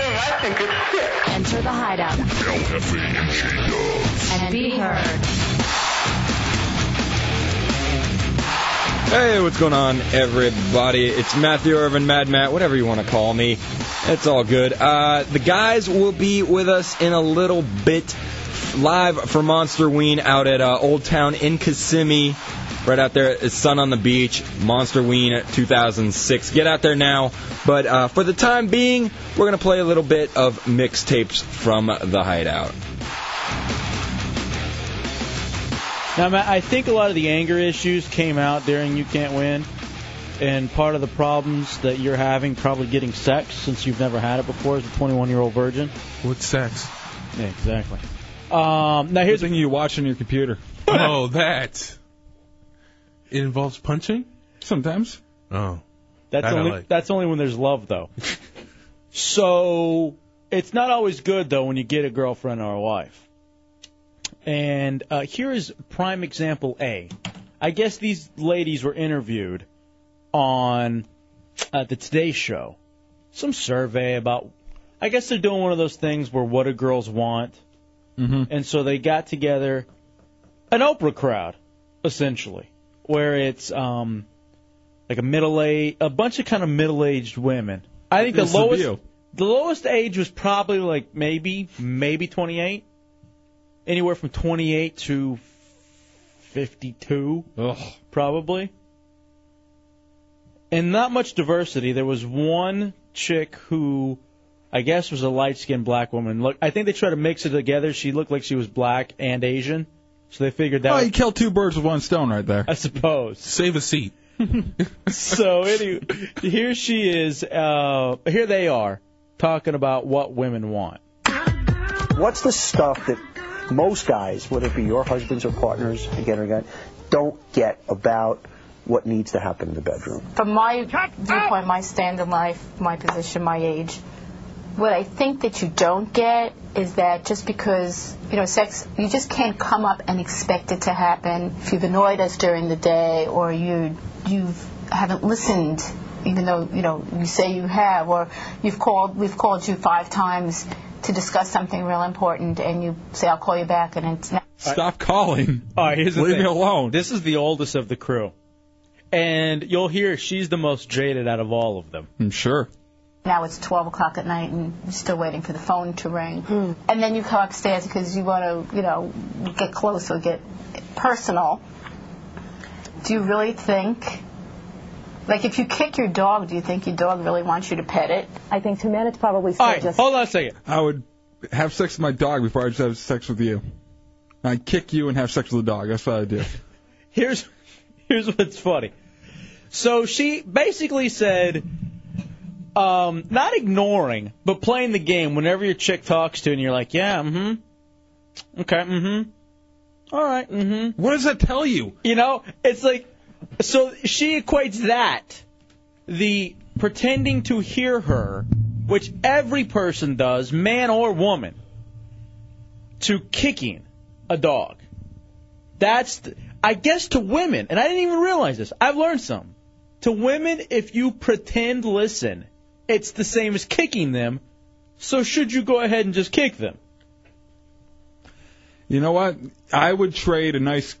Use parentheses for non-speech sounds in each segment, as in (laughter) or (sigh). Enter the hideout and be heard. Hey, what's going on, everybody? It's Matthew Irvin, Mad Matt, whatever you want to call me. It's all good. Uh, the guys will be with us in a little bit, live for Monster Ween out at uh, Old Town in Kissimmee. Right out there, it's Sun on the Beach, Monster Ween 2006. Get out there now. But uh, for the time being, we're going to play a little bit of mixtapes from The Hideout. Now, Matt, I think a lot of the anger issues came out during You Can't Win, and part of the problems that you're having, probably getting sex since you've never had it before as a 21 year old virgin. With sex. Yeah, exactly. Um, now here's the thing you watch on your (laughs) computer. oh, that. It involves punching sometimes. Oh, That That's I only like. that's only when there's (laughs) love though. so it's not always good though when you get a girlfriend or a wife. And uh, here is prime example A. I guess these ladies were interviewed on uh, the Today Show. Some survey about. I guess they're doing one of those things where what do girls want? Mm-hmm. And so they got together an Oprah crowd, essentially, where it's um, like a middle age, a bunch of kind of middle aged women. I think the This would be lowest, you. the lowest age was probably like maybe, maybe 28, anywhere from 28 to 52, probably. And not much diversity. There was one chick who I guess was a light skinned black woman. Look, I think they tried to mix it together. She looked like she was black and Asian, so they figured that. Oh, you would- kill two birds with one stone right there. (laughs) I suppose. Save a seat. so anyway, here she is. Uh, here they are talking about what women want. What's the stuff that most guys, whether it be your husbands or partners, again or again, don't get about what needs to happen in the bedroom? From my viewpoint, my stand in life, my position, my age, what I think that you don't get is that just because, you know, sex, you just can't come up and expect it to happen. If you've annoyed us during the day or you you've haven't listened, even though, you know, you say you have, or you've called, we've called you five times to discuss something real important and you say, I'll call you back and it's not. Stop calling. All right, here's the Leave thing. me alone. This is the oldest of the crew, and you'll hear she's the most jaded out of all of them. I'm sure. Now it's 12 o'clock at night and you're still waiting for the phone to ring. Hmm. And then you come upstairs because you want to, you know, get close or get personal. Do you really think, like, if you kick your dog, do you think your dog really wants you to pet it? I think to men it's probably still All right, just hold on a second. I would have sex with my dog before I just have sex with you. I'd kick you and have sex with the dog. That's what I do. here's here's what's funny. So she basically said, um, not ignoring, but playing the game. Whenever your chick talks to you, and you're like, yeah, mm-hmm, okay, mm-hmm, all right, mm-hmm. What does that tell you? You know, it's like, so she equates that, the pretending to hear her, which every person does, man or woman, to kicking a dog. That's, th- I guess, to women, and I didn't even realize this. I've learned some. To women, if you pretend listen, it's the same as kicking them. So should you go ahead and just kick them? You know what? I would trade a nice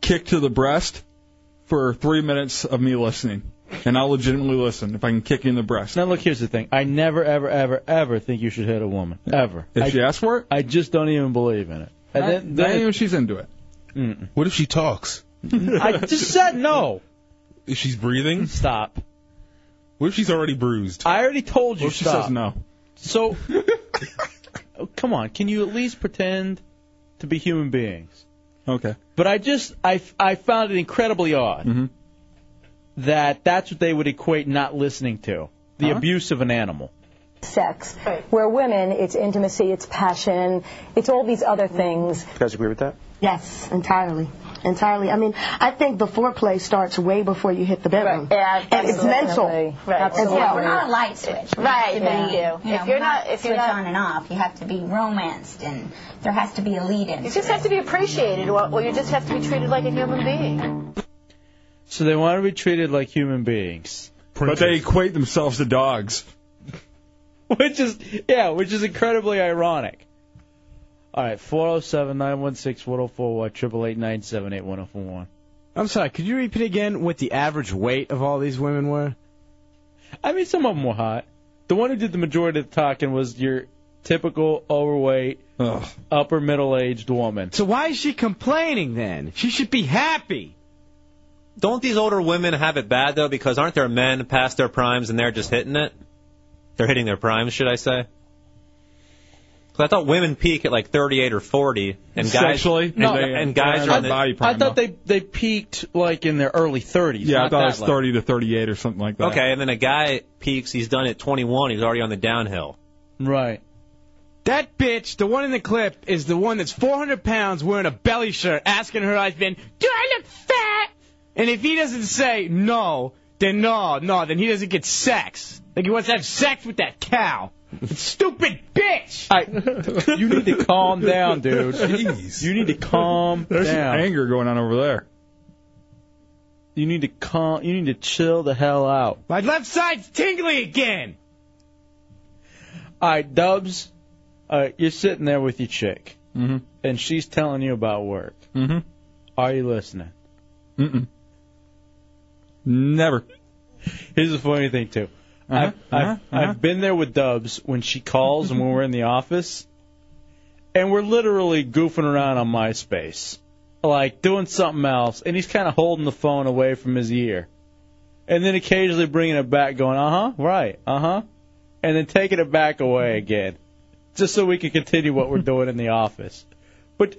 kick to the breast for three minutes of me listening. And I'll legitimately listen if I can kick you in the breast. Now look, here's the thing. I never, ever, ever, ever think you should hit a woman. Ever. If I- she asks for it, I just don't even believe in it. And I, then, then I know she's into it. What if she talks? I just said no. If she's breathing? Stop. What if she's already bruised? I already told you Well, she stop. says no. (laughs) So, Oh, come on. Can you at least pretend to be human beings? Okay. But I just I, I found it incredibly odd Mhm. that that's what they would equate not listening to the Huh? abuse of an animal. sex. Where women, it's intimacy, it's passion, it's all these other things. You guys agree with that? Yes, entirely. Entirely. I mean, I think the foreplay starts way before you hit the bedroom. and it's mental. As well. Yeah, we're not a light switch. We Right, have to thank be, you. know, If we're you're not- if you're switch not- on and off, you have to be romanced, and there has to be a lead in. You just have to be appreciated, or, or you just have to be treated like a human being. So they want to be treated like human beings. But they equate themselves to dogs. (laughs) which is yeah, which is incredibly ironic. All right, four zero seven nine one six one zero four one triple eight nine seven eight one zero four one. I'm sorry, could you repeat again what the average weight of all these women were? I mean, some of them were hot. The one who did the majority of the talking was your typical overweight, upper middle aged woman. So why is she complaining then? She should be happy. Don't these older women have it bad though? Because aren't there men past their primes and they're just hitting it? They're hitting their primes, should I say? 'Cause I thought women peak at like 38 or 40, and guys Sexually? and, No. and guys Yeah, are in the, body I thought they they peaked like in their early thirties. Yeah, not I thought that it was level. 30 to 38 or something like that. Okay, and then a guy peaks, he's done at 21, he's already on the downhill. Right. That bitch, the one in the clip, is the one that's 400 pounds wearing a belly shirt, asking her husband, "Do I look fat?" And if he doesn't say no, then no, no, then he doesn't get sex. Like he wants to have sex with that cow. Stupid bitch. I, you need (laughs) to calm down, dude. Jeez. You need to calm (laughs) There's some down. anger going on over there. You need to calm. You need to chill the hell out. My left (laughs) side's tingly again. All right, Dubs. All right, you're sitting there with your chick, Mhm. and she's telling you about work. Mhm. Are you listening? Mm-mm. Never. Here's the funny thing too. I've, I've, I've been there with Dubs when she calls and when we're in the office, and we're literally goofing around on MySpace, like doing something else, and he's kind of holding the phone away from his ear, and then occasionally bringing it back, going, "Uh huh, right, uh huh," and then taking it back away again, just so we can continue what we're doing in the office. But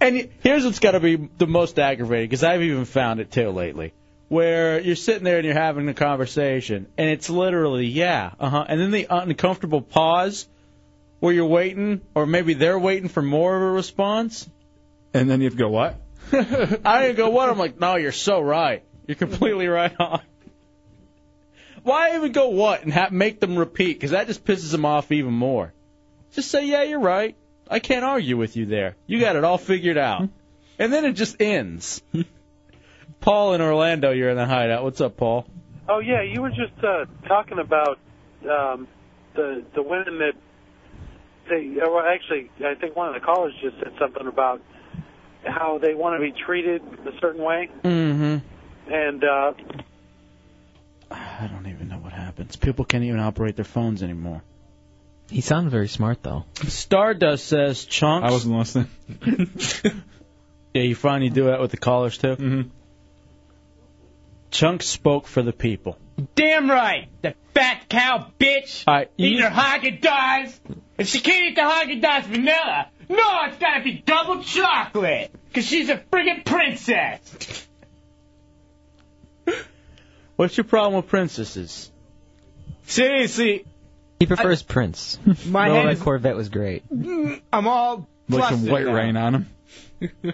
and here's what's got to be the most aggravating because I've even found it too lately, where you're sitting there and you're having a conversation, and it's literally yeah, uh huh, and then the uncomfortable pause where you're waiting, or maybe they're waiting for more of a response. And then you have to go what? (laughs) I didn't go what? I'm like, no, you're so right. You're completely right on. Why even go what and ha- make them repeat? Because that just pisses them off even more. Just say, yeah, you're right. I can't argue with you there. You got it all figured Hmm. out. And then it just ends. Paul in Orlando, you're in the hideout. What's up, Paul? Oh yeah, you were just uh, talking about um, the the women that they. uh, Well, actually, I think one of the callers just said something about how they want to be treated a certain way, Mm-hmm. and uh, I don't even know what happens. People can't even operate their phones anymore. He sounds very smart, though. Stardust says chunks. I wasn't listening. (laughs) yeah, you finally do that with the callers too. Mm-hmm. Chunks spoke for the people. Damn right, the fat cow bitch. All right, Eat you- her Haagen Dazs. If she can't eat the Haagen Dazs vanilla, no, it's gotta be double chocolate. Cause she's a friggin' princess. What's your problem with princesses? Seriously. He prefers Prince. My (laughs) My head that is- Corvette was great. Mm, I'm all Like flustered some white now. rain on him.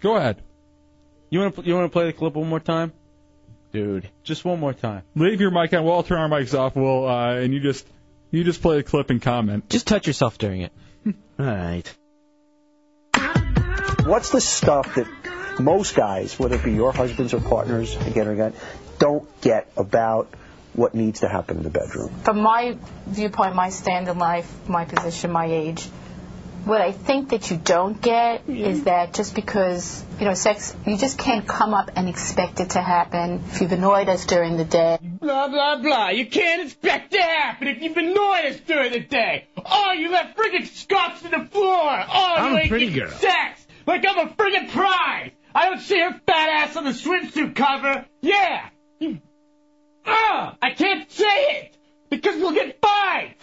Go ahead. You want to you want to play the clip one more time, dude? Just one more time. Leave your mic on. We'll all turn our mics off. We'll uh, and you just you just play the clip and comment. Just touch yourself during it. All right. What's the stuff that most guys, whether it be your husbands or partners, again or again, don't get about what needs to happen in the bedroom? From my viewpoint, my stand in life, my position, my age, what I think that you don't get is that just because, you know, sex, you just can't come up and expect it to happen. If you've annoyed us during the day, Blah blah blah. You can't expect to happen if you've annoyed us during the day. Oh, you left friggin' scuffs on the floor. Oh, I'm you a ain't pretty getting girl. sex. Like I'm a friggin' prize. I don't see her fat ass on the swimsuit cover. Yeah. You- Ugh, I can't say it because we'll get fined.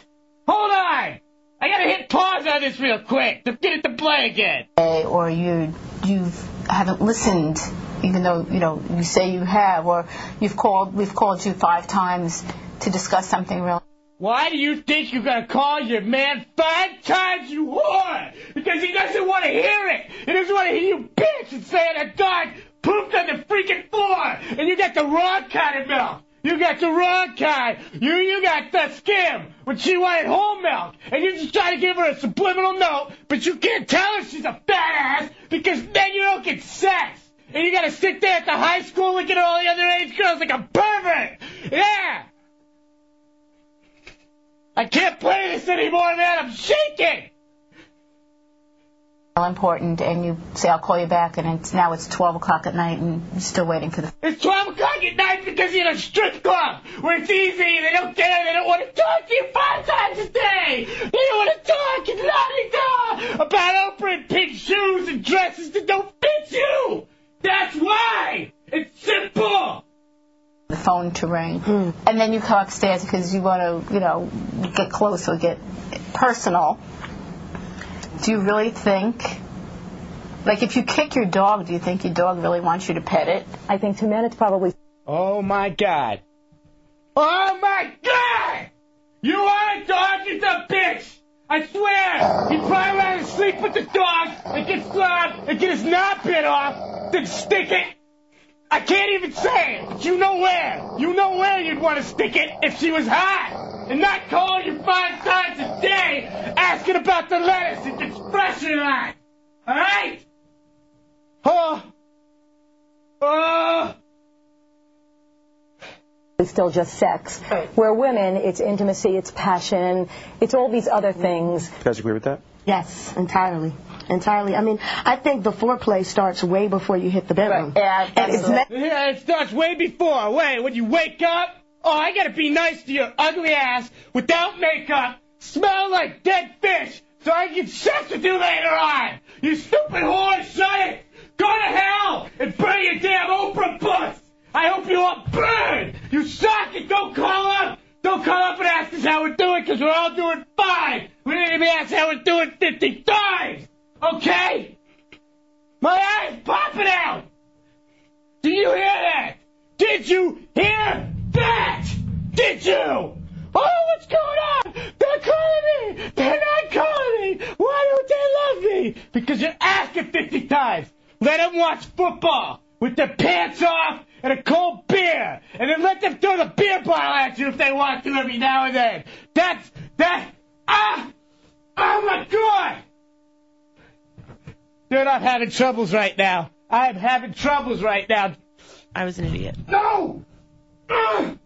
Hold on. I gotta hit pause on this real quick to get it to play again. day, or you you haven't listened, even though you know you say you have, or you've called we've called you five times to discuss something real. Why do you think you're gonna call your man five times, you whore? Because he doesn't want to hear it. He doesn't want to hear you bitch and saying a dog pooped on the freaking floor, and you got the wrong kind of milk. You got the wrong kind. You you got the skim, but she wanted whole milk, and you just try to give her a subliminal note, but you can't tell her she's a fat ass because then you don't get sex. And you gotta sit there at the high school looking at all the underage girls like a pervert. Yeah. I can't play this anymore, man. I'm shaking. real important and you say I'll call you back and it's now it's 12 o'clock at night and you're still waiting for the It's 12 o'clock at night because you're in a strip club where it's easy. They don't care. They don't want to talk to you five times a day. They don't want to talk and la-di-da about Oprah and pink shoes and dresses that don't fit you. That's why. It's simple. the phone to ring Hmm. and then you come upstairs because you want to you know get close or get personal do you really think like if you kick your dog do you think your dog really wants you to pet it I think to men it's probably. Oh my God. Oh my God! You are a dog, you a bitch! I swear! He probably ran to sleep with the dog and get slapped and get his knob bit off, then stick it. I can't even say it, but you know where. You know where you'd want to stick it if she was hot. And not call you five times a day asking about the lettuce if it's fresh or not. Alright? Oh. Oh. It's still just sex. Where women, it's intimacy, it's passion, it's all these other things. You guys agree with that? Yes, entirely. Entirely. I mean, I think the foreplay starts way before you hit the bedroom. Yeah, And it's me- yeah, it starts way before. Wait, when you wake up, oh, I gotta be nice to your ugly ass without makeup, smell like dead fish, so I can sex with you later on. You stupid whore, shut it. Go to hell and burn your damn Oprah bus. I hope you all burn. You suck and don't call up. Don't call up and ask us how we're doing because we're all doing fine. We need to be asked how we're doing 50 times. Okay? My eye's popping out. Do you hear that? Did you hear that? Did you? Oh, what's going on? They're calling me. They're not calling me. Why don't they love me? Because you're asking 50 times. Let them watch football with their pants off and a cold beer, and then let them throw the beer bottle at you if they want to every now and then. That's that. Ah, oh my God. Dude, I'm having troubles right now. I'm having troubles right now. I was an idiot. No! Ah! Ugh!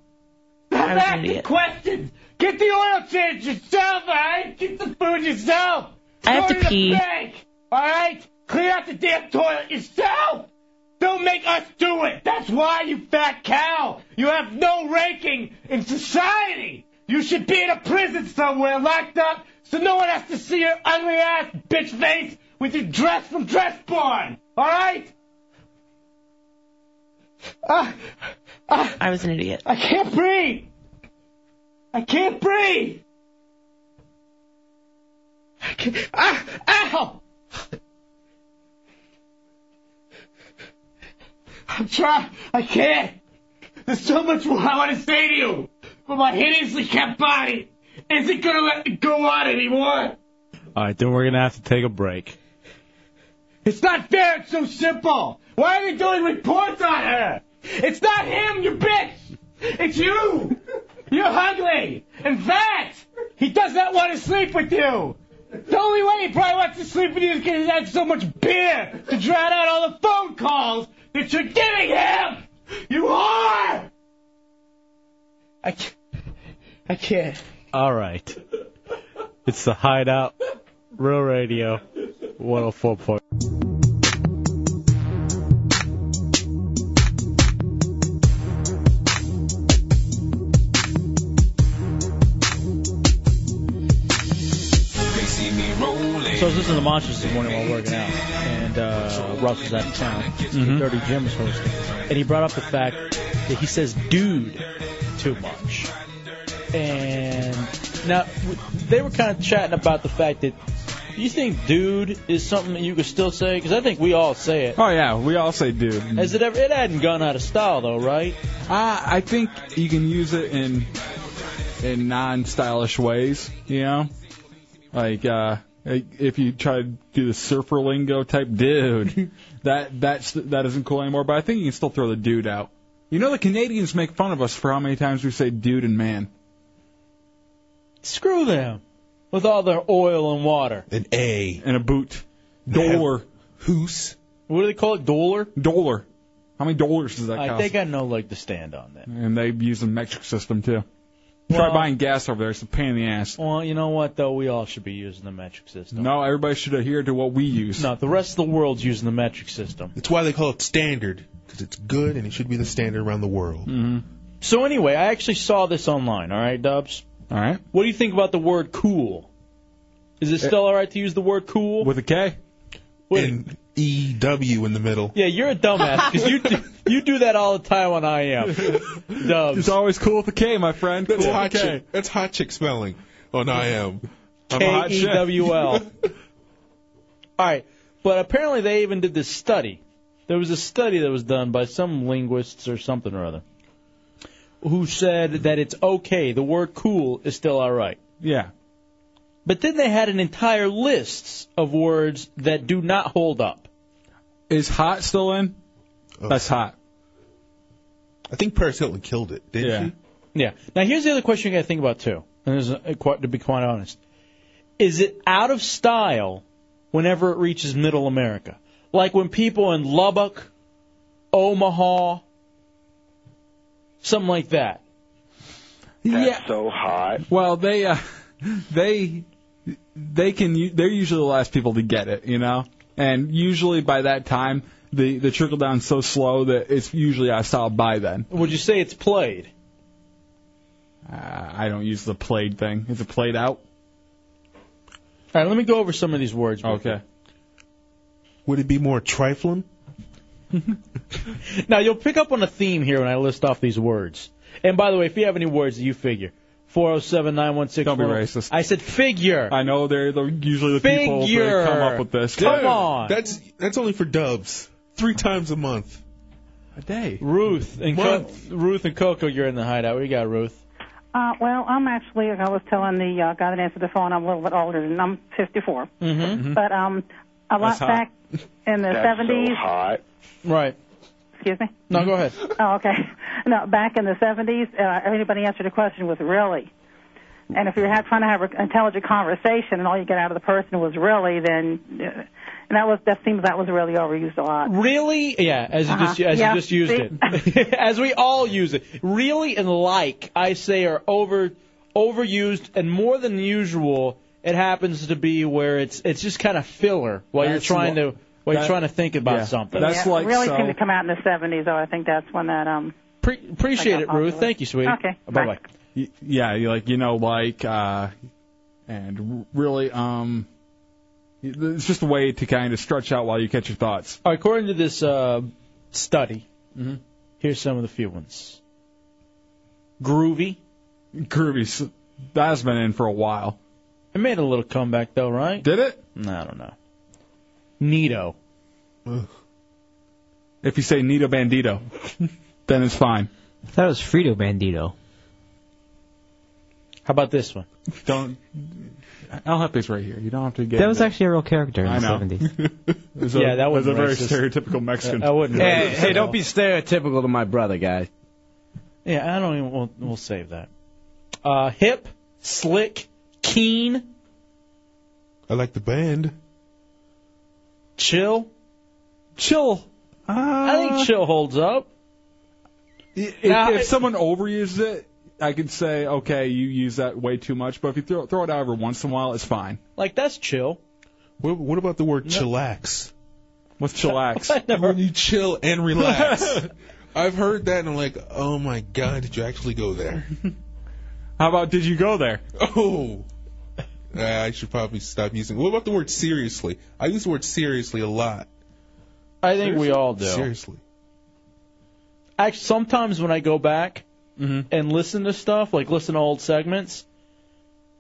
I'm asking questions. Get the oil change yourself, alright? Get the food yourself. I have Go to the pee. bank, alright? Clear out the damn toilet yourself. Don't make us do it. That's why, you fat cow. You have no ranking in society. You should be in a prison somewhere, locked up, so no one has to see your ugly ass bitch face with your dress from dress barn. All right? Ah, ah, I was an idiot. I can't breathe. I can't breathe. I can't. Ah, ow! I'm trying. I can't. There's so much more I want to say to you, but my hideously kept body isn't gonna let me go on anymore. All right, then we're gonna have to take a break. It's not fair. It's so simple. Why are they doing reports on her? It's not him, you bitch. It's you. You're ugly and fat. He does not want to sleep with you. The only way he probably wants to sleep with you is because he's had so much beer to drown out all the phone calls that you're giving him. You are. I can't. I can't. All right, it's the Hideout, Real Radio, 104 point. So I was listening to Monsters this morning while working out, and uh, Russ was out of town. Mm-hmm. Dirty Jim was hosting, and he brought up the fact that he says "dude" too much. And now w- they were kind of chatting about the fact that do you think "dude" is something that you could still say? Because I think we all say it. Oh yeah, we all say dude. Mm. Has it ever? It hadn't gone out of style though, right? Ah, I think you can use it in in non-stylish ways, you know? Like uh like, if you try to do the surfer lingo type (laughs) dude, that that's that isn't cool anymore, but I think you can still throw the dude out. You know the Canadians make fun of us for how many times we say dude and man. Screw them. With all their oil and water. An A. And a boot. Dollar. Hoos. What do they call it? Dollar? Dollar. How many dollars does that I cost? think I know like the stand on that. And they use the metric system too. Try Well- buying gas over there. It's a pain in the ass. Well, you know what though? We all should be using the metric system. No, everybody should adhere to what we use. No, the rest of the world's using the metric system. That's why they call it standard, because it's good and it should be the standard around the world. Mm-hmm. So anyway, I actually saw this online. All right, Dubs. All right. What do you think about the word cool? Is it Uh, still all right to use the word cool with a K? And E W in the middle. Yeah, you're a dumbass because you do, you do that all the time on I (laughs) am. Dubs. It's always cool with a K, my friend. That's cool hot with a K. Oh, chick. That's hot chick spelling on I am. I'm a hot K E (laughs) W L. All right, but apparently they even did this study. There was a study that was done by some linguists or something or other, who said that it's okay. The word "cool" is still all right. Yeah. But then they had an entire list of words that do not hold up. Is hot still in? That's hot. I think Paris Hilton killed it, didn't Yeah. she? Yeah. Now here's the other question you got to think about too, and this is uh, quite, to be quite honest, is it out of style whenever it reaches Middle America? Like when people in Lubbock, Omaha, something like that. yeah. so hot. Well, they uh, (laughs) they they can u- they're usually the last people to get it, you know. And usually by that time, the the trickle down's so slow that it's usually out of style by then. Would you say it's played? Uh, I don't use the played thing. Is it played out? All right, let me go over some of these words. Okay. Would it be more trifling? Now you'll pick up on a theme here when I list off these words. And by the way, if you have any words that you figure, four zero seven nine one six. Don't be racist. I said figure. I know they're the, usually the people Figure. that come up with this. Come on. That's that's only for dubs. Three times a month. A day. Ruth and Co- Ruth and Coco, you're in the hideout. We got Ruth. Uh, well, I'm actually, I was telling the uh, guy that answered the phone, I'm a little bit older than I'm 54. Mm-hmm. But um, a That's lot hot. back in the 70s. hot. Right. Excuse me? No, go ahead. Oh, okay. (laughs) No, back in the 70s, uh, anybody answered the question was really. And if you were ha- trying to have an intelligent conversation and all you get out of the person was really, then uh, and that was that seems that was really overused a lot. Really? Yeah, as you just Uh-huh. as Yeah, you just used see? it. (laughs) as we all use it. Really and like I say are over overused and more than usual it happens to be where it's it's just kind of filler while That's you're trying wha- to while that- you're trying to think about yeah. something. That's Yeah, like really so- seemed to come out in the 70s, though. I think that's when that um. Pre- appreciate I it, got Ruth. popular. Thank you, sweetie. Okay, Bye bye. Y- yeah, you like you know, like uh, and r- really, um, it's just a way to kind of stretch out while you catch your thoughts. All right, according to this uh, study, here's some of the few ones. Groovy. Groovy's that's been in for a while. It made a little comeback though, right? Did it? No, I don't know. Neato. If you say Nito Bandito, then it's fine. I thought it was Frito Bandito. How about this one? Don't. I'll have these right here. You don't have to get. That was into- actually a real character in I the know. 70s. It (laughs) was a- Yeah, that it was a wasn't very racist. stereotypical Mexican. I wouldn't. Hey, hey, don't be stereotypical to my brother, guys. Yeah, I don't even. We'll, we'll save that. Uh, hip, slick, keen, I like the band. chill. Chill. Ah. I think chill holds up. If, Now- if someone overuses it, I could say, okay, you use that way too much. But if you throw, throw it out every once in a while, it's fine. Like that's chill. What, what about the word chillax? What's (laughs) chillax? When you chill and relax. I've heard that and I'm like, oh my god, did you actually go there? How about did you go there? (laughs) Oh. Uh, I should probably stop using. What about the word seriously? I use the word seriously a lot. I think we all do. Seriously. Actually, sometimes when I go back Mm-hmm. and listen to stuff, like listen to old segments,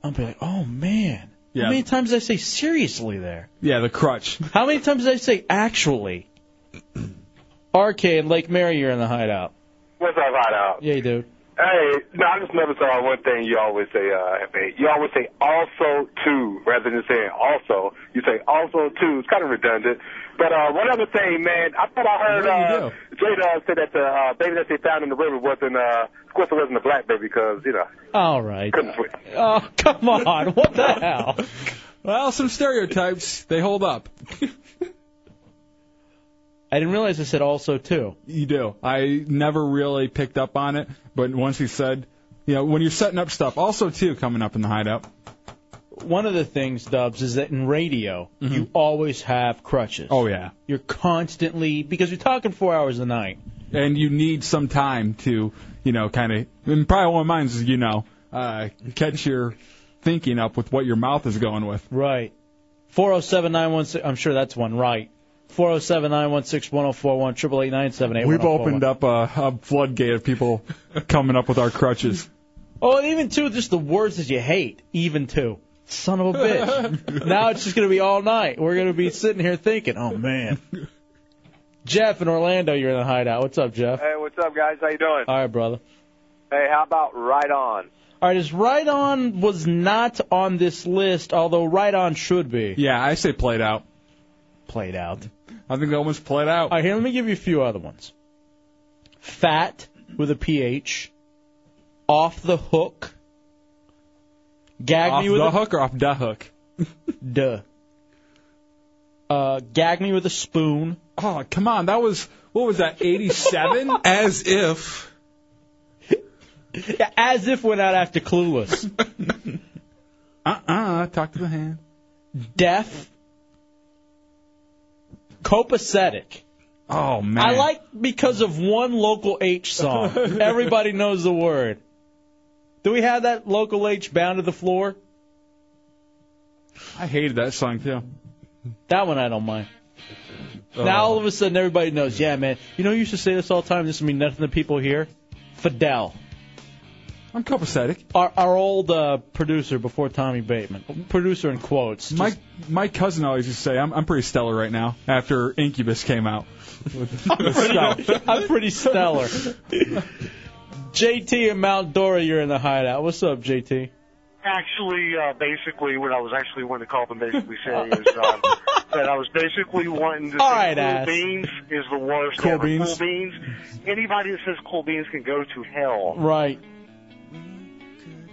I'll be like, oh man, Yeah. how many times did I say seriously there? Yeah, the crutch. (laughs) How many times did I say actually? RK and Lake Mary, you're in the hideout. What's up, hot out? Yeah, you do. Hey, no, I just never saw one thing you always say, uh, FA. You always say also too, rather than saying also. You say also too. It's kind of redundant. But uh, one other thing, man, I thought I heard uh, J Dog say that the uh, baby that they found in the river wasn't, uh, of course, it wasn't a black baby because, you know, All right. couldn't switch. Oh, come on. (laughs) What the hell? Well, some stereotypes they hold up. (laughs) I didn't realize I said also too. You do. I never really picked up on it, but once he said, you know, when you're setting up stuff, also too coming up in the hideout. One of the things, Dubs, is that in radio, you always have crutches. Mm-hmm. Oh yeah. You're constantly, because you're talking four hours a night. And you need some time to, you know, kind of. And probably one of mine is, you know, uh, catch your thinking up with what your mouth is going with. Right. 407 916, I'm sure that's one right. 407 916 1041, 888 978 We've opened up a, a floodgate of (laughs) people coming up with our crutches. Oh, and even too, just the words that you hate, even too. Son of (laughs) a bitch. now it's just going to be all night. We're going to be sitting here thinking, oh (laughs) man. Jeff in Orlando, you're in the hideout. What's up, Jeff? Hey, what's up, guys? How you doing? All right, brother. Hey, how about right on? All right, is Right On was not on this list, although Right On should be. Yeah, I say played out. Played out. I think almost played out. All right, here, let me give you a few other ones. Fat with a PH. Off the hook. Gag off me with the a hook or off the hook? (laughs) Duh. Uh, gag me with a spoon. Oh, come on. That was, what was that, 87? (laughs) As if. (laughs) As if went out (laughs) after Clueless. uh uh Talk to the hand. Deaf. Copacetic. Oh, man. I like because of one local (laughs) H song. Everybody knows the word. Do we have that local H bound to the floor? I hated that song, too. Oh. That one I don't mind. Now all of a sudden everybody knows. Yeah, man. You know you used to say this all the time. This will mean nothing to people here. Fidel. I'm copacetic. Our, our old uh, producer before Tommy Bateman. Producer in quotes. My my cousin always used to say I'm I'm pretty stellar right now after Incubus came (laughs) out. (laughs) I'm pretty, I'm pretty stellar. (laughs) JT and Mount Dora, you're in the hideout. What's up, JT? Actually, uh, basically, what I was actually wanting to call them basically (laughs) saying is um, that I was basically wanting to All say right, cool ass. beans is the worst. Cool ever. beans. Cool beans. Anybody that says cool beans can go to hell. Right.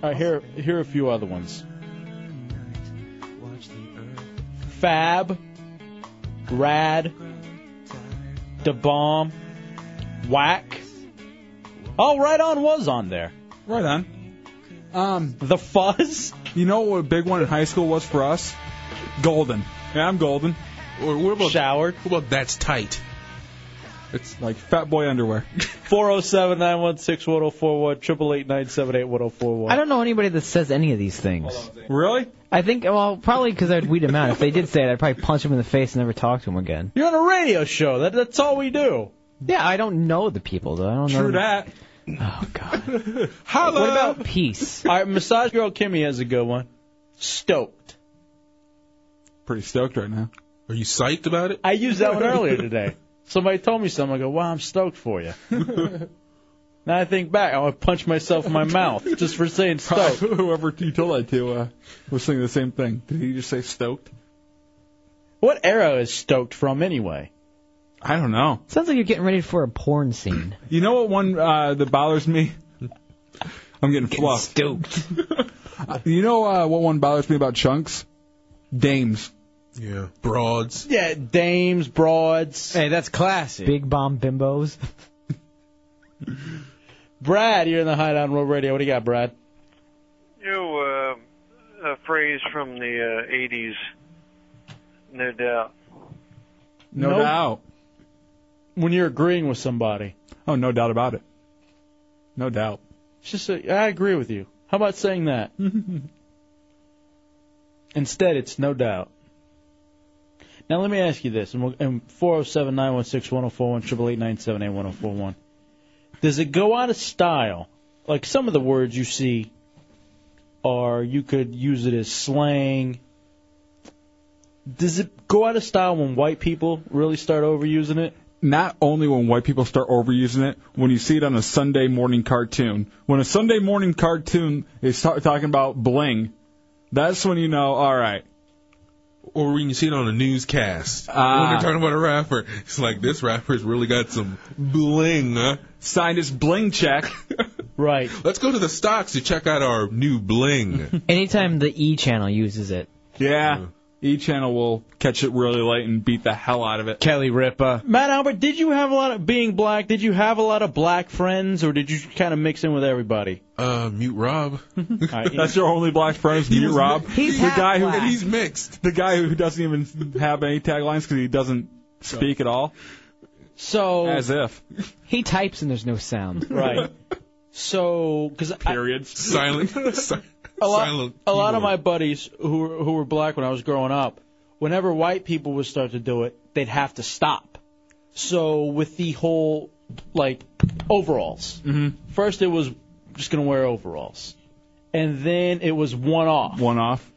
All right, here here are a few other ones. Fab, Rad, Da Bomb, Whack. Oh, right on was on there. Right on. Um, (laughs) the fuzz. You know what a big one in high school was for us? Golden. Yeah, I'm golden. Or what about showered? What about that's tight? It's like fat boy underwear. 407 916 1041, 888 978 1041. I don't know anybody that says any of these things. Really? I think, well, probably because I'd weed them out. If they did say it, I'd probably punch them in the face and never talk to them again. You're on a radio show. That, that's all we do. Yeah, I don't know the people, though. I don't know. them. True that. Holla! What about peace? Oh, (laughs) All right, Massage Girl Kimmy has a good one. Stoked. Pretty stoked right now. Are you psyched about it? I (laughs) used that one earlier today. Somebody told me something. I go, wow, I'm stoked (laughs) for you. now I think back. I want to punch myself in my (laughs) mouth just (laughs) for saying stoked. Whoever you told that to uh, was saying the same thing. Did he just say stoked? What era is stoked from anyway? I don't know. Sounds like you're getting ready for a porn scene. (clears throat) You know what one uh, that bothers me? I'm getting, fluffed. Stoked. Uh, (laughs) You know uh, what one bothers me about chunks? Dames. Yeah. Broads. Yeah, dames, broads. Hey, that's classic. Big bomb bimbos. (laughs) Brad, you're in the Hideout on Road Radio. What do you got, Brad? You know, uh, a phrase from the uh, 80s, no doubt. No Nope. doubt. When you're agreeing with somebody, Oh, no doubt about it. No doubt. it's just a, I agree with you. How about saying that? Instead, it's no doubt. Now let me ask you this, and, we'll, and 407 916 1041, 888 978 1041. Does it go out of style? Like some of the words you see are, you could use it as slang. Does it go out of style when white people really start overusing it? not only when white people start overusing it, when you see it on a Sunday morning cartoon. When a Sunday morning cartoon is ta- talking about bling, that's when you know, all right. Or when you see it on a newscast. Ah. When they're talking about a rapper, it's like this rapper's really got some bling. Huh? Signed his bling (laughs) check. right. Let's go to the stocks to check out our new bling. Anytime the E channel uses it. Mm. Yeah. E channel will catch it really late and beat the hell out of it. Kelly Ripa. Matt Albert, did you have a lot of being black? Did you have a lot of black friends, or did you kind of mix in with everybody? Uh, mute (laughs) Rob. (laughs) That's your only black friend, is Mute was Rob. mi- He's the half guy who black. And he's mixed. The guy who doesn't even have any taglines because he doesn't speak at all. So as if he types (laughs) and there's no sound. (laughs) Right. So, because period (laughs) silent, (laughs) si- a lot, silent. a lot of keyboard. my buddies who were, who were black when I was growing up, whenever white people would start to do it, they'd have to stop. So with the whole like overalls, Mm-hmm. first it was just gonna wear overalls, and then it was one off. One off.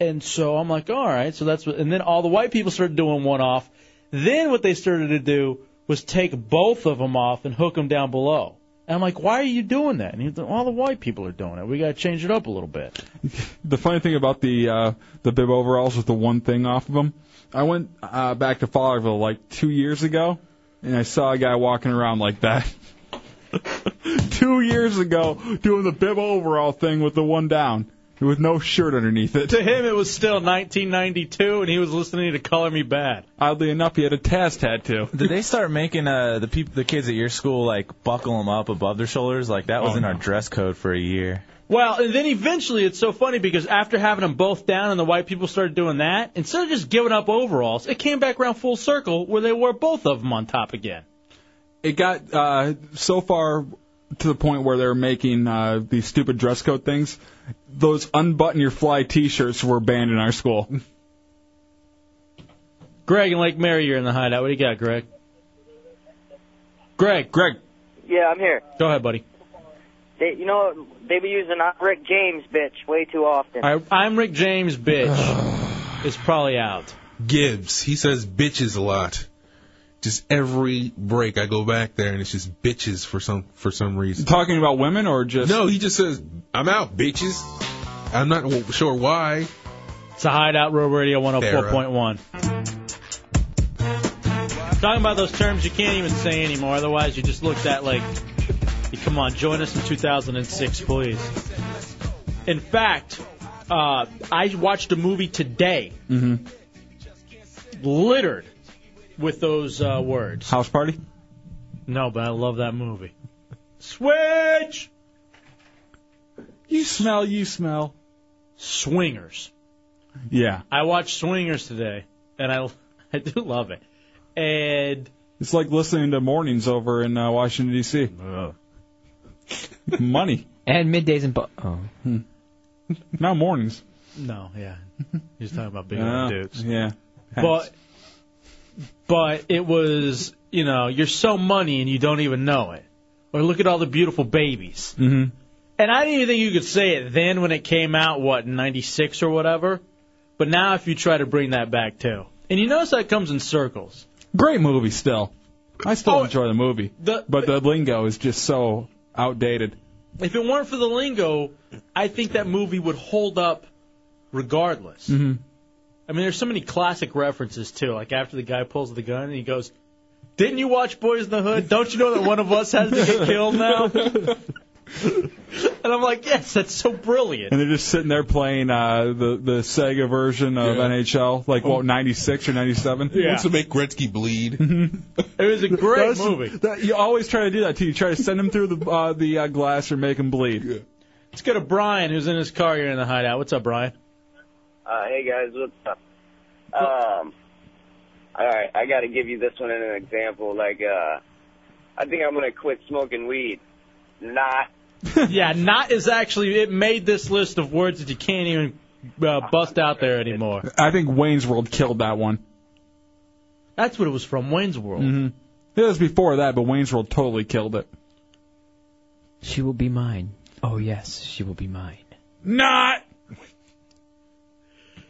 And so I'm like, all right, so that's what. And then all the white people started doing one off. Then what they started to do was take both of them off and hook them down below. And I'm like, why are you doing that? And he's like, all the white people are doing it. We got to change it up a little bit. the funny thing about the uh, the bib overalls was the one thing off of them. I went uh, back to Fowlerville like two years ago, and I saw a guy walking around like that. (laughs) two years ago, doing the bib overall thing with the one down, with no shirt underneath it. To him, it was still 1992, and he was listening to Color Me Bad. Oddly enough, he had a Taz tattoo. Did they start making uh, the peop- the kids at your school like buckle them up above their shoulders? Like that was in our dress code for a year. Well, and then eventually it's so funny because after having them both down and the white people started doing that, instead of just giving up overalls, it came back around full circle where they wore both of them on top again. It got uh, so far to the point where they were making uh, these stupid dress code things. Those unbutton your fly T-shirts were banned in our school. Greg and Lake Mary, you're in the hideout. What do you got, Greg? Greg, Greg, Yeah, I'm here. go ahead, buddy. They, you know, they be using "I'm Rick James, bitch, way too often. I, I'm Rick (sighs) James, bitch. is probably out. Gibbs. He says bitches a lot. Just every break I go back there and it's just bitches for some for some reason. Talking about women or just No, he just says I'm out, bitches. I'm not w- sure why. It's a hideout row radio uh, 104.1. Talking about those terms you can't even say anymore, otherwise you just looked at like, come on, join us in 2006, please. In fact, uh, I watched a movie today Mm-hmm. littered with those uh, words. House party. No, but I love that movie. Switch. You smell. You smell. Swingers. Yeah. I watched Swingers today, and I (laughs) I do love it. And It's like listening to mornings over in uh, Washington D.C. Money and middays and bo- oh. now mornings. no, yeah, he's talking about big Yeah. (laughs) old dudes. Yeah. But but it was you know you're so money and you don't even know it. Or look at all the beautiful babies. Mm-hmm. And I didn't even think you could say it then when it came out, what '96 or whatever. But now if you try to bring that back too, and you notice that comes in circles. Great movie still. I still enjoy the movie. but Oh, the lingo is just so outdated. If it weren't for the lingo, I think that movie would hold up regardless. Mm-hmm. I mean, there's so many classic references too. Like after the guy pulls the gun and he goes, "Didn't you watch Boys in the Hood? Don't you know that one of us has to get killed now?" (laughs) and I'm like, "Yes, that's so brilliant." And they're just sitting there playing uh, the the Sega version of NHL, like what ninety six or ninety seven. He wants to make Gretzky (laughs) bleed. It was a great That's- movie. That, you always try to do that too. You try to send him through the uh, the uh, glass or make him bleed. Let's go to Brian, who's in his car. You're in the hideout. What's up, Brian? Uh, hey guys, what's up? Um, all right, I got to give you this one as an example. Like, uh, I think I'm gonna quit smoking weed. Not (laughs) yeah, not is actually it made this list of words that you can't even uh, bust out there anymore. I think Wayne's World killed that one. That's what it was from Wayne's World. hmm It was before that, but Wayne's World totally killed it. She will be mine. Oh yes, she will be mine. Not.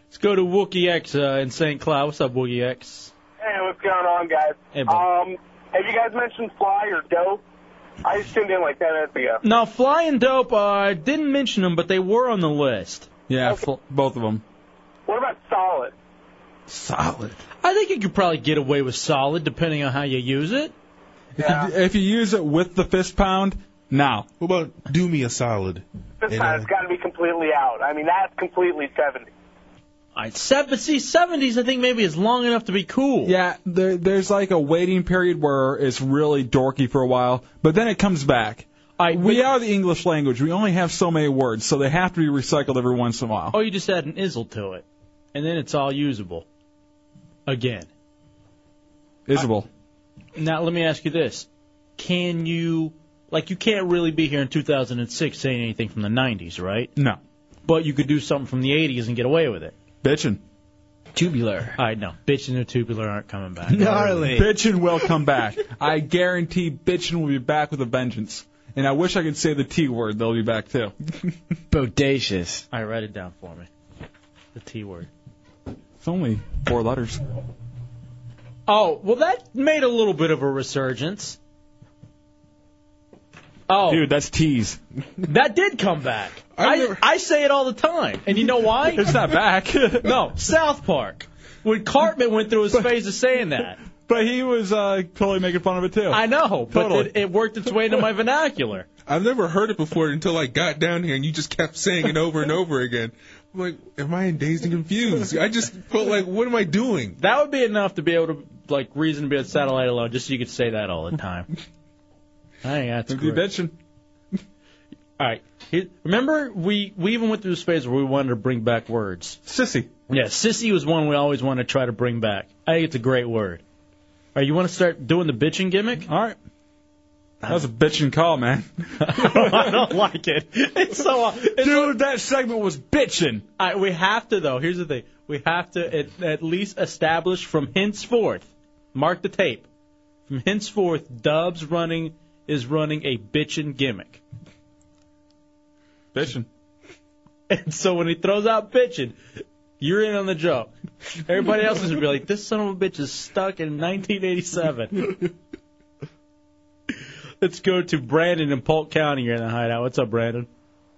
Let's go to Wookie X uh, in St. Cloud. What's up, Wookie X? Hey, what's going on, guys? Hey, bud. um, Have you guys mentioned fly or dope? I just tuned in like 10 minutes ago. Now, Fly and Dope, uh, I didn't mention them, but they were on the list. Yeah, fl- both of them. What about solid? Solid. I think you could probably get away with solid, depending on how you use it. If, you, if you use it with the fist pound, now. What about do me a solid? This time it's got to be completely out. I mean, that's completely 70. All right, se- but see, 70s I think maybe is long enough to be cool. Yeah, there, there's like a waiting period where it's really dorky for a while, but then it comes back. we are the English language. We only have so many words, so they have to be recycled every once in a while. Or you just add an izzle to it, and then it's all usable. Again. Isable. Now, let me ask you this. Can you, like, you can't really be here in 2006 saying anything from the 90s, right? No. But you could do something from the 80s and get away with it. Bitchin'. Tubular. I know. Bitchin' and tubular aren't (laughs) coming back. Bitchin' will come back. I guarantee Bitchin' will be back with a vengeance. And I wish I could say the T word. They'll be back too. Bodacious. I write it down for me. The T word. It's only four letters. Oh, well, that made a little bit of a resurgence. Oh. Dude, that's tease. (laughs) That did come back. I, I say it all the time. And you know why? (laughs) It's not back. (laughs) no, South Park. When Cartman went through his phase of saying that. (laughs) But he was uh, totally making fun of it too. I know, but Totally. it, it worked its way into my vernacular. I've never heard it before until I got down here and you just kept saying it over and over again. I'm like, am I in dazed and confused? I just felt like, what am I doing? That would be enough to be able to, like, reason to be on satellite alone, just so you could say that all the (laughs) time. I think that's Maybe great. (laughs) All right. Here, remember, we, we even went through this phase where we wanted to bring back words. Sissy. Yeah, sissy was one we always wanted to try to bring back. I think it's a great word. All right, you want to start doing the bitching gimmick? All right. That was a bitchin' call, man. (laughs) I don't like it. It's so. It's Dude, that segment was bitching. I, we have to though. Here's the thing: we have to at, at least establish from henceforth. Mark the tape. From henceforth, Dubs running is running a bitchin' gimmick. Bitchin'. And so when he throws out bitchin', you're in on the joke. Everybody else is gonna be like, "This son of a bitch is stuck in 1987." Let's go to Brandon in Polk County. You're in the hideout. What's up, Brandon?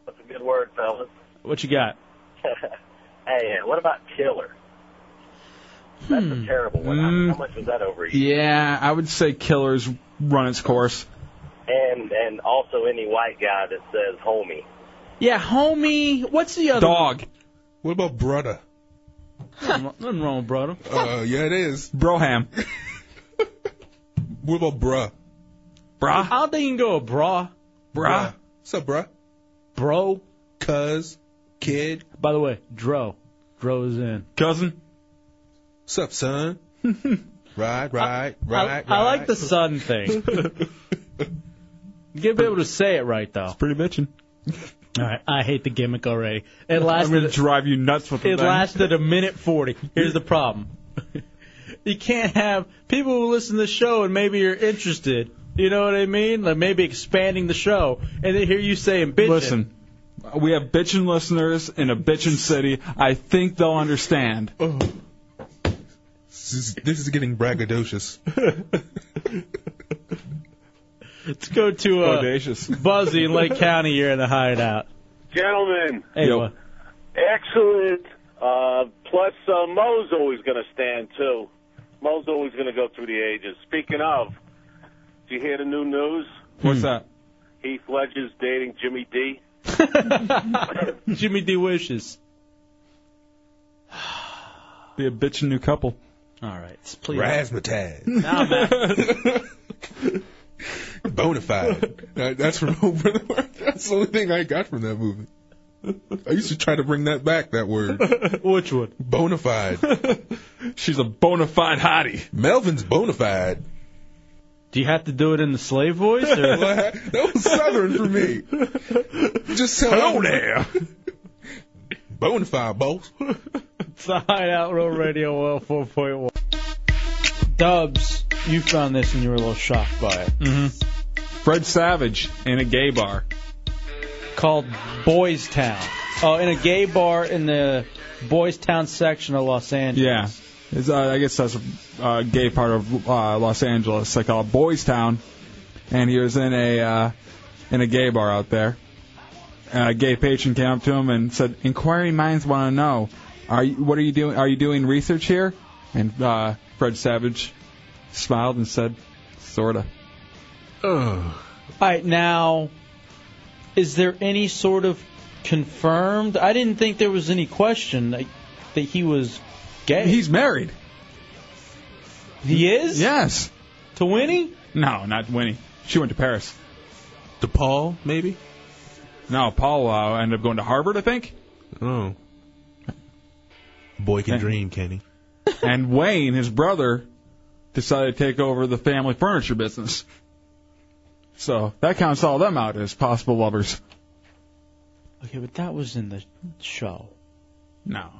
That's a good word, fellas. (laughs) What you got? hey, uh, what about killer? That's a terrible one. Hmm. How much was that over a year? Yeah, I would say killers run its course. And and also any white guy that says homie. Yeah, homie. What's the other dog? What about brother? Nothing wrong with brother. Uh, yeah, it is. Broham. (laughs) what about bruh? Bruh? I don't think you can go with bra. Bruh. What's up, bruh? Bro. Cuz. Kid. By the way, Dro. Dro is in. Cousin. What's up, (laughs) son? right, right, right, right. I like the (laughs) sun thing. you gotta be able to say it right though. It's pretty bitchin'. All right, I hate the gimmick already. I'm It gonna lasted. drive you nuts with It thing. lasted a minute forty. Here's the problem. (laughs) you can't have people who listen to the show and maybe are interested. You know what I mean? Like maybe expanding the show, and they hear you saying bitch. Listen, we have bitchin' listeners in a bitchin' city. I think they'll (laughs) understand. This is, this is getting braggadocious. Let's go to uh, (laughs) Audacious. Buzzy in Lake County. You're in the hideout. Gentlemen, Hey, Yo. Buzz. excellent. Uh, plus, uh, Mo's always going to stand, too. Mo's always going to go through the ages. Speaking of, did you hear the new news? What's Hmm. that? Heath Ledger's dating Jimmy D. (laughs) Jimmy D wishes. Be a bitchin' new couple. All right, please. Razzmatazz. Nah, (laughs) Bonafide. (laughs) That- That's from over the world. That's the only thing I got from that movie. I used to try to bring that back. That word. (laughs) Which one? Bonafide. She's a bona fide hottie. Melvin's bona fide. Do you have to do it in the slave voice? (laughs) Or? that was southern for me. Just hello there. Bonafide, boss. It's the Hideout Row Radio 104.1. Dubs, you found this and you were a little shocked by it. Mm-hmm. Fred Savage in a gay bar. Called Boys Town. Oh, in a gay bar in the Boys Town section of Los Angeles. Yeah. It's, uh, I guess that's a uh, gay part of uh, Los Angeles. They call it Boys Town, and he was in a uh, in a gay bar out there. A gay patron came up to him and said, "Inquiring minds want to know, are you, what are you doing? Are you doing research here?" And uh, Fred Savage smiled and said, "Sorta." All right, now, is there any sort of confirmed? I didn't think there was any question that, that he was gay. He's married. He is? Yes. To Winnie? No, not Winnie. She went to Paris. To Paul, maybe? No, Paul uh, ended up going to Harvard, I think. Oh. Boy can dream, can he? (laughs) and Wayne, his brother, decided to take over the family furniture business. So that counts all them out as possible lovers. Okay, but that was in the show. No.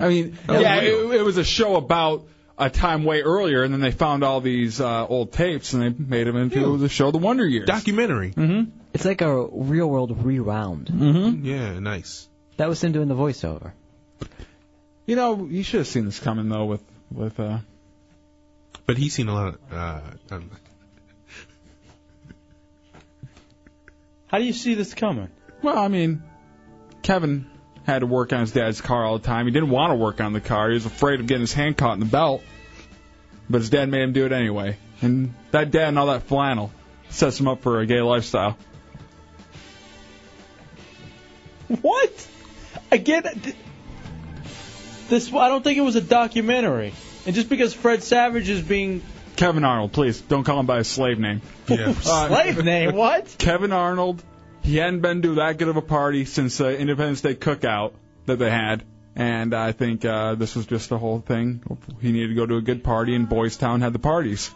I mean, Oh, That was yeah, real. it, it was a show about a time way earlier, and then they found all these uh, old tapes and they made them into the show The Wonder Years. Documentary. Mm-hmm. It's like a real world rewound. Mm-hmm. Yeah, nice. That was him doing the voiceover. You know, you should have seen this coming though with with uh, But he's seen a lot of. Uh, um, How do you see this coming? Well, I mean, Kevin had to work on his dad's car all the time. He didn't want to work on the car. He was afraid of getting his hand caught in the belt. But his dad made him do it anyway. And that dad and all that flannel sets him up for a gay lifestyle. What? Again, th- this I don't think it was a documentary. And just because Fred Savage is being Kevin Arnold, please don't call him by his slave name. Yeah. (laughs) slave name, what? Kevin Arnold. He hadn't been to that good of a party since uh, Independence Day cookout that they had, and I think uh, this was just the whole thing. He needed to go to a good party, and Boys Town had the parties.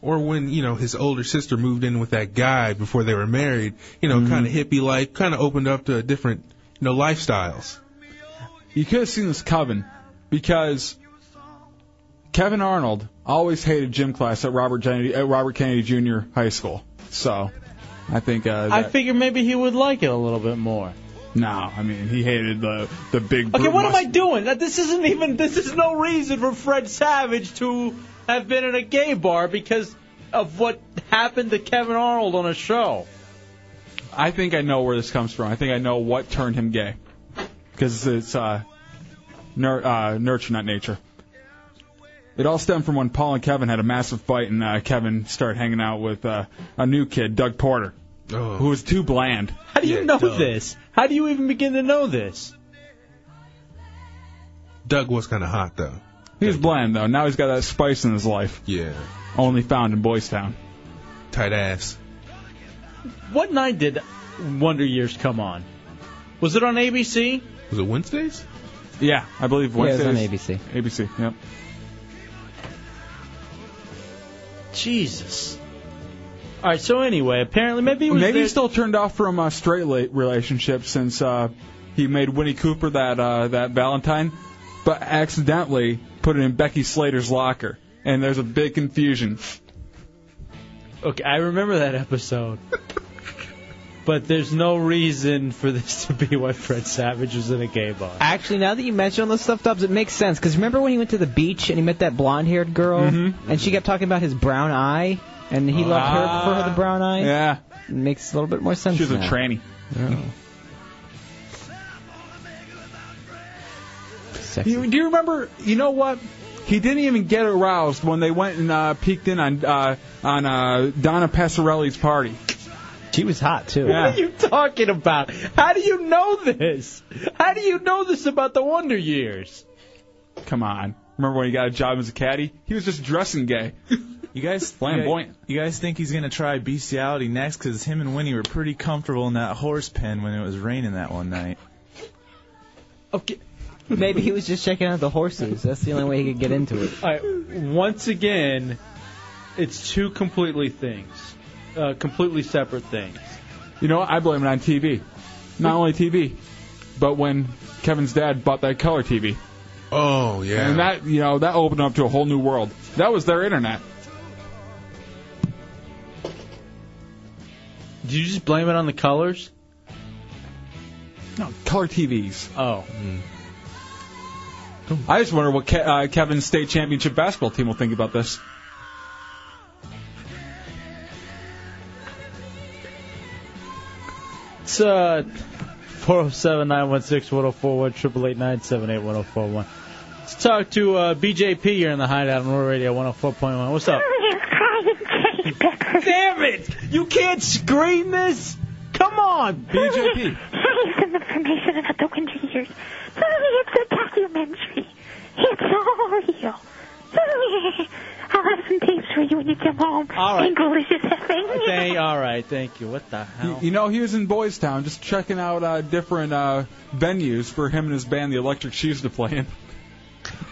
or when, you know, his older sister moved in with that guy before they were married, you know, kind of Mm-hmm. hippie life, kind of opened up to different, you know, lifestyles. You could have seen this coven because Kevin Arnold always hated gym class at Robert Kennedy, at Robert Kennedy Jr. High School. So I think uh, I that- figure maybe he would like it a little bit more. no, I mean he hated the the big. Okay, brute what am mus- I doing? That- This isn't even. This is no reason for Fred Savage to have been in a gay bar because of what happened to Kevin Arnold on a show. I think I know where this comes from. I think I know what turned him gay. Because it's uh, nur- uh, nurture, not nature. It all stemmed from when Paul and Kevin had a massive fight, and uh, Kevin started hanging out with uh, a new kid, Doug Porter, Oh. who was too bland. How do you know this? How do you even begin to know this? Doug was kind of hot, though. He was bland, though. Now he's got that spice in his life. Yeah. Only found in Boys Town. Tight ass. What night did Wonder Years come on? Was it on ABC? Was it Wednesdays? Yeah, I believe Yeah, it was Wednesday. ABC. on ABC, yep. Jesus. All right. So anyway, apparently maybe it was Maybe there- he's still turned off from a straight la- relationship since uh, he made Winnie Cooper that uh, that Valentine, but accidentally put it in Becky Slater's locker, and there's a big confusion. Okay, I remember that (laughs) episode. but there's no reason for this to be why Fred Savage was in a gay bar. Actually, now that you mention all those stuff, Dubs, it makes sense. Because remember when he went to the beach and he met that blonde haired girl? Mm-hmm. And she kept talking about his brown eye? And he loved her for her, the brown eye? Ah. Yeah. It makes a little bit more sense. She was a now. tranny. You, do you remember? You know what? He didn't even get aroused when they went and uh, peeked in on uh, on uh, Donna Passarelli's party. She was hot too. What are you talking about? How do you know this? How do you know this about the Wonder Years? Come on. Remember when he got a job as a caddy? He was just dressing gay. You (laughs) guys, Flamboyant. You guys think he's gonna try bestiality next? Because him and Winnie were pretty comfortable in that horse pen when it was raining that one night. Okay. Maybe he was just checking out the horses. That's the only way he could get into it. All right, once again, it's two completely things, uh, completely separate things. You know, what? I blame it on TV. Not only TV, but when Kevin's dad bought that color TV. Oh yeah. And that you know that opened up to a whole new world. That was their internet. Did you just blame it on the colors? Hmm. No, color TVs. Oh. I just wonder what Ke- uh, Kevin's state championship basketball team will think about this. It's uh, 407 916 1041, 888 978 1041. Let's talk to uh, BJP here in the Hideout on Rural Radio 104.1. What's up? Damn it! You can't scream this. Come on, BJP. Here's some information about the winter years. It's a documentary. It's all real. (laughs) I'll have some tapes for you when you come home. All right. And delicious effing. Thank, all right, thank you. What the hell? You know, he was in Boys Town just checking out uh, different uh, venues for him and his band, the Electric Shoes, to play in.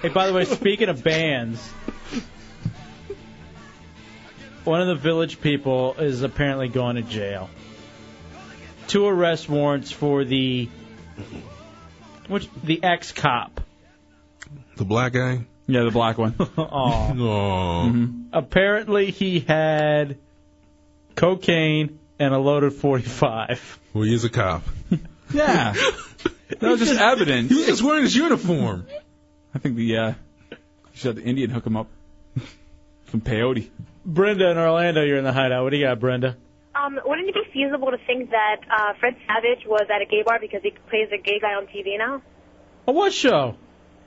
Hey, by the way, speaking of bands, one of the village people is apparently going to jail. Two arrest warrants for the which the ex cop. The black guy. Yeah, the black (laughs) one. Mm-hmm. Aw. Mhm. Apparently, he had cocaine and a loaded 45. Well, he's a (laughs) cop. Yeah. That was just (laughs) evidence. He was just wearing his uniform. I think the uh, you should have the Indian hook him up. (laughs) Some peyote. Brenda in Orlando, you're in the hideout. What do you got, Brenda? Um, wouldn't it be feasible to think that uh, Fred Savage was at a gay bar because he plays a gay guy on TV now? Oh, what show?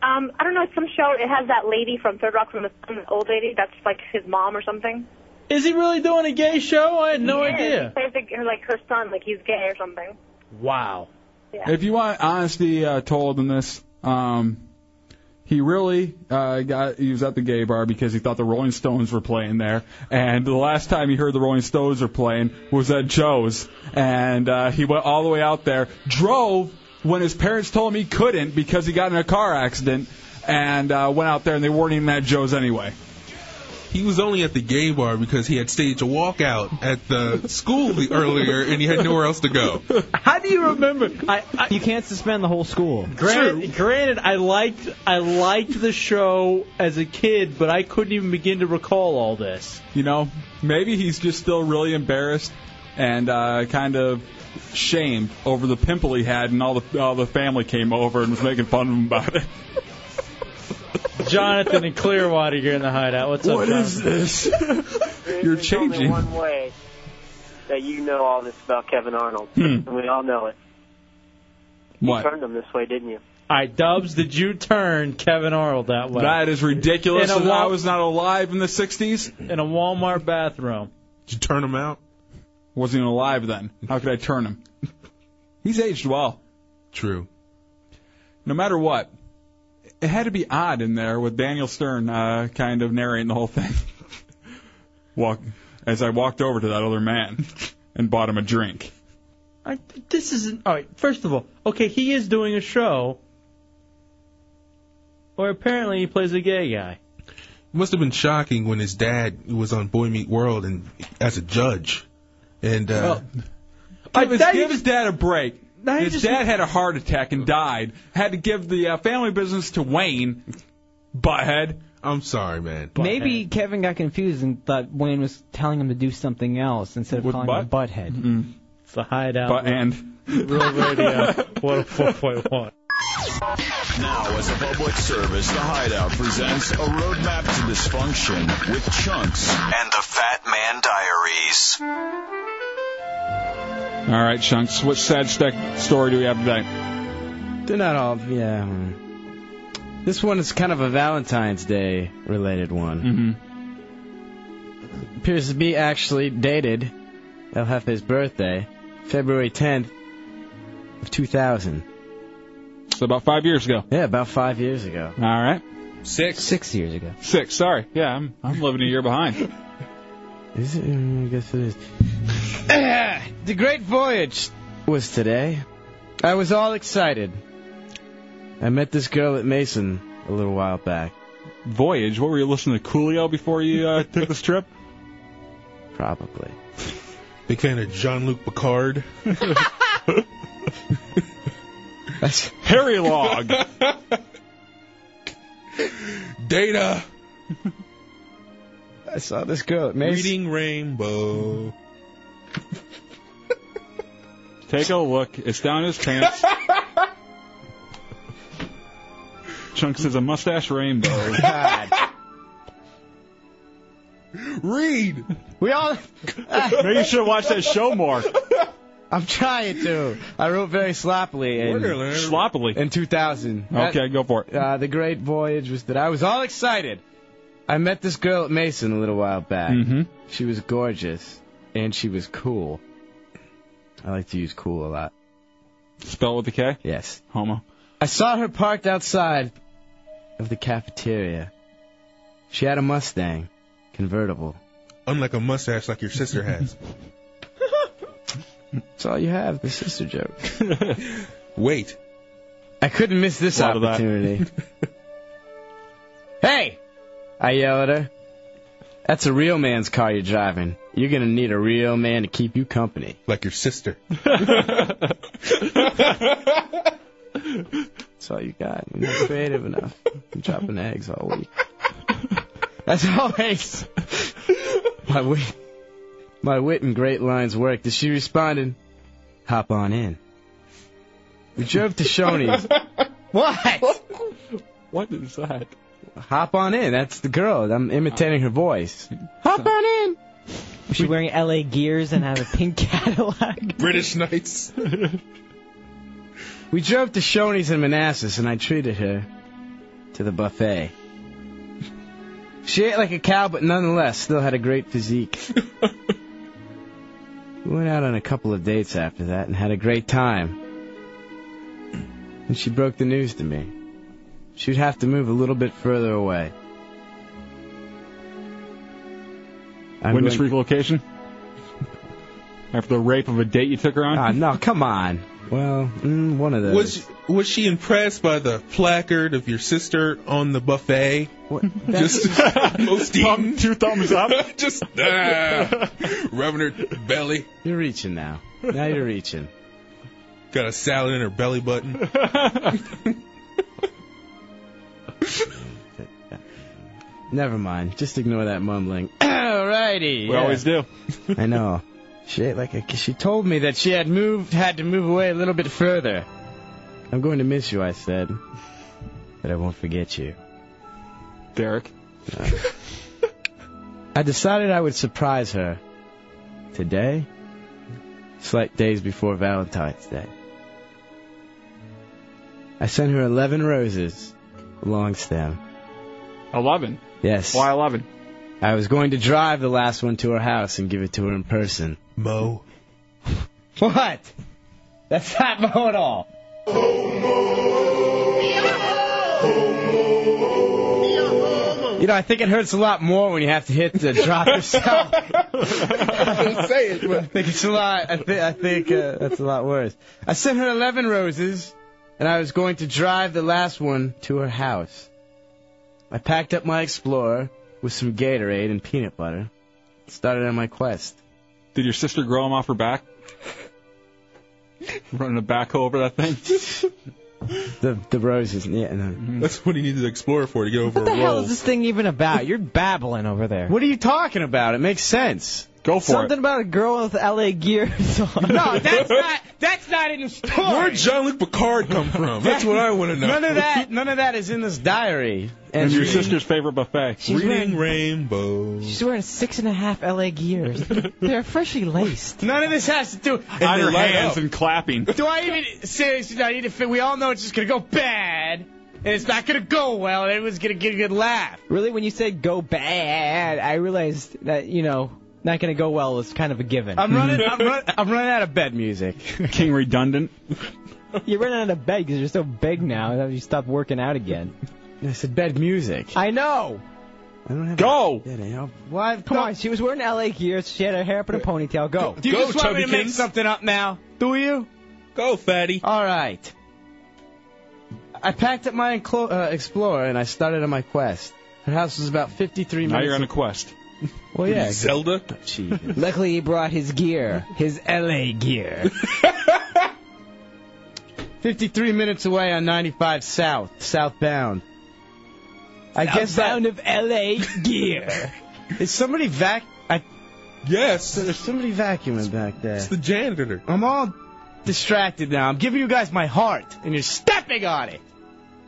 Um, I don't know. It's some show. It has that lady from Third Rock from the Sun, an old lady that's like his mom or something. Is he really doing a gay show? I had no Yes, idea. He plays a, like her son, like he's gay or (laughs) something. Wow. Yeah. If you want honesty uh, told in this, um, he really uh, got he was at the gay bar because he thought the Rolling Stones were playing there, and the last time he heard the Rolling Stones were playing was at Joe's, and uh, he went all the way out there, drove when his parents told him he couldn't because he got in a car accident, and uh, went out there and they weren't even at Joe's anyway. He was only at the gay bar because he had staged a walkout at the school the- earlier and he had nowhere else to go. How do you remember? I, I, you can't suspend the whole school. Granted, granted, I liked I liked the show as a kid, but I couldn't even begin to recall all this. You know, maybe he's just still really embarrassed and uh, kind of shamed over the pimple he had, and all the all the family came over and was making fun of him about it. Jonathan and Clearwater, you're in the hideout. What's up? What is this? (laughs) You're There's only changing. one way that you know all this about Kevin Arnold, Hmm. and we all know it. What? You turned him this way, didn't you? I dubs. Did you turn Kevin Arnold that way? That is ridiculous. In a that I Wal- was not alive in the '60s. In a Walmart bathroom. Did you turn him out? Wasn't even alive then. How could I turn him? He's aged well. True. No matter what, it had to be odd in there with Daniel Stern uh, kind of narrating the whole thing. (laughs) Walk as I walked over to that other man and bought him a drink. I, this isn't all right. First of all, okay, he is doing a show where apparently he plays a gay guy. It must have been shocking when his dad was on Boy Meet World and as a judge. And uh, Give, his, give his dad a break. Now you His just- dad had a heart attack and died. Had to give the uh, family business to Wayne. Butthead. I'm sorry, man. Maybe Kevin got confused and thought Wayne was telling him to do something else instead of calling him a butthead. Mm-hmm. It's the hideout. Butt and. Real Radio (laughs) (laughs) 104.1. Now, as a public service, The Hideout presents a roadmap to dysfunction with Chunks and the Fat Man Diaries. All right, Chunks. What sad stack story do we have today? They're not all. Yeah. This one is kind of a Valentine's Day related one. Mm-hmm. Appears to be actually dated El Jefe's birthday, February 10th of 2000. So about five years ago. Yeah, about five years ago. All right. Six. Six years ago. Six. Sorry. Yeah, I'm I'm living a (laughs) year behind. Is it? Mm, I guess it is. (coughs) the Great Voyage was today. I was all excited. I met this girl at Mason a little while back. Voyage? What were you listening to Coolio before you (laughs) uh, took this trip? Probably. Big fan of Jean Luc Picard. (laughs) Harry Log. Data. I saw this girl at Mason. Reading Rainbow. Take a look. It's down his pants. Chunk says a mustache rainbow. (laughs) God. Read. We all. (laughs) Maybe you should watch that show more. I'm trying to. I wrote very sloppily. In, We're gonna- Sloppily. In 2000. Okay, go for it. Uh, the great voyage was that I was all excited. I met this girl at Mason a little while back. Hmm. Mm-hmm. She was gorgeous and she was cool. I like to use cool a lot. Spell with a K? Yes. Homo. I saw her parked outside of the cafeteria. She had a Mustang, convertible. Unlike a mustache like your (laughs) sister has. That's all you have, the sister joke. Wait. I couldn't miss this Lot of that. (laughs) opportunity. hey! I yell at her. That's a real man's car you're driving. You're gonna need a real man to keep you company. Like (laughs) your sister. (laughs) That's all you got. You're not creative enough. I'm dropping eggs all week. That's always my wit. My wit and great lines worked. As she responded, "Hop on in." We drove to Shoney's. what? What is that? Hop on in. That's the girl. I'm imitating her voice. Hop on in. Was she wearing LA gears and had a pink (laughs) Cadillac? British Knights. We drove to Shoney's in Manassas, and I treated her to the buffet. She ate like a cow, but nonetheless still had a great physique. we went out on a couple of dates after that and had a great time. And she broke the news to me. She would have to move a little bit further away. I'm Witness going- relocation? After the rape of a date you took her on? Ah, no, come on. Well, mm, one of those. Was was she impressed by the placard of your sister on the buffet? (laughs) Just (laughs) most eaten. Two thumbs up. (laughs) Just ah, rubbing her belly. You're reaching now. Now (laughs) you're reaching. Got a salad in her belly button. Never mind. Just ignore that mumbling. Alrighty. We always do. I know. She ate like a. She told me that she had moved, had to move away a little bit further. I'm going to miss you. I said, but I won't forget you. Derek. I decided I would surprise her today, select days before Valentine's Day. I sent her 11 roses, long stem. 11. Yes. Why 11? I was going to drive the last one to her house and give it to her in person. Mo. What? That's not Mo at all. Mm-hmm. Uh, You know, I think it hurts a lot more when you have to hit (laughs) the drop yourself. say it, I think it's a lot. I, th- I think uh, that's a lot worse. I sent her 11 roses, and I was going to drive the last one to her house. I packed up my Explorer with some Gatorade and peanut butter. Started on my quest. Did your sister grow him off her back? (laughs) Running a backhoe over that thing? The the roses, yeah. No. That's what he needed to explore for to get over What the a hell roll. is this thing even about? You're babbling over there. What are you talking about? It makes sense. Go Something about a girl with LA (laughs) gears on. No, that's not. That's not in the story. Where'd John Luke Picard come from? That's what I want to know. None of that. None of that is in this diary. And your entry. sister's favorite buffet. She's Reading wearing, Rainbow. she's wearing six and a half LA gears. (laughs) They're freshly laced. None of this has to do. On they her light hands up. and clapping. Do I even seriously? I need to fit. We all know it's just gonna go bad, and it's not gonna go well, and everyone's gonna get a good laugh. Really, when you said go bad, I realized that, you know, not going to go well was kind of a given. I'm running. I'm, run, I'm running out of bed music. King redundant. (laughs) You're running out of bed because you're so big now that you stopped working out again. I said bed music. I know. I don't have Go. A bed, I don't- Why? Come on. She was wearing LA gears. She had her hair up in a ponytail. Go. Do you just want me to make Chubbykins. something up now? Do you? Go, fatty. All right. I packed up my enclo- uh, Explorer and I started on my quest. Her house was about 53 Now minutes. you're on a quest. (laughs) well, yeah. Zelda. Jesus. Luckily, he brought his gear, his LA gear. 53 minutes away on 95 South, southbound. I guess that sound of LA (laughs) gear. is somebody vac. I, Yes. there's somebody vacuuming back there. It's the janitor. I'm all distracted now. I'm giving you guys my heart, and you're stepping on it.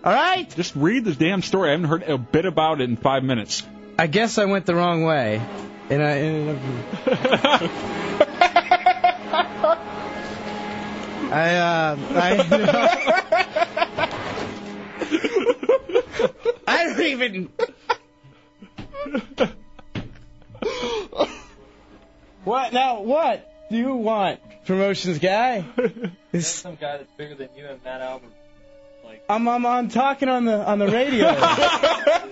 All right. Just read this damn story. I haven't heard a bit about it in five minutes. I guess I went the wrong way, and I ended (laughs) up. I uh, (laughs) I. (laughs) I don't even. what now? What do you want, promotions guy? That's some guy that's bigger than you and Matt Albert. I'm, I'm I'm talking on the on the (laughs) radio.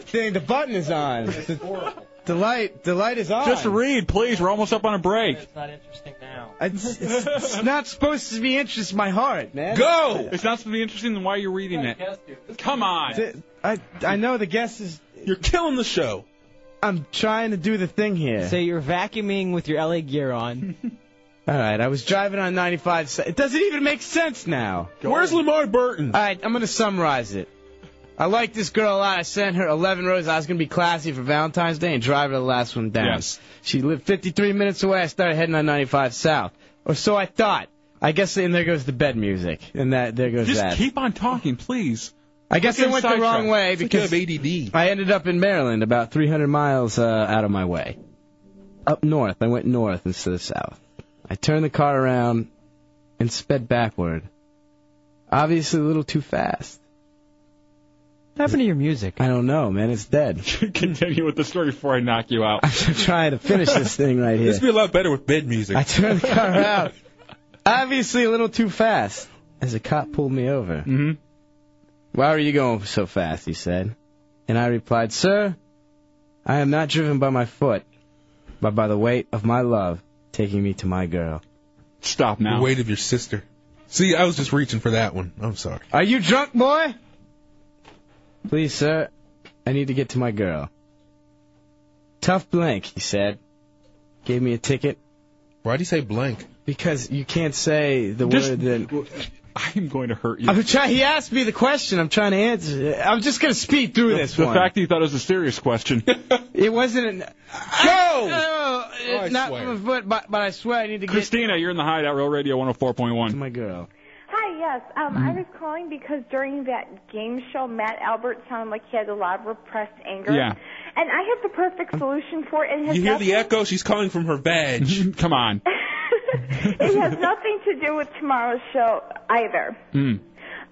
Thing the button is on. The, the light the light is on. Just read, please. We're almost up on a break. It's not interesting now. It's, it's, it's not supposed to be interest my heart, man. Go! It's not supposed to be interesting. Then why are you reading it? Come on. Th- I I know the guest is. You're killing the show. I'm trying to do the thing here. So you're vacuuming with your LA gear on. (laughs) All right, I was driving on 95. se- It doesn't even make sense now. Where's Lamar Burton? All right, I'm going to summarize it. I like this girl a lot. I sent her 11 roses. I was going to be classy for Valentine's Day and drive her the last one down. Yes. She lived 53 minutes away. I started heading on 95 south, or so I thought. I guess, and there goes the bed music, and that there goes Just that. keep on talking, please. I guess Don't I get went the sidetracked. wrong way It's like because you I ended up in Maryland, about 300 miles uh, out of my way. Up north, I went north instead of south. I turned the car around and sped backward. Obviously, a little too fast. What happened to your music? I don't know, man. It's (laughs) dead. (laughs) Continue with the story before I knock you (laughs) out. I'm trying to finish this thing right here. This would be a lot better with bed music. I turned the car out. Obviously, a little too fast. As a cop pulled me over. Mm-hmm. Why were you going so fast? He said. And I replied, Sir, I am not driven by my foot, but by the weight of my love taking me to my girl. Stop The weight of your sister. See, I was just reaching for that one. I'm sorry. Are you drunk, boy? Please, sir, I need to get to my girl. Tough blank, he said. Gave me a ticket. Why'd he say blank? Because you can't say the word that. I'm going to hurt you. I'm trying, he asked me the question. I'm trying to answer. it. I'm just going to speed through The- this the one. fact that you thought it was a serious question. (laughs) it wasn't. An, Uh, Go! I, I, don't know, Oh, I not swear. from a foot, but, but I swear I need to get. Christina, you're in the hideout, Real Radio 104.1. my girl. Hi, yes. Um, I was calling because during that game show, Matt Albert sounded like he had a lot of repressed anger. Yeah. And I have the perfect solution for it. and It has, You hear nothing, the echo? She's calling from her badge. (laughs) Come on. it has nothing to do with tomorrow's show either. Mm. Um,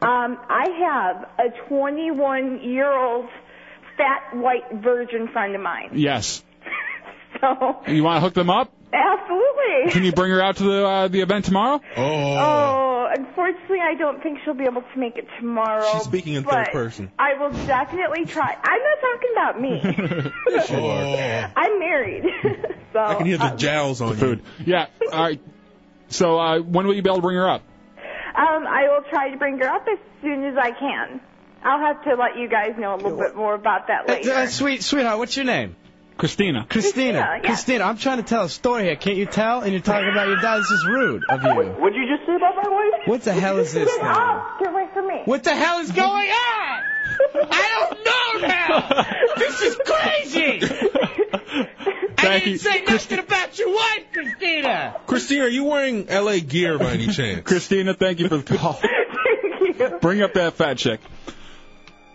I have a 21 year old fat white virgin friend of mine. (laughs) Yes. So, You want to hook them (laughs) up? absolutely. Can you bring her out to the uh, the event tomorrow? Oh, unfortunately, I don't think she'll be able to make it tomorrow. She's speaking in but third person. I will definitely try. I'm not talking about me. (laughs) (laughs) Oh. I'm married. (laughs) so I can hear the jowls on Oh, uh, food. Yeah. All right. So uh, when will you be able to bring her up? um, I will try to bring her up as soon as I can. I'll have to let you guys know a little bit more about that Uh, later. uh, sweet sweetheart, what's your name? Christina. Christina. Christina, yeah. Christina, I'm trying to tell a story here. Can't you tell? And you're talking about your dad. This is rude of you. What'd you just say about my wife? What the hell is this Get now? off! Get away from me! What the hell is going on? I don't know now. This is crazy. (laughs) I didn't say nothing about your wife, Christina. Christina, are you wearing LA gear by (laughs) any chance? Christina, thank you for the call. Bring up that fat chick.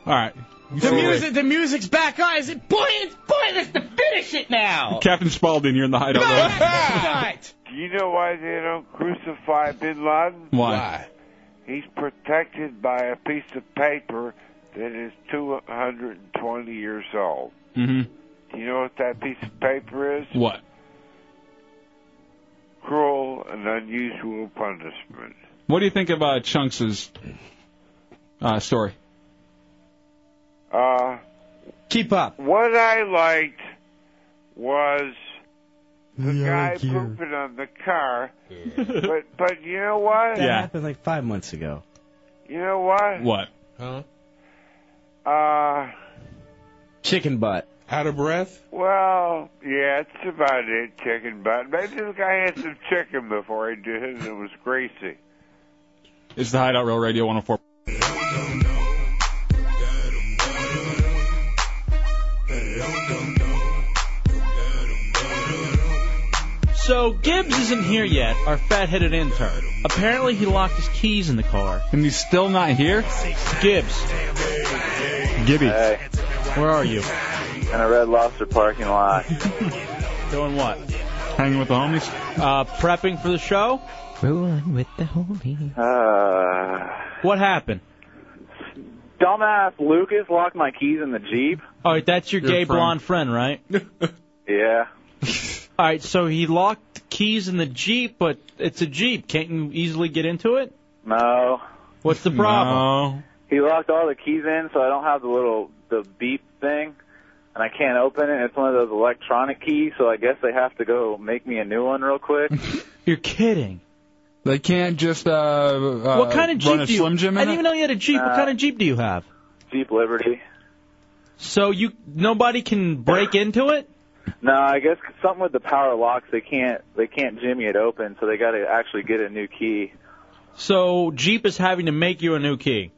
All right. The music, the music's back on. Is it pointless? Pointless to finish it (laughs) now. Captain Spaulding, you're in the hideout. Row. Do you know why they don't crucify Bin Laden? Why? He's protected by a piece of paper that is 220 years old. Mm-hmm. Do you know what that piece of paper is? What? Cruel and unusual punishment. What do you think of uh, Chunks' uh, story? Uh, Keep up. What I liked was the guy pooping on the car, but but you know what? That happened like five months ago. You know what? What? Huh? Uh, Chicken butt. Out of breath? well, yeah, it's about it, chicken butt. Maybe the guy had some chicken before he did it, and it was greasy. It's the Hideout Real Radio 104. So Gibbs isn't here yet, our fat-headed intern. Apparently he locked his keys in the car. And he's still not here? Gibbs. Gibby. Hey. Where are you? In a Red Lobster parking (laughs) lot. Doing what? Hanging with the homies. Uh, prepping for the show. Rolling with the homies. Uh, What happened? dumbass Lucas locked my keys in the Jeep. All right, that's your, Your gay friend. blonde friend, (laughs) right? Yeah. All right, so he locked the keys in the Jeep, but it's a Jeep. Can't you easily get into it? No. What's the problem? He locked all the keys in, so I don't have the little the beep thing, and I can't open it. It's one of those electronic keys, so I guess they have to go make me a new one real quick. You're kidding. They can't just uh, uh what kind of run a Jeep do you? Slim Jim in I didn't it? even know you had a Jeep. What Nah. kind of Jeep do you have? Jeep Liberty. So you nobody can break into it? No, I guess something with the power locks. They can't they can't jimmy it open, so they got to actually get a new key. So Jeep is having to make you a new key.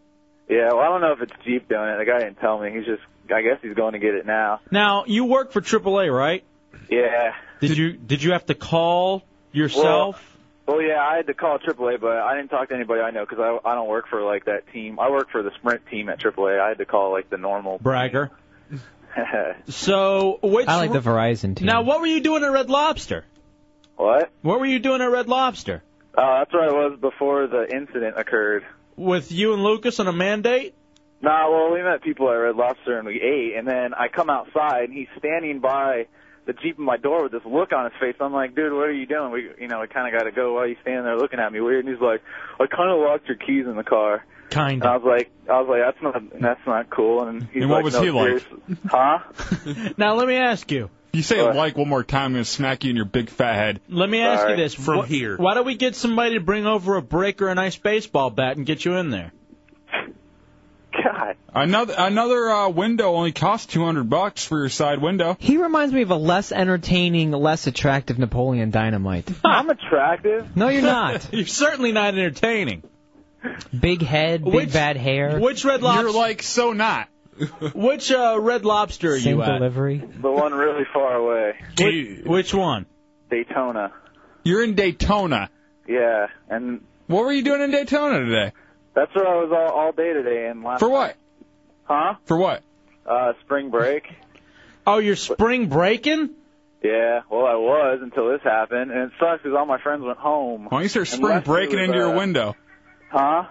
Yeah, well, I don't know if it's Jeep doing it. The guy didn't tell me. He's just I guess he's going to get it now. Now you work for AAA, right? Yeah. Did you did you have to call yourself? Well, well, yeah, I had to call AAA, but I didn't talk to anybody I know because I I don't work for like that team. I work for the sprint team at AAA. I had to call like the normal. (laughs) Bragger. So which I like the Verizon team. Now what were you doing at Red Lobster? What? What were you doing at Red Lobster? Uh, that's where I was before the incident occurred. With you and Lucas on a mandate? Nah, well, we met people at Red Lobster and we ate, and then I come outside and he's standing by the jeep in my door with this look on his face. I'm like, dude, what are you doing? We, you know, we kind of got to go. Why are you standing there looking at me weird? And he's like, I kind of locked your keys in the car. Kind And I was like, I was like, that's not, that's not cool. And he's And what like, was no, he like? seriously. Huh? Now let me ask you. You say it like one more time, I'm gonna smack you in your big fat head. Let me ask you this. From Wh- here. Why don't we get somebody to bring over a brick or a nice baseball bat and get you in there? God. Another another uh, window only costs two hundred bucks for your side window. He reminds me of a less entertaining, less attractive Napoleon Dynamite. I'm attractive. No, (laughs) you're not. You're certainly not entertaining. Big head, big Which- bad hair. Which Red Lobster? You're like so not. (laughs) Which uh, Red Lobster are Same you at? delivery. The one really far away. Which, which one? Daytona. You're in Daytona. Yeah. And What were you doing in Daytona today? that's where I was all, all day today. And last For what? Huh? For what? Uh, (laughs) spring break. Oh, you're spring breaking? Yeah, well, I was until this happened, and it sucks because all my friends went home. Why don't you start And spring Leslie breaking was, into your uh, window? Huh?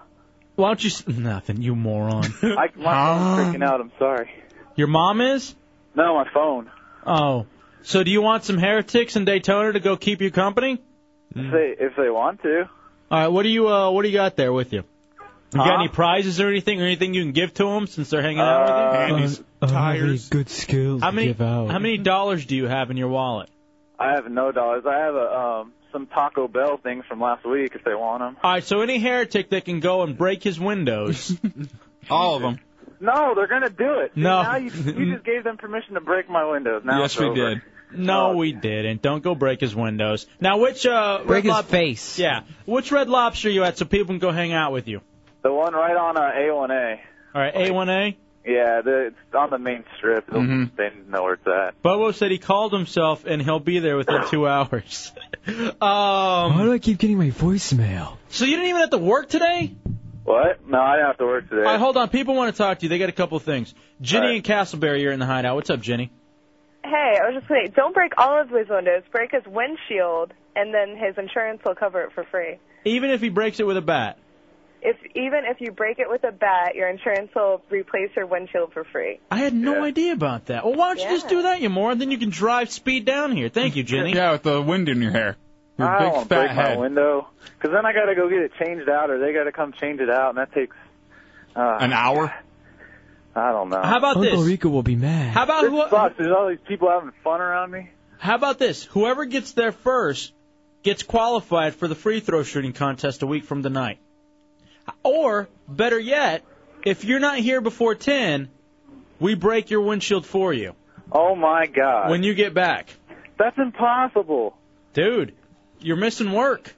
Why don't you? s Nothing, you moron. (laughs) I, my phone's freaking out. I'm sorry. Your mom is? No, my phone. Oh. So do you want some heretics in Daytona to go keep you company? Mm. If they if they want to. All right. What do you uh What do you got there with you? You Huh? got any prizes or anything, or anything you can give to them since they're hanging out Uh, with you? Uh, tires. Good skills How many to give out. How many dollars do you have in your wallet? I have no dollars. I have a um some Taco Bell things from last week if they want them. All right. So any heretic that can go and break his windows. All of them. No, they're gonna do it. See, No. Now you, you just gave them permission to break my windows. (laughs) Now Yes, it's we over. did. No, we didn't. Don't go break his windows. Now, which uh, Break Red his Lob- face. Yeah, which Red Lobster you at so people can go hang out with you? The one right on uh, A1A. All right, A1A. Yeah, the, it's on the main strip. They'll- Mhm. Oh, They know where it's at. Bobo said he called himself and he'll be there within two (laughs) hours. um, Why do I keep getting my voicemail? so you didn't even have to work today? What? No, I didn't have to work today. All right, hold on. People want to talk to you. They got a couple of things. Jenny and Castleberry, you're in the hideout. What's up, Jenny? Hey, I was just saying, don't break all of his windows. Break his windshield, and then his insurance will cover it for free. Even if he breaks it with a bat. If even if you break it with a bat, your insurance will replace your windshield for free. I had no idea about that. Well, why don't you just do that, you moron? Then you can drive speed down here. Thank you, Jenny. Yeah, with the wind in your hair. Your I big don't wanna fat break head. my window because then I got to go get it changed out, or they got to come change it out, and that takes uh, An hour? I don't know. How about Uncle this? Rico will be mad. How about this who? sucks. There's all these people having fun around me. How about this? Whoever gets there first gets qualified for the free throw shooting contest a week from tonight. Or, better yet, if you're not here before 10, we break your windshield for you Oh my god, when you get back. that's impossible. Dude, you're missing work.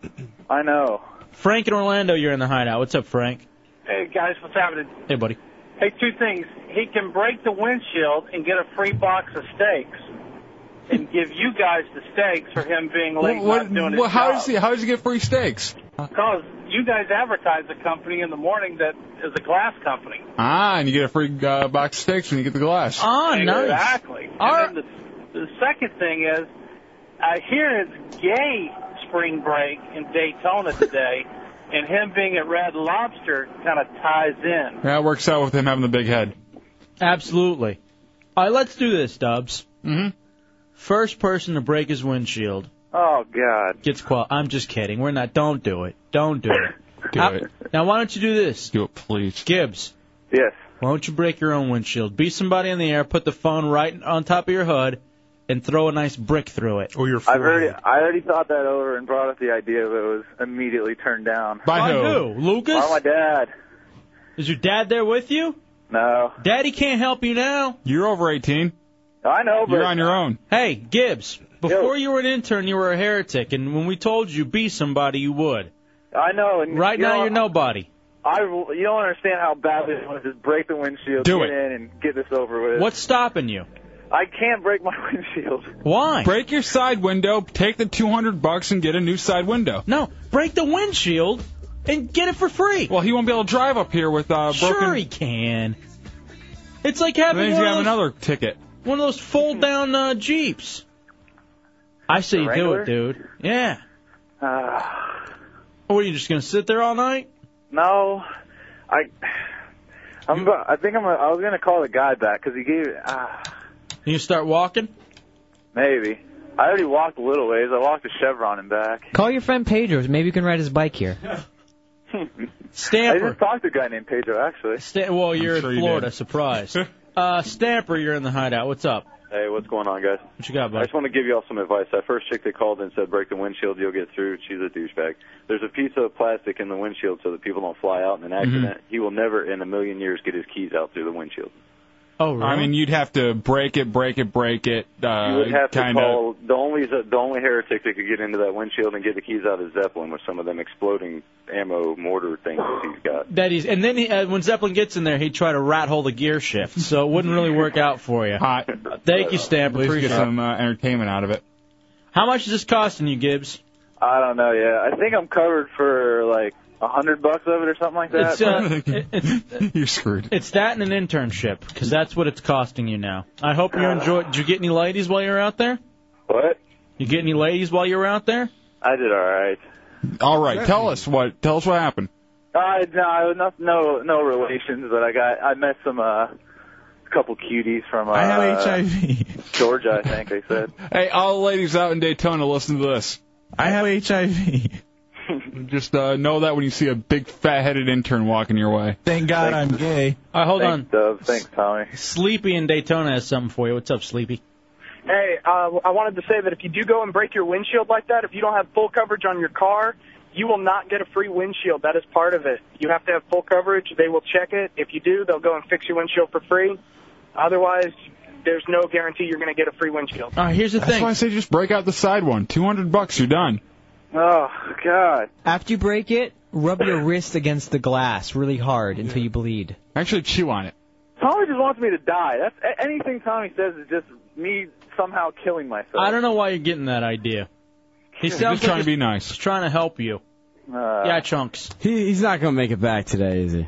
I know. Frank in Orlando, you're in the hideout. What's up, Frank? Hey guys, what's happening? Hey, buddy. Hey, two things. He can break the windshield and get a free box of steaks, and give you guys the steaks for him being late What- not doing what- his how job. does he? How does he get free steaks? Because you guys advertise a company in the morning that is a glass company. Ah, and you get a free uh, box of steaks when you get the glass. Ah, Exactly. And then the, the second thing is, I hear it's gay spring break in Daytona today, (laughs) and him being at Red Lobster kind of ties in. That works out with him having the big head. Absolutely. All right, let's do this, Dubs. Mm-hmm. First person to break his windshield Oh God. gets qual. I'm just kidding. We're not. Don't do it. Don't do it. (laughs) Do How- it. Now, why don't you do this? Do it, please. Gibbs. Yes. Why don't you break your own windshield? Beat somebody in the air, put the phone right on top of your hood, and throw a nice brick through it. Or your I've already I already thought that over and brought up the idea, but it was immediately turned down. By By who? who? Lucas? By my dad. Is your dad there with you? No. Daddy can't help you now. You're over 18. I know, but You're on your own. Hey, Gibbs. Before you were an intern, you were a heretic, and when we told you be somebody, you would. I know. And Right you now, know, you're nobody. I you don't understand how badly I want to just break the windshield, Do get it. in, and get this over with. What's stopping you? I can't break my (laughs) windshield. Why? Break your side window. Take the 200 bucks and get a new side window. No, break the windshield and get it for free. Well, he won't be able to drive up here with uh, Sure broken. he can. It's like having Then he's one gonna of have those- another ticket. One of those fold down uh, Jeeps. I say you do Wrangler? it, dude. Yeah. Uh, Or are you just going to sit there all night? no, I. I'm. about- I think I'm. A, I was gonna call the guy back because he gave. Ah, You start walking? maybe. I already walked a little ways. I walked to Chevron and back. Call your friend Pedro. Maybe you can ride his bike here. I Stamper. just talked to a guy named Pedro actually. Sta- well, Oh, you're sure in you Florida. did. Surprise. uh, Stamper, you're in the hideout. What's up? Hey, what's going on, guys? What you got, I bud? just want to give you all some advice. That first chick that called and said, break the windshield, you'll get through, she's a douchebag. There's a piece of plastic in the windshield so that people don't fly out in an Mm-hmm. accident. He will never in a million years get his keys out through the windshield. Oh, I mean, you'd have to break it, break it, break it. Uh, you would have to kinda, call the only the only heretic that could get into that windshield and get the keys out is Zeppelin with some of them exploding ammo mortar things that he's got. That is, and then he, uh, when Zeppelin gets in there, he'd try to rat hole the gear shift, so it wouldn't really work out for you. Hot. Thank At you, Stamper. least Appreciate get it. some uh, entertainment out of it. How much is this costing you, Gibbs? I don't know. Yeah, I think I'm covered for like a hundred bucks of it or something like that. It's, uh, it- (laughs) it's, You're screwed. it's that and an internship, because that's what it's costing you now. I hope you enjoy. Did you get any ladies while you were out there? What? You get any ladies while you were out there? I did all right. All right, tell us what tell us what happened. Uh, no, no, no, no relations, but I got I met some uh, couple cuties from uh, I have HIV. Georgia, I (laughs) think they said. Hey, all the ladies out in Daytona, listen to this. I have HIV. (laughs) Just uh, know that when you see a big fat-headed intern walking your way. Thank God I'm gay. All right, hold Thanks, on. Dove. Thanks, Tommy. Sleepy in Daytona has something for you. What's up, Sleepy? Hey, uh, I wanted to say that if you do go and break your windshield like that, if you don't have full coverage on your car, you will not get a free windshield. That is part of it. You have to have full coverage. They will check it. If you do, they'll go and fix your windshield for free. Otherwise, there's no guarantee you're going to get a free windshield. All right, here's the That's thing. why I say just break out the side one. Two hundred bucks, you're done. Oh God. After you break it, rub your wrist against the glass really hard until you bleed. Actually, chew on it. Tommy just wants me to die. That's a- anything Tommy says is just me somehow killing myself. I don't know why you're getting that idea. He He's sounds just trying like to be nice. He's trying to help you. Uh, yeah, chunks. He, he's not gonna make it back today, is he?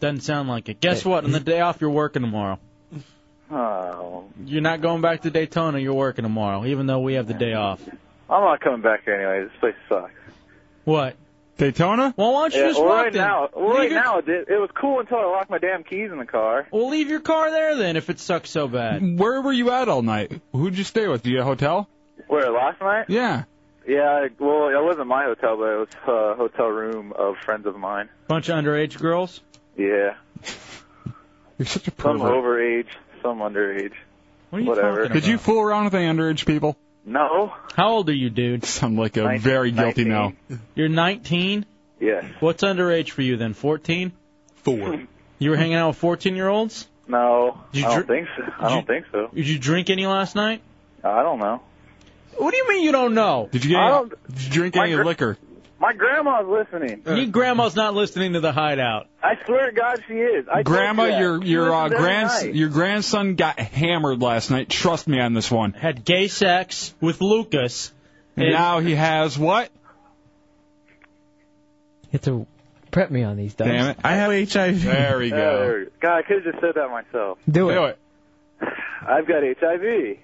Doesn't sound like it. Guess what? On the day off, you're working tomorrow. Oh, You're not going back to Daytona. You're working tomorrow, even though we have the day off. I'm not coming back here anyway. This place sucks. What? Daytona? Well, why don't you Yeah, just well, walk right then? now, well, Leave right your- now it, did- it was cool until I locked my damn keys in the car. Well, leave your car there then if it sucks so bad. Where were you at all night? Who'd you stay with? Do you get a hotel? Where last night? Yeah. Yeah, I- well, it wasn't my hotel, but it was a hotel room of friends of mine. Bunch of underage girls. Yeah, You're such a some pervert. overage, some underage. What are you Whatever. Did you fool around with any underage people? No. How old are (laughs) you, dude? Sound like a very guilty no. You're 19. Yes. What's underage for you then? 14. (laughs) Four. You were hanging out with 14 year olds. No, Did you I dr- don't think so. I did don't you- think so. Did you drink any last night? I don't know. What do you mean you don't know? Did you get? I Any, don't- did you drink my any gr- liquor? My grandma's listening. Your grandma's not listening to the hideout. I swear to God, she is. I told you Grandma, that. your She your uh, listens every grands night. your grandson got hammered last night. Trust me on this one. Had gay sex with Lucas. And now he has what? have to prep me on these, Dubs. Damn it. I have HIV. Oh, There we go. God, I could have just said that myself. Do it. Do it. (sighs) I've got HIV.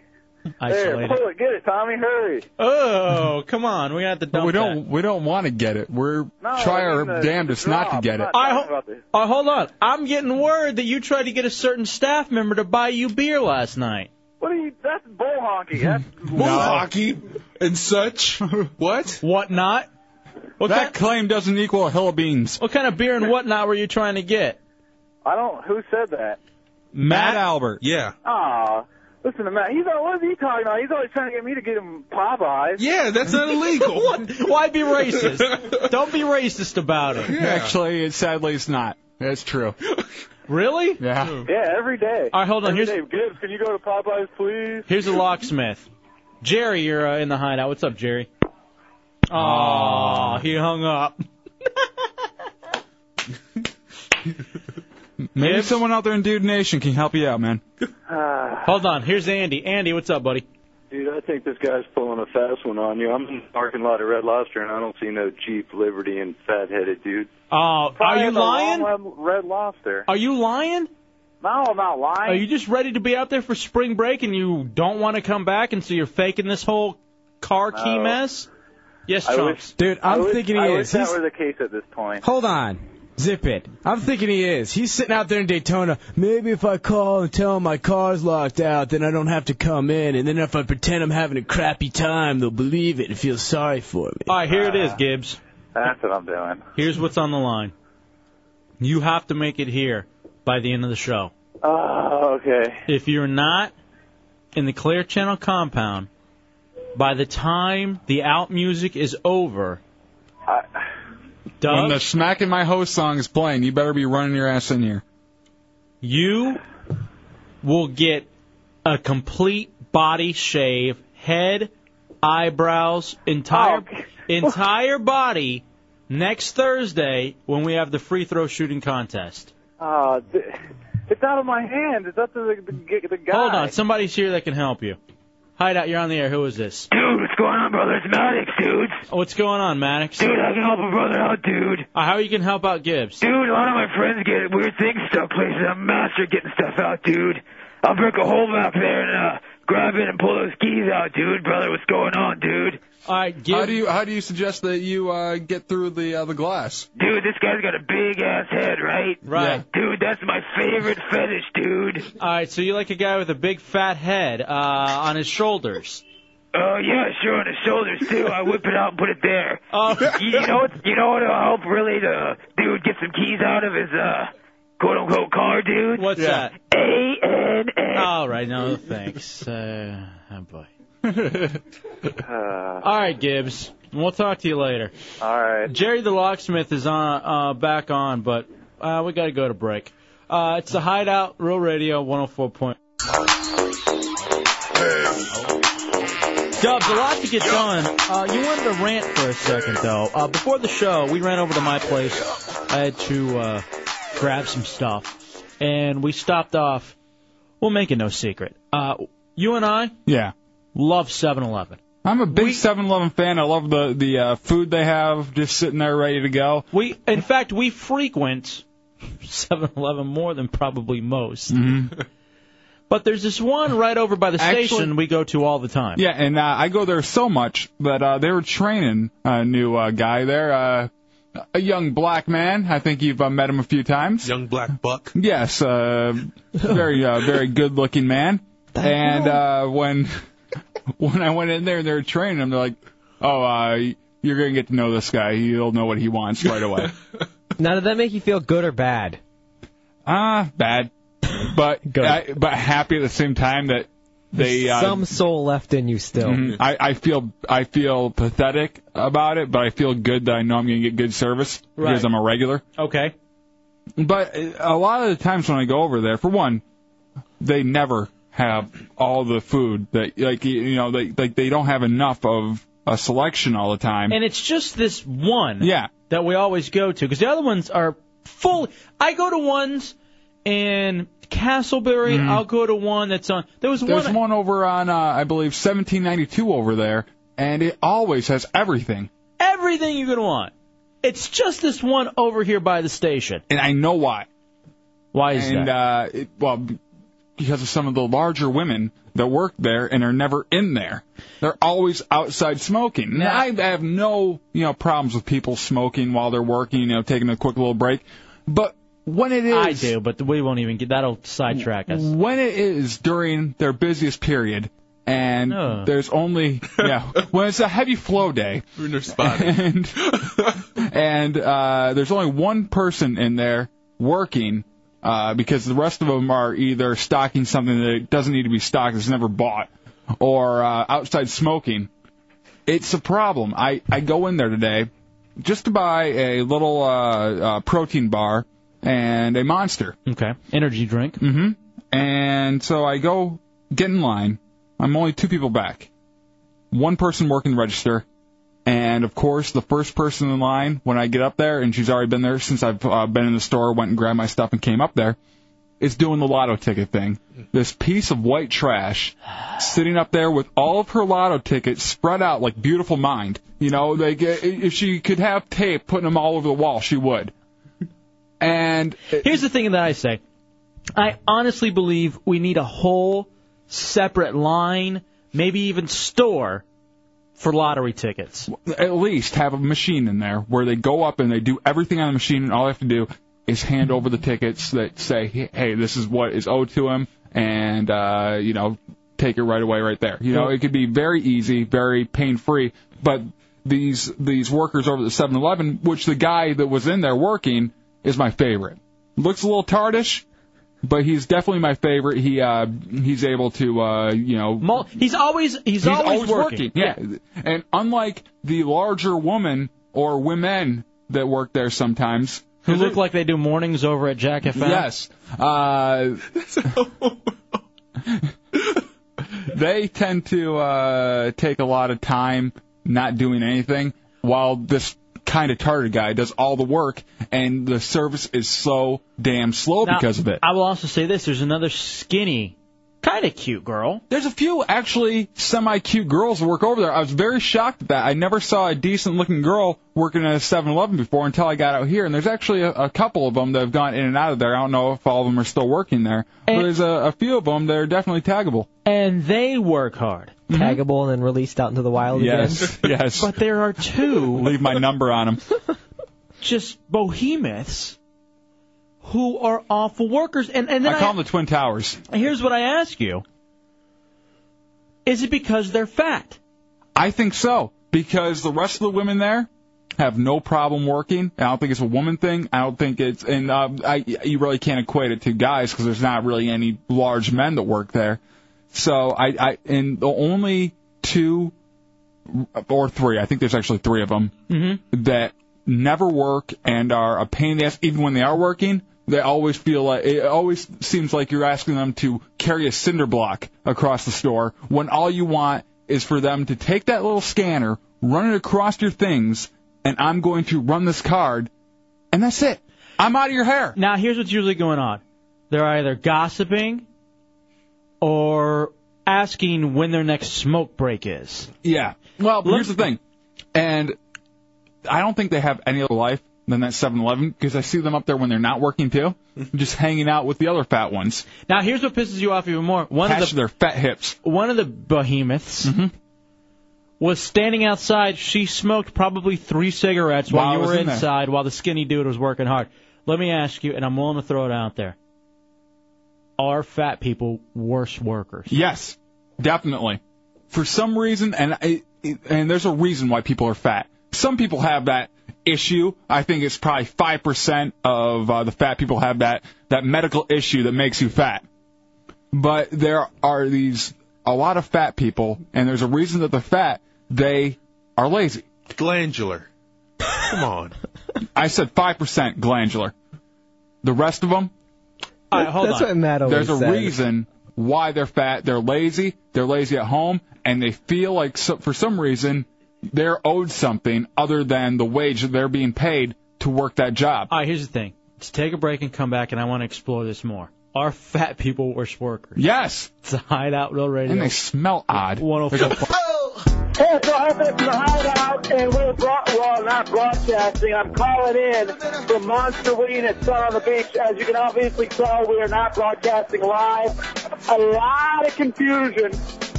There, Isolate it. pull it, get it, Tommy, hurry. Oh, come on. We got to dump we don't. We don't want to get it. We're try I our mean the- damnedest the not to drop. get it. I ho- uh, hold on. I'm getting word that you tried to get a certain staff member to buy you beer last night. What are you? That's bull honky. That's Bull hockey and such. What? Whatnot. What that claim doesn't equal a hill of beans. What kind of beer and whatnot were you trying to get? I don't. Who said that? Matt Albert. Yeah. Ah, listen to Matt. He's all. What is he talking about? He's always trying to get me to get him Popeyes. Yeah, (laughs) that's not illegal. what? Why (laughs) be racist? don't be racist about it. Actually, it, sadly, it's not. That's (laughs) true. Really? Yeah. Yeah, every day. All right, hold on. Every Here's- day. Gibbs, can you go to Popeyes, please? Here's (laughs) a locksmith. Jerry, you're uh, in the hideout. What's up, Jerry? Oh, Aw. he hung up. Maybe someone out there in Dude Nation can help you out, man. Ah, Hold on. Here's Andy. Andy, what's up, buddy? Dude, I think this guy's pulling a fast one on you. I'm in the parking lot at Red Lobster, and I don't see no Jeep, Liberty, and fat-headed dude. Oh, are Probably you at the lying? Long Red, Red Lobster. Are you lying? No, I'm not lying. Are you just ready to be out there for spring break and you don't want to come back, and so you're faking this whole car key No. mess? Yes, I Trumps. wish- I wish- I wish that were the case at this point. Hold on. Zip it. I'm thinking he is. He's sitting out there in Daytona. Maybe if I call and tell 'em my car's locked out, then I don't have to come in. And then if I pretend I'm having a crappy time, they'll believe it and feel sorry for me. All right, here it Ah. is, Gibbs. That's what I'm doing. Here's what's on the line. You have to make it here by the end of the show. Oh, okay. If you're not in the Clear Channel compound, by the time the out music is over, When Doug, the Smack and My Host song is playing, you better be running your ass in here. you will get a complete body shave, head, eyebrows, Oh, entire (laughs) entire body next Thursday when we have the free throw shooting contest. Uh, th- it's out of my hand. It's up to the, the, the guy. Hold on, somebody's here that can help you. Hideout, you're on the air. Who is this? Dude, what's going on, brother? It's Maddox, dude. What's going on, Maddox? Dude, I can help a brother out, dude. Uh, how you can help out Gibbs? Dude, a lot of my friends get weird things stuck places. I'm a master at getting stuff out, dude. I'll break a hole back there and uh, grab it and pull those keys out, dude. Brother, what's going on, dude? All right, How do you how do you suggest that you uh, get through the uh, the glass? Dude, this guy's got a big ass head, right? Right. Dude, that's my favorite fetish, dude. All right, so you like a guy with a big fat head uh, on his shoulders. Oh yeah, sure on his shoulders too. I whip it out and put it there. (laughs) Oh. you, you know what? You know what'll help really the dude get some keys out of his uh quote unquote car, dude. What's Yeah. that? A N N. All right, no thanks. Uh, oh boy. (laughs) Uh, All right, Gibbs. We'll talk to you later. all right. Jerry the locksmith is on uh, back on, but uh, we got to go to break. Uh, it's the Hideout Real Radio 104. Point. Dubs, a lot to get done. Uh, you wanted to rant for a second, though. Uh, before the show, we ran over to my place. I had to uh, grab some stuff, and we stopped off. We'll make it no secret. Uh, you and I Yeah. love 7-Eleven. I'm a big 7-Eleven fan. I love the the uh, food they have just sitting there ready to go. We in fact we frequent 7-Eleven more than probably most. But there's this one right over by the Mm-hmm. Actually- station we go to all the (laughs) time. Yeah, and uh, I go there so much that uh, they were training a new uh, guy there, uh, a young black man. I think you've uh, met him a few times. Young black buck. Yes, uh, very uh, very good looking man. And uh, when (laughs) when I went in there and they were training him, they're like, "Oh, uh, you're gonna get to know this guy. He'll know what he wants right (laughs) away." (laughs) Now, did that make you feel good or bad? Ah, bad, but I, but happy at the same time that they uh, Some soul left in you still. Mhm. I, I feel I feel pathetic about it, but I feel good that I know I'm going to get good service Right. because I'm a regular. Okay. But uh, a lot of the times when I go over there, for one, they never have all the food that like you- you know they like they don't have enough of a selection all the time. And it's just this one Yeah. that we always go to because the other ones are full. I go to ones in Castleberry. I'll go to one that's on. There was Mm-hmm. There's one. one over on uh, I believe 1792 over there, and it always has everything. everything you could want. It's just this one over here by the station. And I know why. Why is and, that? Uh, it, well, b- because of some of the larger women that work there and are never in there. They're always outside smoking. Now, I have no, you know, problems with people smoking while they're working, you know, taking a quick little break. But when it is, I do, but we won't even get that'll sidetrack us. when it is during their busiest period and there's only yeah when it's a heavy flow day When they're spotted. and (laughs) and uh, there's only one person in there working uh, because the rest of them are either stocking something that doesn't need to be stocked that's never bought or uh, outside smoking it's a problem i i go in there today just to buy a little uh, uh protein bar and a monster okay energy drink mhm and so i go get in line i'm only two people back one person working the register and of course, the first person in line when I get up there, and she's already been there since I've uh, been in the store, went and grabbed my stuff and came up there, is doing the lotto ticket thing. This piece of white trash sitting up there with all of her lotto tickets spread out like beautiful mind. You know, like uh, if she could have tape putting them all over the wall, she would. And here's the thing that I say. I honestly believe we need a whole separate line, maybe even store for lottery tickets. At least have a machine in there where they go up and they do everything on the machine, and all they have to do is hand over the tickets that say, "Hey, this is what is owed to him," and uh, you know, take it right away, right there. You know, it could be very easy, very pain-free, but these these workers over at the 7-Eleven, which the guy that was in there working is my favorite. Looks a little tardish, but he's definitely my favorite. He uh, he's able to uh, you know he's always he's, always working. Yeah. and unlike the larger woman or women that work there sometimes. Who look like they do mornings over at Jack FM? Yes, uh, (laughs) they tend to uh, take a lot of time not doing anything, while this kind of tartar guy does all the work, and the service is so damn slow Now, because of it. I will also say this: there's another skinny, kind of cute girl. There's a few actually semi cute girls that work over there. I was very shocked at that. I never saw a decent looking girl working at a 7 Eleven before until I got out here. And there's actually a, a couple of them that have gone in and out of there. I don't know if all of them are still working there. but there's a, a few of them that are definitely taggable. And they work hard. Taggable and then released out into the wild again. Yes, yes. But there are two. (laughs) Leave my number on them. Just behemoths who are awful workers. And and then I call them the Twin Towers. here's what I ask you: Is it because they're fat? I think so because the rest of the women there have no problem working. I don't think it's a woman thing. I don't think it's and uh, I you really can't equate it to guys because there's not really any large men that work there. So I I and the only two or three I think there's actually three of them Mm-hmm. that never work and are a pain in the ass even when they are working. They always feel like it always seems like you're asking them to carry a cinder block across the store when all you want is for them to take that little scanner, run it across your things, and I'm going to run this card, and that's it. I'm out of your hair. Now here's what's usually going on: they're either gossiping or asking when their next smoke break is. Yeah. Well, here's the thing, and I don't think they have any other life than that 7-Eleven because I see them up there when they're not working (laughs) too, just hanging out with the other fat ones. Now here's what pisses you off even more. One Cash of the their fat hips. one of the behemoths Mm-hmm. was standing outside. She smoked probably three cigarettes while, While you I was were in there. inside, while the skinny dude was working hard. Let me ask you, and I'm willing to throw it out there: Are fat people worse workers? Yes, definitely. For some reason, and I, and there's a reason why people are fat. Some people have that issue. I think it's probably five percent of uh, the fat people have that that medical issue that makes you fat. But there are these a lot of fat people, and there's a reason that they're fat. They are lazy. Glandular. Come on. (laughs) I said five percent glandular. The rest of them. All right, hold That's on. what Matt always There's a says. reason why they're fat. They're lazy. They're lazy at home, and they feel like so, for some reason they're owed something other than the wage that they're being paid to work that job. All right, here's the thing. Let's take a break and come back, and I want to explore this more. Are fat people worse workers? Yes. It's a hideout, real radio. And they smell odd. One oh There's a- Hey, so I'm from the Hideout, and we're brought, you all not broadcasting. I'm calling in from Monster Ween at Sun on the Beach. As you can obviously tell, we are not broadcasting live. A lot of confusion,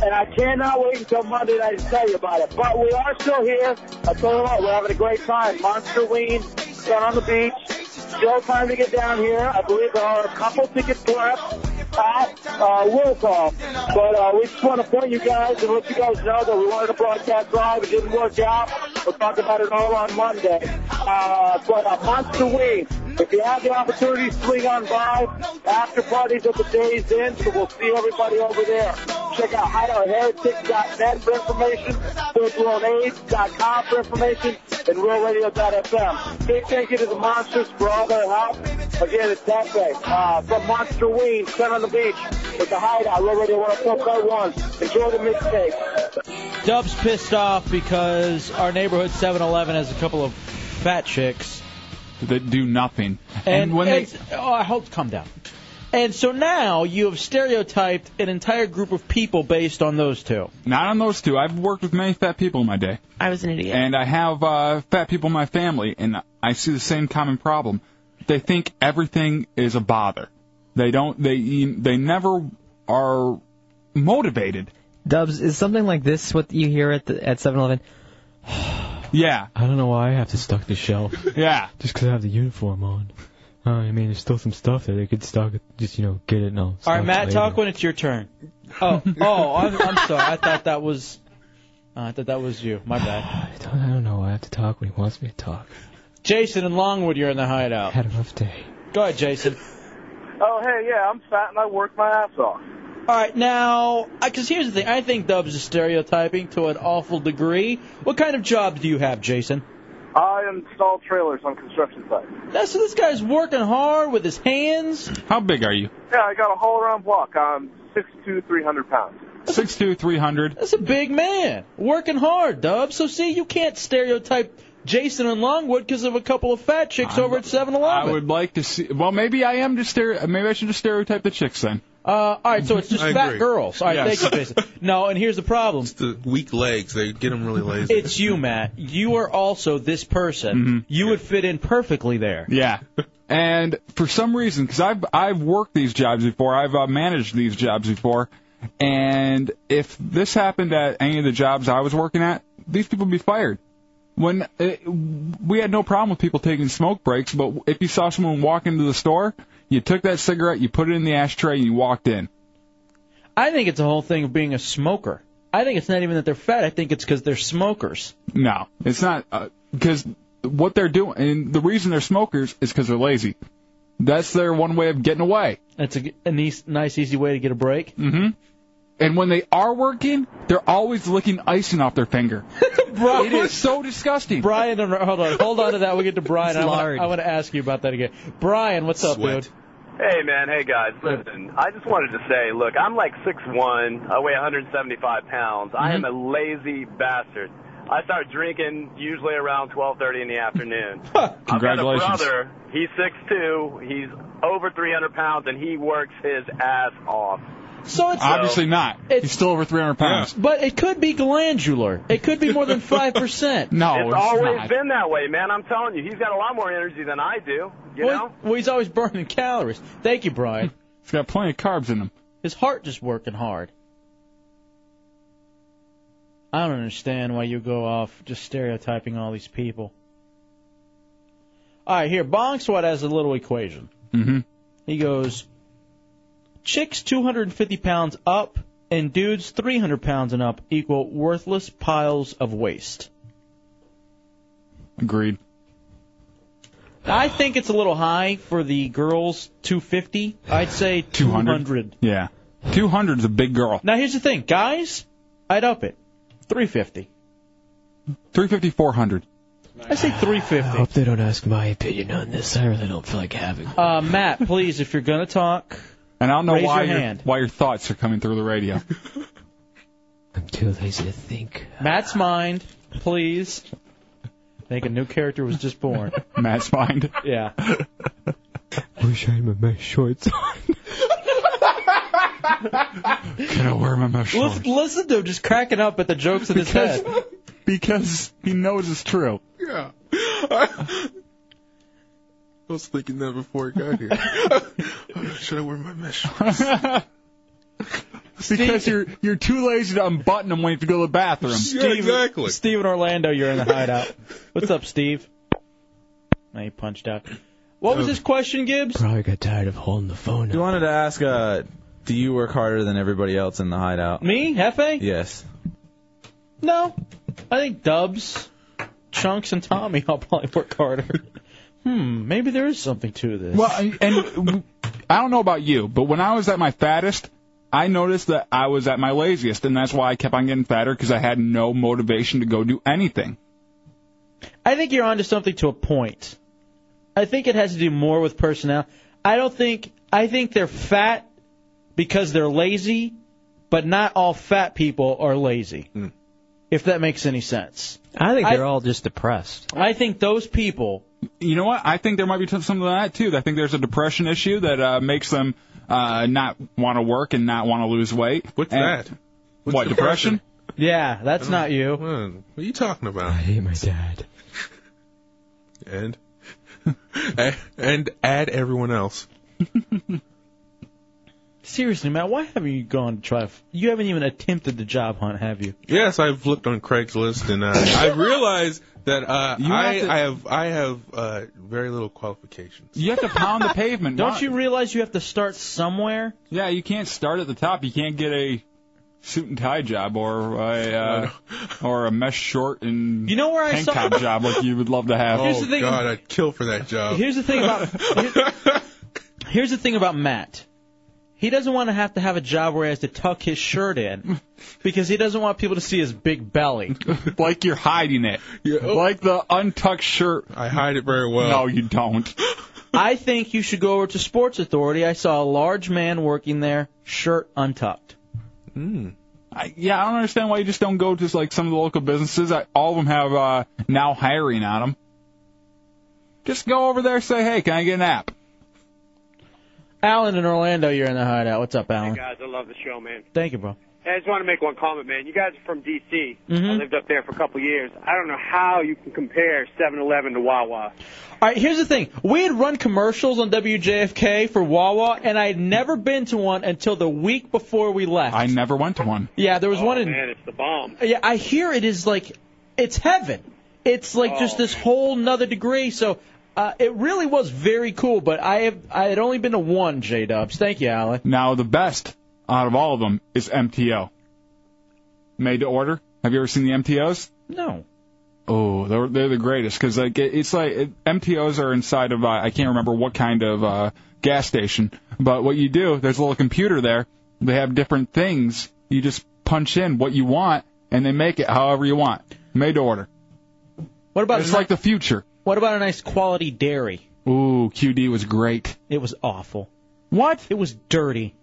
and I cannot wait until Monday night to tell you about it. But we are still here. I tell you what, we're having a great time. Monster Ween, Sun on the Beach. Still time to get down here. I believe there are a couple tickets left at uh, Will Call. But uh, we just want to point you guys and let you guys know that we wanted to broadcast live. It didn't work out. We'll talk about it all on Monday. Uh, but uh, Monster Wing, if you have the opportunity, swing on by. After parties at the Days Inn, so we'll see everybody over there. Check out hideoutheritage.net for information, bigblownaids.com for information, and realradio.fm. Big thank you to the Monsters for all their help. Again, it's that day. Uh, from Monster Ween, Sun on the Beach, with the Hideout, Real Radio 104.1. Enjoy the mixtape. Dub's pissed off because our neighborhood 7-Eleven has a couple of fat chicks. That do nothing. And, when they, oh, I hope come down. And so now you have stereotyped an entire group of people based on those two. Not on those two. I've worked with many fat people in my day. I was an idiot. And I have uh, fat people in my family, and I see the same common problem. They think everything is a bother. They don't. They they never are motivated. Dubs, is something like this what you hear at the, at 7-Eleven? Yeah. I don't know why I have to stock (laughs) the shelf. Yeah. Just 'cause I have the uniform on. Uh, I mean, there's still some stuff there. They could stock it. Just you know, get it now. All right, Matt, talk when it's your turn. Oh, oh, I'm, I'm sorry. I thought that was, uh, I thought that was you. My bad. I don't, I don't know. I have to talk when he wants me to talk. Jason and Longwood, you're in the hideout. Had a rough day. Go ahead, Jason. Oh, hey, yeah, I'm fat and I work my ass off. All right, now, because here's the thing. I think Dubs is stereotyping to an awful degree. What kind of job do you have, Jason? I install trailers on construction sites. Yeah, so this guy's working hard with his hands. How big are you? Yeah, I got a whole around block. I'm six two, three hundred pounds. Six two, three hundred. That's a big man. Working hard, Dubs. So, see, you can't stereotype Jason and Longwood because of a couple of fat chicks over at 7 I Eleven. would like to see. Well, maybe I am just stere- Maybe I should just stereotype the chicks then. Uh, all right, so it's just I fat agree. girls. All right, Yes. thank you, Jason. No, and here's the problem. The weak legs, they get them really lazy. It's you, Matt. You are also this person. Mm-hmm. You would fit in perfectly there. Yeah. And for some reason, because I've I've worked these jobs before, I've uh, managed these jobs before, and if this happened at any of the jobs I was working at, these people would be fired. When it, we had no problem with people taking smoke breaks, but if you saw someone walk into the store, you took that cigarette, you put it in the ashtray, and you walked in. I think it's a whole thing of being a smoker. I think it's not even that they're fat. I think it's because they're smokers. No, it's not because what they're doing, and the reason they're smokers is because they're lazy. That's their one way of getting away. That's a, a nice, nice, easy way to get a break. Mm-hmm. And when they are working, they're always licking icing off their (laughs) finger. Bro, it is so disgusting. Brian, and- hold on, hold on to that. We'll get to Brian. It's I wanna- lard. I want to ask you about that again. Brian, what's up, dude? Hey man, hey guys, listen. I just wanted to say, look, I'm like six one. I weigh 175 pounds. I am a Mm-hmm. lazy bastard. I start drinking usually around 12:30 in the (laughs) afternoon. Congratulations. I've got a brother. He's six two. He's over 300 pounds, and he works his ass off. So it's Obviously not. It's, He's still over 300 pounds. But it could be glandular. It could be (laughs) more than five percent. No, it's always been that way, man. I'm telling you, he's got a lot more energy than I do. You well, know? well, he's always burning calories. Thank you, Brian. (laughs) He's got plenty of carbs in him. His heart just working hard. I don't understand why you go off just stereotyping all these people. All right, here, Bong Swat has a little equation. Mm-hmm. He goes, chicks 250 pounds up and dudes 300 pounds and up equal worthless piles of waste. Agreed. I think it's a little high for the girls 250. I'd say 200. Yeah. 200's a big girl. Now here's the thing, guys, I'd up it. 350. 350, 400. I say 350. hope they don't ask my opinion on this. I really don't feel like having. Uh, Matt, please, if you're gonna talk, And I don't know Raise why your your, hand. why your thoughts are coming through the radio. (laughs) I'm too lazy to think. Matt's mind, please. I think a new character was just born. (laughs) Matt's mind. Yeah. Wish I had my mesh shorts on. Can I wear my mesh Listen, listen to him just cracking up at the jokes in his Because- head. Because he knows it's true. Yeah. I was thinking that before I got here. (laughs) Should I wear my mesh? because you're you're too lazy to unbutton them when you have to go to the bathroom. Steve in Orlando, you're in the hideout. What's up, Steve? Now he punched out. What was his question, Gibbs? Probably got tired of holding the phone. You wanted to ask, uh, do you work harder than everybody else in the hideout? Me, Hefe? Yes. No, I think Dubs, Chunks, and Tommy all (laughs) probably work harder. hmm, maybe there is something to this. Well, I- and I don't know about you, but when I was at my fattest, I noticed that I was at my laziest, and that's why I kept on getting fatter because I had no motivation to go do anything. I think you're onto something to a point. I think it has to do more with personnel. I don't think I think they're fat because they're lazy, but not all fat people are lazy. If that makes any sense. I think I- they're all just depressed. I think those people. You know what? I think there might be some of that too. I think there's a depression issue that uh, makes them uh, not want to work and not want to lose weight. What's that? What's what depression? depression? Yeah, that's not you. What are you talking about? I hate my dad. (laughs) And (laughs) and add everyone else. Seriously, Matt, why haven't you gone to try? You haven't even attempted the job hunt, have you? Yes, I've looked on Craigslist and uh, I realized that uh, (laughs) You have I, to- I have I have uh, very little qualifications. You have to pound the pavement. Don't you realize (laughs) you have to start somewhere? Yeah, you can't start at the top. You can't get a suit and tie job or (laughs) a uh, or a mesh short and You know where I tank saw- top job like you would love to have. Here's the thing- God, Oh, I'd kill for that job. Here's the thing (laughs) about here- here's the thing about Matt. He doesn't want to have to have a job where he has to tuck his shirt in because he doesn't want people to see his (laughs) big belly. Oh. like you're hiding it. Like the untucked shirt. I hide it very well. No, you don't. (laughs) I think you should go over to Sports Authority. I saw a large man working there, shirt untucked. Hmm. I, yeah, I don't understand why you just don't go to like some of the local businesses. I, all of them have uh, now hiring on them. Just go over there, say, "Hey, can I get an app?" Alan in Orlando, you're in the hideout. What's up, Hey Alan? guys, I love the show, man. Thank you, bro. Hey, I just want to make one comment, man. You guys are from D.C. I Mhm. lived up there for a couple of years. I don't know how you can compare 7-Eleven to Wawa. All right, here's the thing. We had run commercials on WJFK for Wawa, and I had never been to one until the week before we left. I never went to one. Yeah, there was oh, one in. man, it's the bomb. Yeah, I hear it is like, it's heaven. It's like Oh, just this whole nother degree. So uh, it really was very cool. But I have I had only been to one J Dubs. Thank you, Alan. Now the best out of all of them is MTO. Made to order. Have you ever seen the MTOs? (laughs) No. Oh, they're they're the greatest because like it, it's like it, MTOs are inside of uh, I can't remember what kind of uh, gas station, but what you do there's a little computer there. They have different things. You just punch in what you want and they make it however you want. Made to order. What about it's like the future? What about a nice quality dairy? Ooh, QD was great. It was awful. What? It was dirty.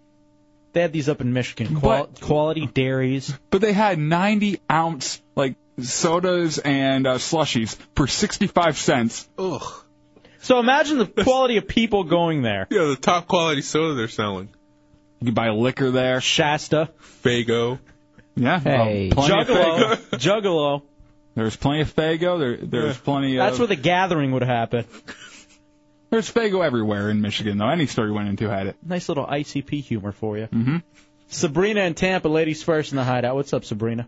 They had these up in Michigan. Qual- quality dairies. But they had 90 ounce like sodas and uh, slushies for 65 cents. Ugh. So imagine the quality of people going there. Yeah, the top quality soda they're selling. You can buy liquor there. Shasta. Fago. Yeah. Hey. uh, plenty of Juggalo. Fago. Juggalo. There's plenty of Fago. There, there's plenty of. (laughs) That's where the gathering would happen. There's Fago everywhere in Michigan, though. Any store you went into had it. Nice little ICP humor for you. Mm-hmm. Sabrina in Tampa, ladies first in the hideout. What's up, Sabrina?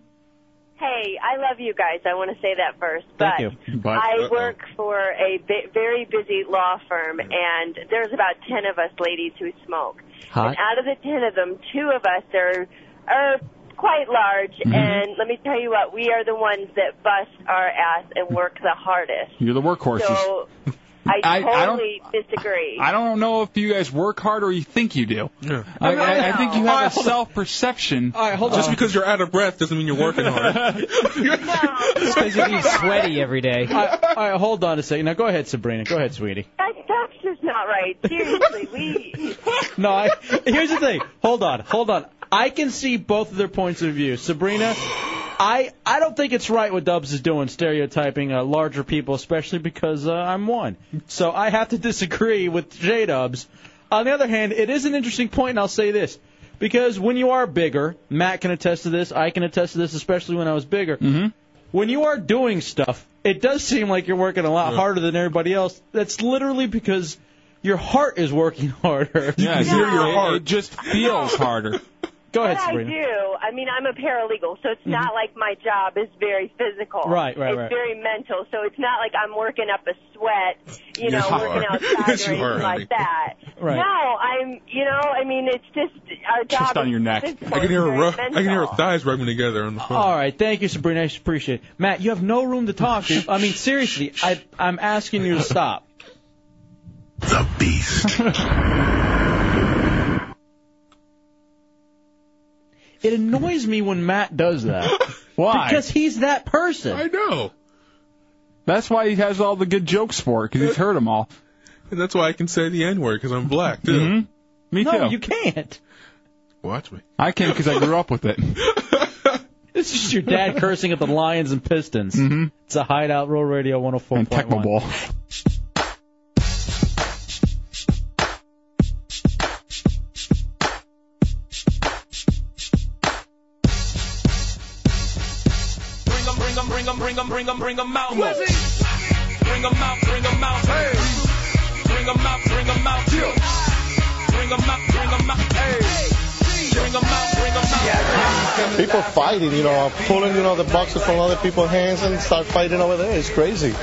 Hey, I love you guys. I want to say that first, but Thank you. I (laughs) work for a bi- very busy law firm, and there's about ten of us ladies who smoke. Hot. And out of the ten of them, two of us are are quite large, and let me tell you what, we are the ones that bust our ass and work the hardest. You're the workhorses. So I, I- I don't- totally disagree. I don't know if you guys work hard or you think you do. I, I, I think you All right, have a hold on. self perception. Just because you're out of breath doesn't mean you're working (laughs) hard. Just because you be sweaty every day. All right, all right, hold on a second. Now go ahead, Sabrina. Go ahead, sweetie. That, that's just not right. Seriously, we No, I, here's the thing. Hold on, hold on. I can see both of their points of view. Sabrina, I I don't think it's right what Dubs is doing, stereotyping uh, larger people, especially because uh, I'm one. So I have to disagree with J Dubs. On the other hand, it is an interesting point, and I'll say this. Because when you are bigger, Matt can attest to this, I can attest to this, especially when I was bigger. when you are doing stuff, it does seem like you're working a lot harder than everybody else. That's literally because your heart is working (laughs) harder. Yeah, hear it- It just feels harder. Go ahead, But I Sabrina. Mm-hmm. do. I mean, I'm a paralegal, so it's not like my job is very physical. Right, right, It's right. very mental, so it's not like I'm working up a sweat, you know, Yes, you working are. (laughs) outside Yes, or you anything are, honey. like that. (laughs) Right. No, I'm, you know, I mean, it's just our job. Just on is your neck. physical. I can hear her. It's very Ru- I can hear her mental. thighs rubbing together on the phone. All right, thank you, Sabrina. I appreciate it. Matt, you have no room to talk. dude. I mean, seriously, I, I'm asking you to stop. The beast. (laughs) It annoys me when Matt (laughs) does that. Why? Because he's that person. I know. That's why he has all the good jokes for it, 'cause he's heard them all. And that's why I can say the N word because I'm black too. Me no, too. you can't. Watch me. I can 'cause I grew up with it. (laughs) This is your dad cursing at the Lions and Pistons. Mm-hmm. It's a hideout, Roll Radio 104.1. And Tecmo Ball. Bring 'em, bring 'em, bring 'em, bring 'em, bring 'em, bring 'em out. Bring 'em out, bring 'em out. Hey. Bring 'em out, bring 'em out. Bring 'em out, bring 'em out. Hey. Bring 'em out, bring 'em out. People fighting, you know, pulling, you know, the boxes from other people's hands and start fighting over there. It's crazy.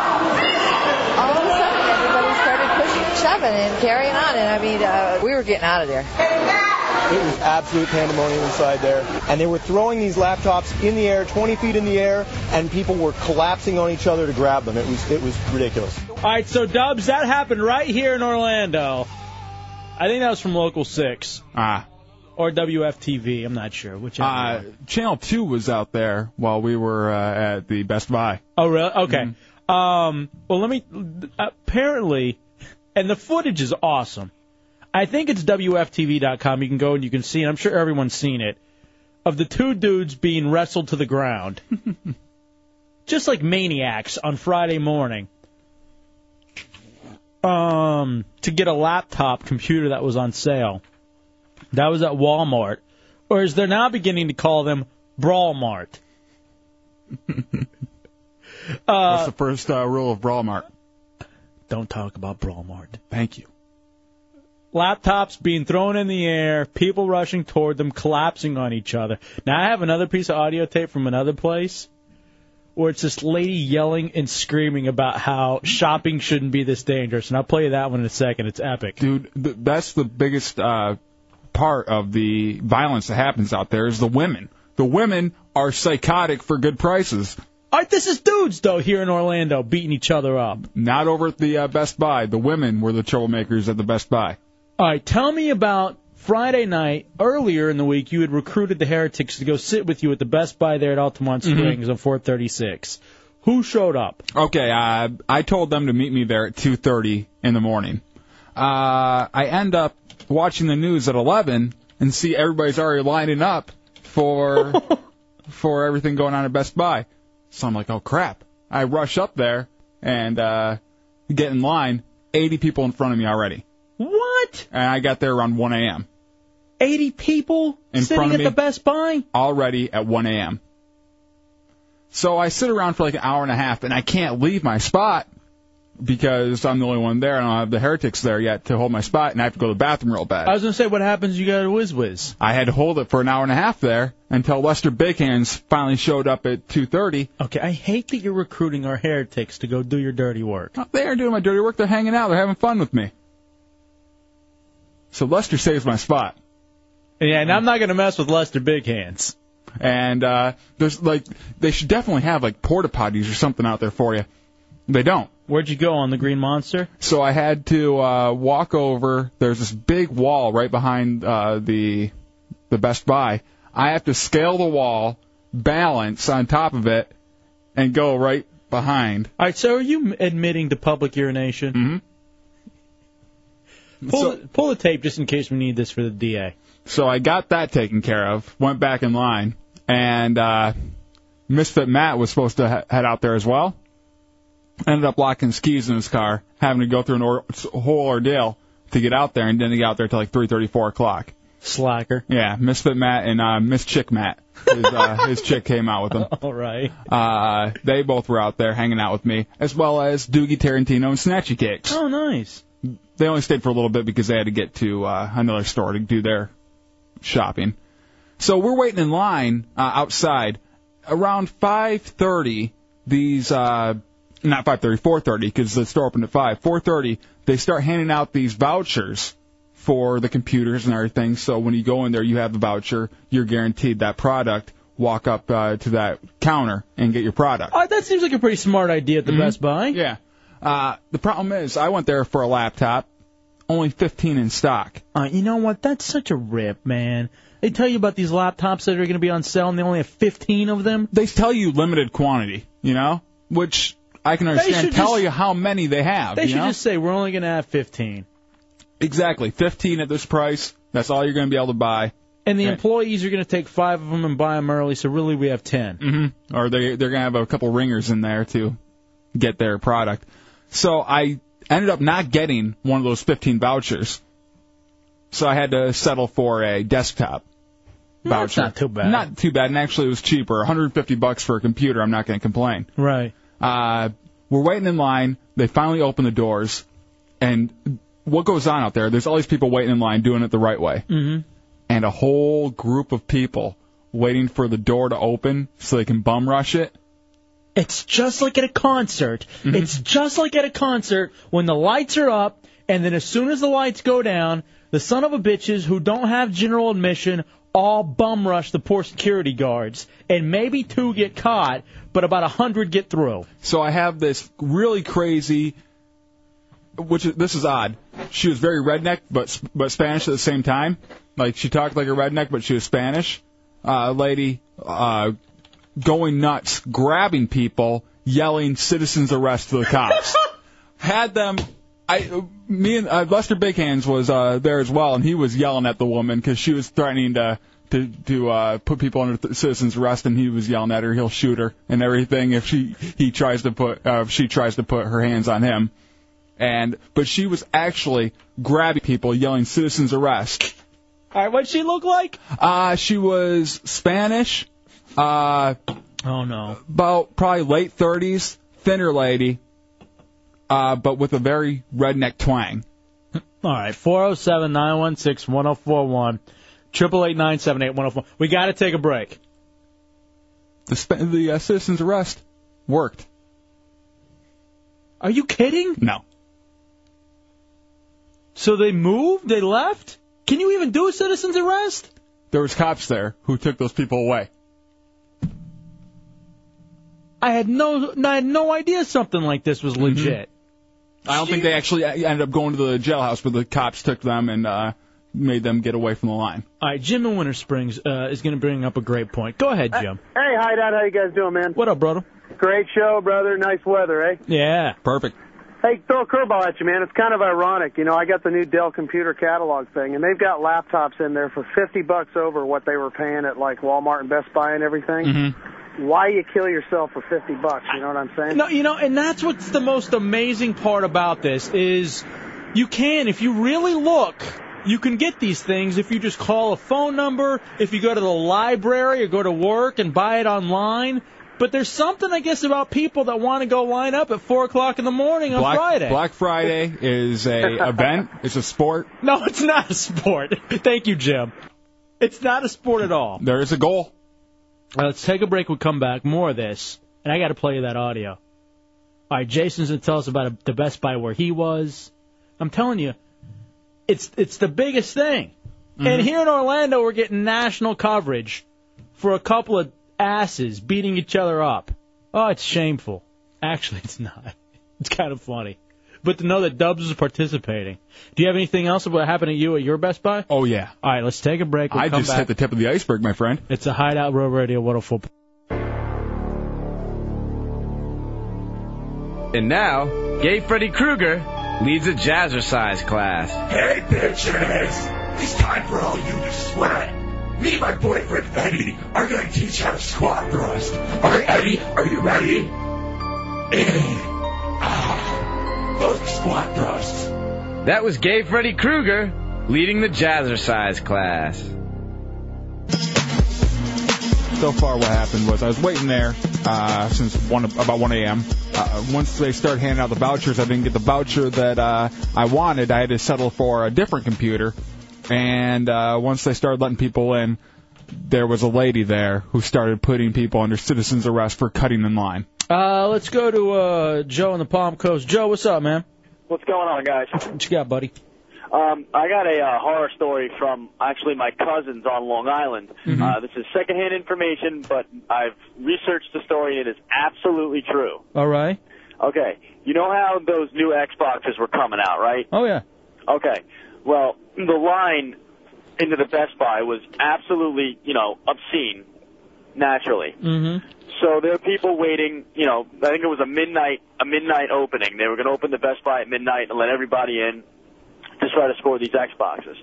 all of a sudden everybody started pushing and shoving and carrying on and i mean uh, we were getting out of there It was absolute pandemonium inside there. And they were throwing these laptops in the air, 20 feet in the air, and people were collapsing on each other to grab them. It was, it was ridiculous. All right, so Dubs, that happened right here in Orlando. I think that was from Local Six. Ah. Or WFTV. I'm not sure which. Uh, Channel 2 was out there while we were uh, at the Best Buy. Mm-hmm. Oh, really? Okay. Um, well, let me. Apparently, and the footage is awesome. I think it's WFTV.com. You can go and you can see, and I'm sure everyone's seen it, of the two dudes being wrestled to the ground. Just like maniacs on Friday morning. Um, to get a laptop computer that was on sale. That was at Walmart. Or as they're now beginning to call them, Brawlmart. That's the first uh, rule of Brawlmart. Don't talk about Brawlmart. Thank you. laptops being thrown in the air, people rushing toward them, collapsing on each other. Now I have another piece of audio tape from another place where it's this lady yelling and screaming about how shopping shouldn't be this dangerous, and I'll play you that one in a second. It's epic. Dude, th- that's the biggest uh, part of the violence that happens out there is the women. The women are psychotic for good prices. All right, this is dudes though here in Orlando beating each other up. Not over at the uh, Best Buy. The women were the troublemakers at the Best Buy. All right, tell me about Friday night earlier in the week. You had recruited the heretics to go sit with you at the Best Buy there at Altamont Mhm. Springs on 436. Who showed up? Okay, uh, I told them to meet me there at 2:30 in the morning. Uh, I end up watching the news at 11 and see everybody's already lining up for for everything going on at Best Buy. So I'm like, oh crap! I rush up there and uh, get in line. 80 people in front of me already. What? And I got there around 1 a.m. 80 people in sitting front of at me the Best Buy? already at 1 a.m. So I sit around for like an hour and a half, and I can't leave my spot because I'm the only one there, and I don't have the heretics there yet to hold my spot, and I have to go to the bathroom real bad. I was gonna say, what happens? You got a whiz whiz. I had to hold it for an hour and a half there until Lester Big Hands finally showed up at 2:30. Okay, I hate that you're recruiting our heretics to go do your dirty work. They aren't doing my dirty work; they're hanging out, they're having fun with me. So Lester saves my spot. Yeah, and I'm not gonna mess with Lester Big Hands. And uh, there's like they should definitely have like porta potties or something out there for you. They don't. Where'd you go on the Green Monster? So I had to uh, walk over. There's this big wall right behind uh, the the Best Buy. I have to scale the wall, balance on top of it, and go right behind. All right, so are you m- admitting to public urination? Mm-hmm. Pull, the, pull the tape just in case we need this for the DA. So I got that taken care of. Went back in line, and uh, Misfit Matt was supposed to he- head out there as well. Ended up locking skis in his car, having to go through an or- whole ordeal to get out there, and didn't get out there till like three thirty, four o'clock. Slacker. Yeah, Misfit Matt and uh, Miss Chick Matt. His, uh, his chick came out with him. All right. Uh, they both were out there hanging out with me, as well as Doogie Tarantino and Snatchy Cakes. Oh, nice. They only stayed for a little bit because they had to get to uh, another store to do their shopping. So we're waiting in line uh, outside. Around 5:30, these uh, not 5:30, 4:30, because the store opened at 5. 4:30, they start handing out these vouchers for the computers and everything. So when you go in there, you have the voucher. You're guaranteed that product. Walk up uh, to that counter and get your product. Mm-hmm. Oh, that seems like a pretty smart idea at the Best Buy. Yeah. Uh, the problem is, I went there for a laptop, only 15 in stock. Uh, you know what? That's such a rip, man. They tell you about these laptops that are going to be on sale, and they only have 15 of them. They tell you limited quantity, you know, which I can They understand. should Tell just- you how many they have. They you should know? just say we're only going to have 15. exactly 15 at this price. That's all you're going to be able to buy. And the Right. employees are going to take five of them and buy them early, so really we have 10. Mm-hmm. Or they they're gonna have a couple ringers in there to get their product. So I ended up not getting one of those 15 vouchers. So I had to settle for a desktop That's voucher. not too bad. Not too bad, and actually it was cheaper, 150 bucks for a computer. I'm not gonna complain. Right. Uh, we're waiting in line. They finally open the doors, and what goes on out there? There's all these people waiting in line, doing it the right way Mm-hmm. and a whole group of people waiting for the door to open so they can bum rush it. It's just like at a concert. It's just like at a concert when the lights are up, and then as soon as the lights go down, the son of a bitches who don't have general admission all bum rush the poor security guards, and maybe two get caught, but about a hundred get through. So I have this really crazy, which is, this is odd. She was very redneck, but but Spanish at the same time. Like she talked like a redneck, but she was Spanish. Uh, lady uh, going nuts, grabbing people, yelling "citizens arrest" to the (laughs) cops. Had them. I, me and uh, Lester Big Hands was uh, there as well, and he was yelling at the woman because she was threatening to to to uh, put people under th- citizens arrest, and he was yelling at her, he'll shoot her and everything if she he tries to put uh, if she tries to put her hands on him. And but she was actually grabbing people, yelling "citizens arrest." All right, what'd she look like? Uh, she was Spanish. Uh, oh no. About probably late 30s, thinner lady, uh, but with a very redneck twang. All right, four zero seven nine one six one zero four one, triple eight nine seven eight one zero four. We got to take a break. The sp- the uh, citizens arrest worked. Are you kidding? No. So they moved? They left? Can you even do a citizen's arrest? There was cops there who took those people away. I had no, I had no idea something like this was legit. I don't think they actually uh, ended up going to the jailhouse, but the cops took them and uh, made them get away from the line. All right, Jim in Winter Springs uh, is going to bring up a great point. Go ahead, Jim. Hey, hi, Dad. How you guys doing, man? What up, brother? Great show, brother. Nice weather, eh? Yeah. Perfect. Hey, throw a curveball at you, man. It's kind of ironic. You know, I got the new Dell computer catalog thing, and they've got laptops in there for 50 bucks over what they were paying at, like, Walmart and Best Buy and everything. Mm-hmm. Why you kill yourself for 50 bucks? You know what I'm saying? No, you know, and that's what's the most amazing part about this is you can, if you really look, you can get these things if you just call a phone number, if you go to the library or go to work and buy it online. But there's something, I guess, about people that want to go line up at four o'clock in the morning on Black Friday. Black Friday is a event. It's a sport. (laughs) No, it's not a sport. Thank you, Jim. It's not a sport at all. There is a goal. let's take a break. We'll come back. More of this. And I got to play you that audio. All right, Jason's going to tell us about a, the Best Buy where he was. I'm telling you, it's it's the biggest thing. Mm-hmm. And here in Orlando, we're getting national coverage for a couple of asses beating each other up. Oh, it's shameful. Actually, it's not. (laughs) It's kind of funny. But to know that Dubs is participating. Do you have anything else about what happened to you at your Best Buy? Oh, yeah. All right, let's take a break. We'll I come just back. hit the tip of the iceberg, my friend. It's a Hideout Road Radio 104. And now, gay Freddy Krueger leads a jazzercise class. Hey there, Jazz! It's time for all you to sweat. Me and my boyfriend Eddie are gonna teach you how to squat thrust. Alright, Eddie, are you ready? In. Ah. Those squat thrusts. That was gay Freddy Krueger leading the jazzercise class. So far, what happened was I was waiting there uh, since one about 1 a.m. Uh, once they started handing out the vouchers, I didn't get the voucher that uh, I wanted. I had to settle for a different computer. And uh, once they started letting people in, there was a lady there who started putting people under citizen's arrest for cutting in line. Uh, let's go to uh, Joe in the Palm Coast. Joe, what's up, man? What's going on, guys? What you got, buddy? Um, I got a uh, horror story from actually my cousins on Long Island. Uh, this is secondhand information, but I've researched the story and it is absolutely true. All right. Okay, you know how those new Xboxes were coming out, right? Oh yeah. Okay. Well, the line into the Best Buy was absolutely, you know, obscene, naturally. Mm-hmm. So there are people waiting, you know, I think it was a midnight a midnight opening. They were going to open the Best Buy at midnight and let everybody in to try to score these Xboxes.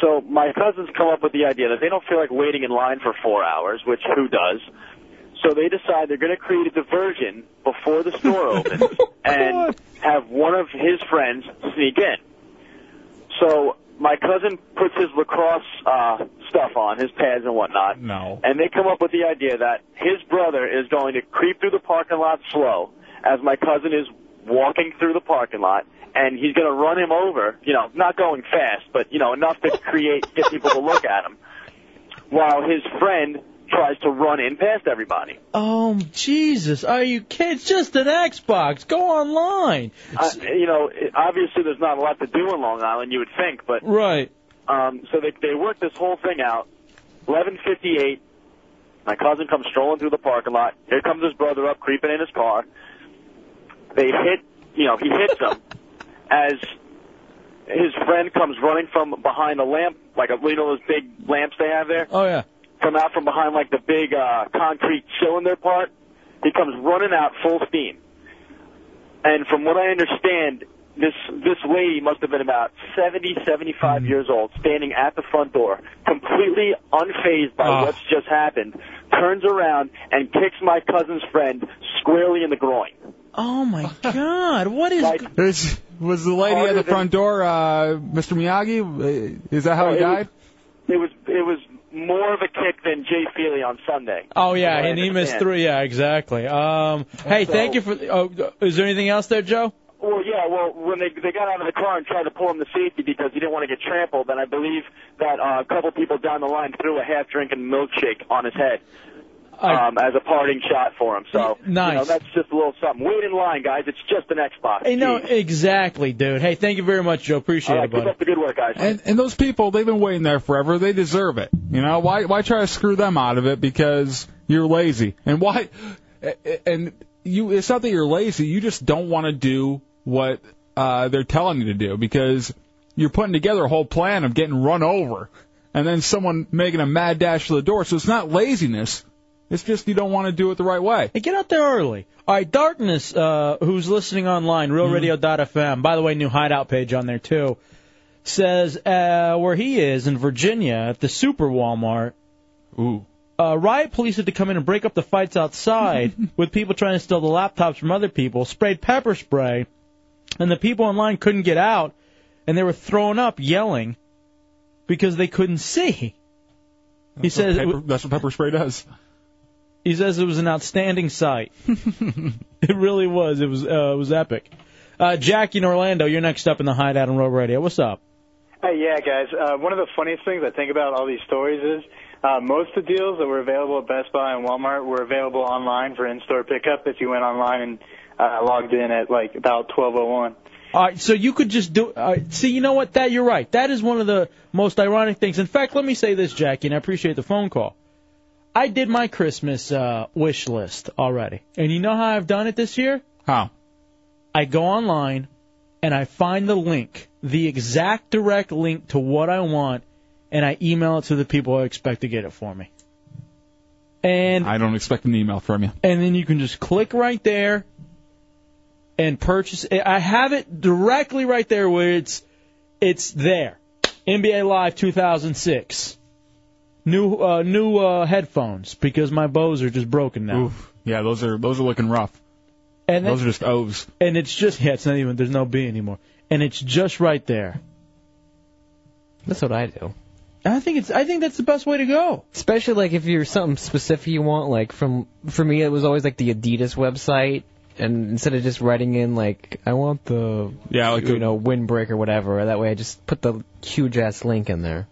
So my cousins come up with the idea that they don't feel like waiting in line for four hours, which who does? So they decide they're going to create a diversion before the store opens and have one of his friends sneak in. So my cousin puts his lacrosse uh, stuff on, his pads and whatnot, No. and they come up with the idea that his brother is going to creep through the parking lot slow as my cousin is walking through the parking lot and he's going to run him over, you know, not going fast, but you know, enough to create get people to look at him while his friend tries to run in past everybody. Oh Jesus, are you kids? Just an Xbox. Go online. Uh, you know, it- obviously there's not a lot to do in Long Island, you would think, but Right. Um, so they they work this whole thing out. 11:58, my cousin comes strolling through the parking lot. Here comes his brother up, creeping in his car. They hit, you know, he hits him as his friend comes running from behind a lamp, like a, you know those big lamps they have there. Oh yeah. Come out from behind like the big uh, concrete cylinder part. He comes running out full steam. And from what I understand, this this lady must have been about 70, 75 Hmm. years old, standing at the front door, completely unfazed Ah. by what's just happened, turns around and kicks my cousin's friend squarely in the groin. Oh my (laughs) God, what is? Is, was the lady oh, at the front door, uh, Mr. Miyagi? Uh, Is that how he Oh, It was- died? It was it was more of a kick than Jay Feely on Sunday. Oh yeah, From what I and he missed understand. three. Yeah, exactly. Um, hey, So- thank you for. Oh, is there anything else there, Joe? Well, yeah. Well, when they they got out of the car and tried to pull him to safety because he didn't want to get trampled, then I believe that uh, a couple people down the line threw a half-drinking milkshake on his head um, as a parting shot for him. So Nice. you know, that's just a little something. Wait in line, guys. It's just an Xbox. Hey, no, Jeez. exactly, dude. Hey, thank you very much, Joe. Appreciate All it, right, keep buddy. up the good work, guys. And, and those people, they've been waiting there forever. They deserve it. You know, why why try to screw them out of it because you're lazy? And why? And you, it's not that you're lazy. You just don't want to do what uh, they're telling you to do because you're putting together a whole plan of getting run over, and then someone making a mad dash for the door. So it's not laziness. It's just you don't want to do it the right way. Hey, get out there early. All right, Darkness, uh, who's listening online, Mm-hmm. realradio.fm, by the way, new hideout page on there, too, says uh, where he is in Virginia at the Super Walmart. Ooh. Uh, riot police had to come in and break up the (laughs) fights outside with people trying to steal the laptops from other people, sprayed pepper spray, and the people online couldn't get out, and they were throwing up, yelling, because they couldn't see. He That's what says, it pepper- that's what pepper spray does. he says it was an outstanding sight. (laughs) it really was. It was uh, it was epic. Uh, Jack in Orlando, you're next up in the hideout on Road Radio. What's up? Hey, yeah, guys. Uh, one of the funniest things I think about all these stories is uh, most of the deals that were available at Best Buy and Walmart were available online for in-store pickup if you went online and uh, logged in at like about 12:01. All right, so you could just do. All right, see, you know what? That you're right. That is one of the most ironic things. In fact, let me say this, Jackie, and I appreciate the phone call. I did my Christmas uh, wish list already, and you know how I've done it this year? How? I go online and I find the link, the exact direct link to what I want, and I email it to the people I expect to get it for me. And I don't expect an email from you. and then you can just click right there and purchase it. I have it directly right there where it's it's there. NBA Live 2006. New uh, new uh, headphones because my Bose are just broken now. Yeah, those are those are looking rough. And those that- are just O's. And it's just yeah, it's not even there's no B anymore. And it's just right there. That's what I do. I think it's. I think that's the best way to go. Especially like if you're something specific you want. Like from for me, it was always like the Adidas website, and instead of just writing in like I want the yeah like you know windbreak or whatever, that way I just put the huge ass link in there.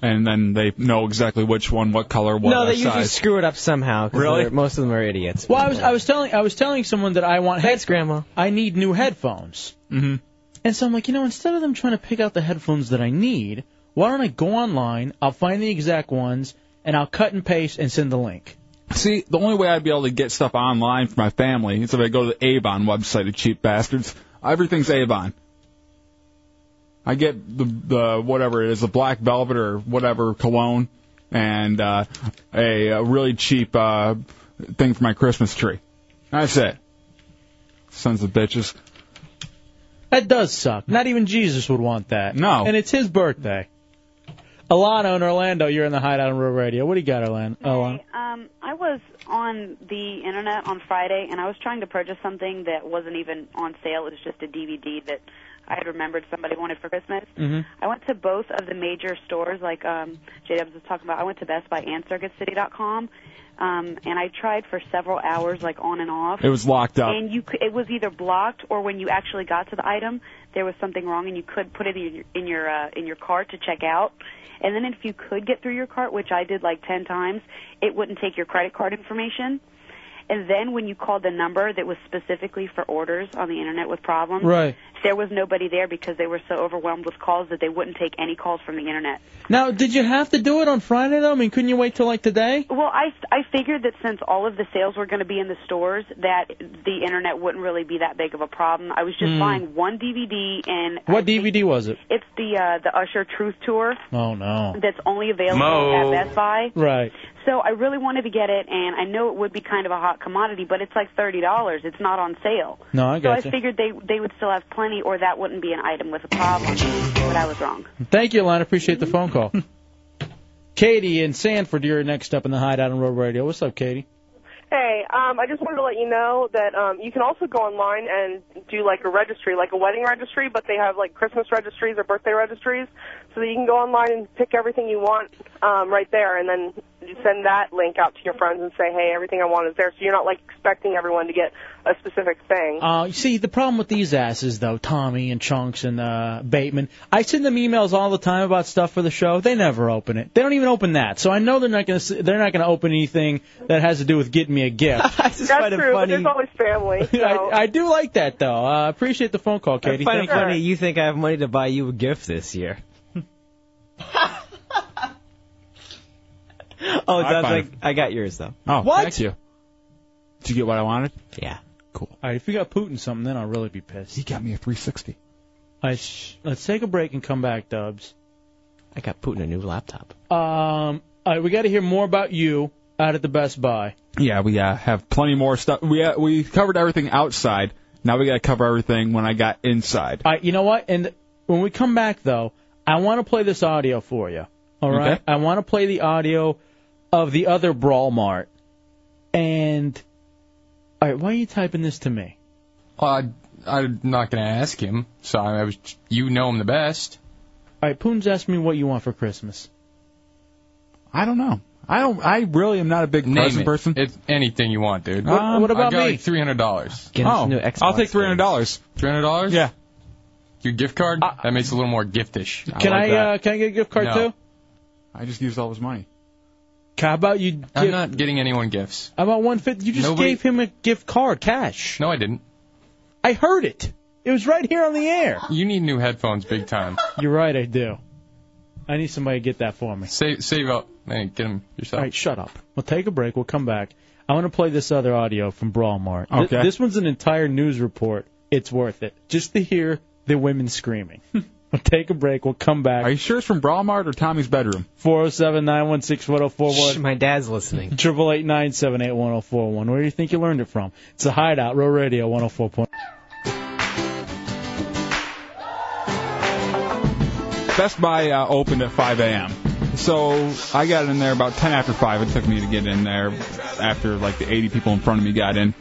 and then they know exactly which one, what color, what no, they size. usually screw it up somehow. 'cause Really? they're- Most of them are idiots. Well, I was I was telling I was telling someone that I want heads, Grandma. I need new headphones, mm-hmm. and so I'm like, you know, instead of them trying to pick out the headphones that I need, why don't I go online? I'll find the exact ones, and I'll cut and paste and send the link. See, the only way I'd be able to get stuff online for my family is if I go to the Avon website of cheap bastards. Everything's Avon. I get the the whatever it is, the black velvet or whatever cologne, and uh, a, a really cheap uh, thing for my Christmas tree. That's it. Sons of bitches. That does suck. Not even Jesus would want that. No. And it's his birthday. Alana in Orlando, you're in the hideout on Real Radio. What do you got, Orlando? Oh, uh, Alana? Um, I was on the internet on Friday, and I was trying to purchase something that wasn't even on sale. It was just a DVD that I had remembered somebody wanted for Christmas. I went to both of the major stores, like um, J Dubs was talking about. I went to Best Buy and CircuitCity.com, um, and I tried for several hours, like on and off. It was locked up. And you, cou- it was either blocked or when you actually got to the item, there was something wrong, and you could put it in your in your uh, in your cart to check out. And then if you could get through your cart, which I did like ten times, it wouldn't take your credit card information. And then when you called the number that was specifically for orders on the internet with problems, Right. there was nobody there because they were so overwhelmed with calls that they wouldn't take any calls from the internet. Now, did you have to do it on Friday, though? I mean, couldn't you wait till like today? Well, I I figured that since all of the sales were going to be in the stores, that the internet wouldn't really be that big of a problem. I was just Mm. buying one DVD, and What DVD was it? it's the uh, the Usher Truth Tour Oh, no. that's only available Mo. at Best Buy. Right. So I really wanted to get it, and I know it would be kind of a hot commodity, but it's like thirty dollars. It's not on sale. No, I so got I figured they they would still have plenty, or that wouldn't be an item with a problem. But I was wrong. Thank you, Alana. Appreciate the phone (laughs) call. Katie in Sanford, you're next up in the hideout on Road Radio. What's up, Katie? Hey, um, I just wanted to let you know that um, you can also go online and do like a registry, like a wedding registry, but they have like Christmas registries or birthday registries, so that you can go online and pick everything you want um, right there, and then you send that link out to your friends and say, hey, everything I want is there. So you're not like expecting everyone to get a specific thing. Uh, you see, the problem with these asses, though, Tommy and Chunks and uh, Bateman, I send them emails all the time about stuff for the show. They never open it. They don't even open that. So I know they're not going to. They're not going to open anything that has to do with getting me a gift. (laughs) That's quite a true. But funny- there's always family. (laughs) I, So. I do like that though. I uh, appreciate the phone call, I Katie. find it Thank you. funny you think I have money to buy you a gift (laughs) this year. oh, High Dubs, I, five. I got yours though. Oh, What? thank you. Did you get what I wanted? Yeah. All right, if you got Putin something, then I'll really be pissed. He got me a 360. All right, sh- let's take a break and come back, Dubs. I got Putin a new laptop. Um, all right, we got to hear more about you out at the Best Buy. Yeah, we uh, have plenty more stuff. We uh, we covered everything outside. Now we got to cover everything when I got inside. All right, you know what? And when we come back, though, I want to play this audio for you. All right, Okay. I want to play the audio of the other Brawl Mart. And all right, why are you typing this to me? Uh, I'm not gonna ask him. So I was, you know him the best. All right, Poons asked me what you want for Christmas. I don't know. I don't. I really am not a big Name present it. person. It's anything you want, dude. What- Um, what about I got me? Like Three hundred dollars. Get him some Oh, new Xbox I'll take $300. Three hundred dollars. Yeah. Your gift card. that makes it a little more giftish. Uh, Can I, uh, can I get a gift card No. too? I just used all his money. How about you? I'm give- not getting anyone gifts. How about one fifty? You just Nobody- gave him a gift card, cash. No, I didn't. I heard it. It was right here on the air. You need new headphones, big time. You're right, I do. I need somebody to get that for me. Save save up. Hey, get them yourself. All right, shut up. We'll take a break. We'll come back. I want to play this other audio from Brawl Mart. Th- Okay. this one's an entire news report. It's worth it just to hear the women screaming. (laughs) we'll take a break. We'll come back. Are you sure it's from Brawl Mart or Tommy's bedroom? Four zero seven nine one six one zero four Shh, one. my dad's listening. Triple eight nine seven eight one zero four one. Where do you think you learned it from? It's a hideout. Row Radio one zero four point. Best Buy uh, opened at 5 a.m. So I got in there about 10 after 5. It took me to get in there after like the 80 people in front of me got in.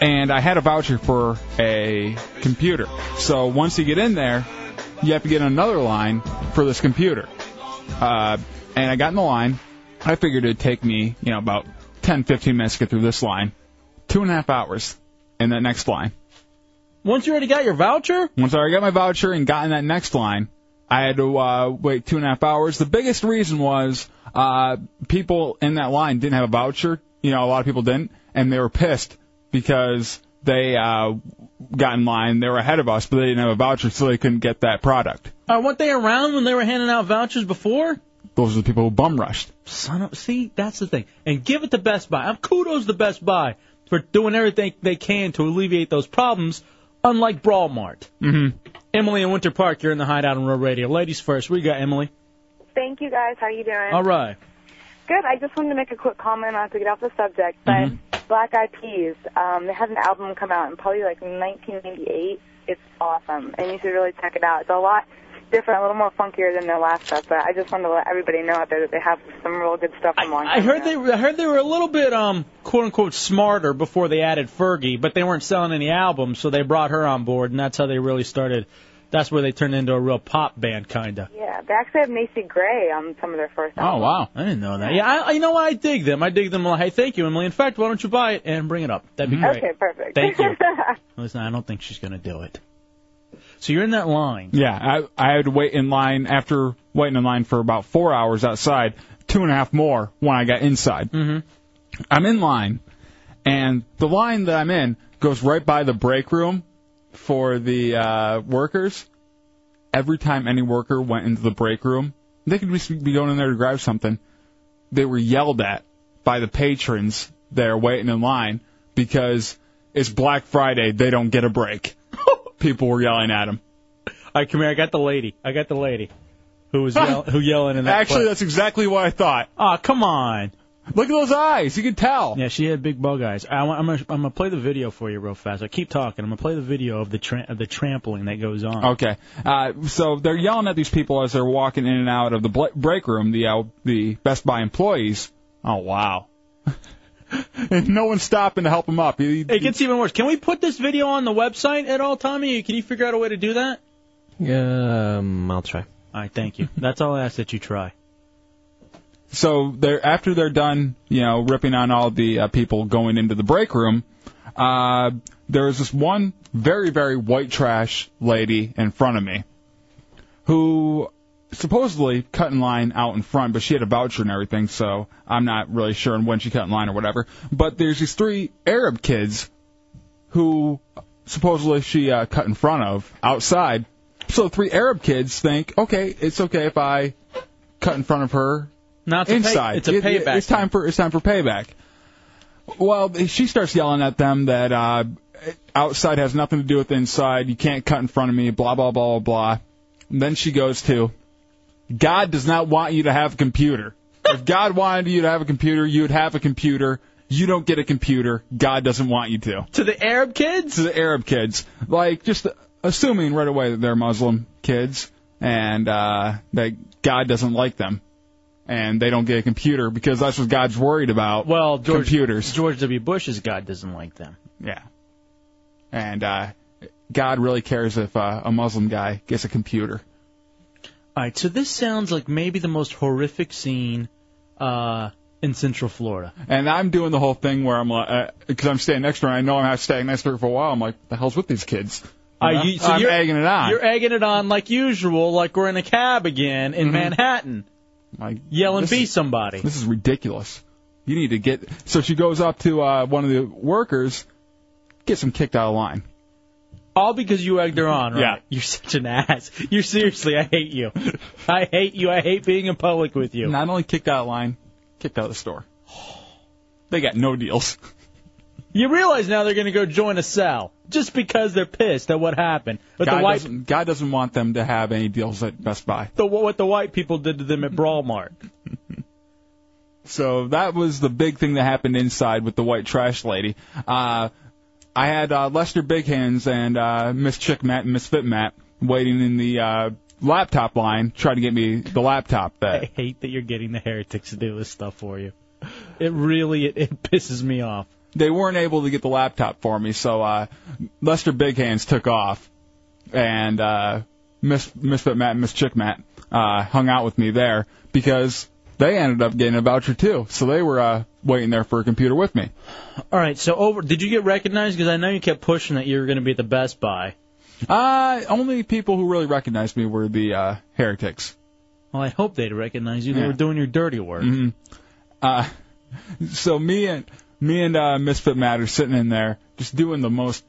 And I had a voucher for a computer. So once you get in there, you have to get another line for this computer. Uh, and I got in the line. I figured it'd take me, you know, about 10, 15 minutes to get through this line. Two and a half hours in that next line. Once you already got your voucher? Once I already got my voucher and got in that next line, I had to uh, wait two and a half hours. The biggest reason was uh, people in that line didn't have a voucher. You know, a lot of people didn't, and they were pissed because they uh, got in line. They were ahead of us, but they didn't have a voucher, so they couldn't get that product. Uh, weren't they around when they were handing out vouchers before? Those are the people who bum rushed. Son of, see, that's the thing. And give it to Best Buy. I'm kudos to Best Buy for doing everything they can to alleviate those problems. Unlike Brawl Mart, Mm-hmm. Emily in Winter Park, you're in the hideout on Road Radio. Ladies first. We got Emily. Thank you guys. How you doing? All right. Good. I just wanted to make a quick comment. I have to get off the subject, but Mm-hmm. Black Eyed Peas. Um, they had an album come out in probably like 1998. It's awesome, and you should really check it out. It's a lot different, a little more funkier than their last stuff. But I just wanted to let everybody know out there that they have some real good stuff from Long I heard they I heard they were a little bit um quote unquote smarter before they added Fergie, but they weren't selling any albums, so they brought her on board, and that's how they really started. That's where they turned into a real pop band, kinda. Yeah, they actually have Macy Gray on some of their first Oh albums. wow, I didn't know that. Yeah, I, I- you know what? I dig them. I dig them. Hey, thank you, Emily. In fact, why don't you buy it and bring it up? That'd be great. Okay, perfect. Thank (laughs) you. (laughs) Listen, I don't think she's gonna do it. So you're in that line. Yeah, I I had to wait in line after waiting in line for about four hours outside, two and a half more when I got inside. Mm-hmm. I'm in line, and the line that I'm in goes right by the break room for the uh, workers. Every time any worker went into the break room, they could just be going in there to grab something. They were yelled at by the patrons that are waiting in line because it's Black Friday. They don't get a (laughs) break. People were yelling at them. All right, come here. I got the lady. I got the lady who (laughs) was yell- who yelling in that. Actually, place. that's exactly what I thought. Oh, come on. Look at those eyes. You can tell. Yeah, she had big bug eyes. I, am gonna, I'm gonna play the video for you real fast. I keep talking. I'm gonna play the video of the tra- of the trampling that goes on. Okay. Uh, so they're yelling at these people as they're walking in and out of the bla- break room, the uh, the Best Buy employees. Oh wow. (laughs) and no one's stopping to help them up. You- It gets even worse. Can we put this video on the website at all, Tommy? Can you figure out a way to do that? Um, I'll try. All right, thank you. That's all I ask that you try. so they're after they're done, you know, ripping on all the uh, people going into the break room. Uh, there was this one very very white trash lady in front of me, who supposedly cut in line out in front, but she had a voucher and everything, so I'm not really sure when she cut in line or whatever. But there's these three Arab kids who supposedly she uh, cut in front of outside. So the three Arab kids think, okay, it's okay if I cut in front of her No, it's a pay- inside. it's a It- it- payback it's time for it's time for payback. Well, she starts yelling at them that uh, outside has nothing to do with inside. You can't cut in front of me. Blah blah blah blah blah. And then she goes to, God does not want you to have a computer. if God wanted you to have a computer, you would have a computer. You don't get a computer. God doesn't want you to. To the Arab kids? To the Arab kids. Like, just assuming right away that they're Muslim kids and uh, that God doesn't like them and they don't get a computer because that's what God's worried about. Well, George, computers. George W. Bush's God doesn't like them. Yeah. And uh, God really cares if uh, a Muslim guy gets a computer. All right, so this sounds like maybe the most horrific scene uh, in Central Florida. And I'm doing the whole thing where I'm like, because I'm staying next to her, and I know I'm not staying next to her for a while. I'm like, the hell's with these kids? Uh, You know? you- so I'm you're- egging it on. You're egging it on like usual, like we're in a cab again in Manhattan. Mm-hmm. Like yell and this be is- somebody. This is ridiculous. You need to get. So she goes up to uh, one of the workers, gets him kicked out of line. All because you egged her on, right? Yeah. You're such an ass. You're seriously, I hate you. I hate you. I hate being in public with you. Not only kicked out of line, kicked out of the store. (sighs) They got no deals. You realize now they're going to go join a cell just because they're pissed at what happened. But God, the white, doesn't, God doesn't want them to have any deals at Best Buy. the, what the white people did to them at Brawl Mart. (laughs) So that was the big thing that happened inside with the white trash lady. Uh, I had uh, Lester Big Hands and uh, Miss Chick Matt and Miss Fit Matt waiting in the uh, laptop line, trying to get me the laptop that I hate that you're getting the heretics to do this stuff for you. It really, it, it pisses me off. they weren't able to get the laptop for me, so uh, Lester Big Hands took off, and uh, Miss Misfit Matt and Miss Chick Matt uh, hung out with me there because they ended up getting a voucher too. So they were uh, waiting there for a computer with me. All right, so over. Did you get recognized? Because I know you kept pushing that you were going to be at the Best Buy. Uh, only people who really recognized me were the uh, heretics. Well, I hope they'd recognize you. They Yeah. were doing your dirty work. hmm Uh, so me and me and uh, Misfit Matt are sitting in there just doing the most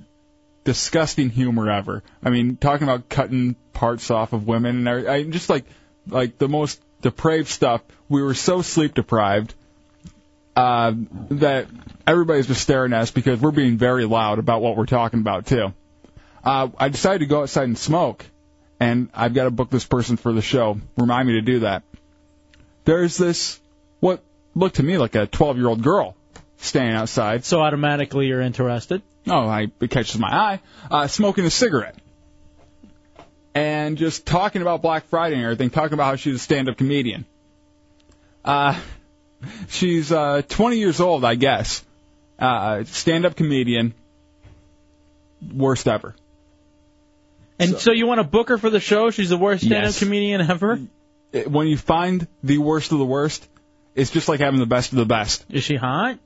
disgusting humor ever. I mean, talking about cutting parts off of women and every- I just like like the most depraved stuff. We were so sleep deprived uh, that everybody's just staring at us because we're being very loud about what we're talking about too. Uh, I decided to go outside and smoke, and I've got to book this person for the show. Remind me to do that there's this what looked to me like a 12 year old girl standing outside. So automatically you're interested. Oh, I, it catches my eye. Uh, smoking a cigarette and just talking about Black Friday and everything, talking about how she's a stand up comedian. Uh, (laughs) she's uh, 20 years old, I guess. Uh, stand up comedian, worst ever. And so, you want to book her for the show? She's the worst stand-up Yes. comedian ever. It- when you find the worst of the worst, it's just like having the best of the best. Is she hot?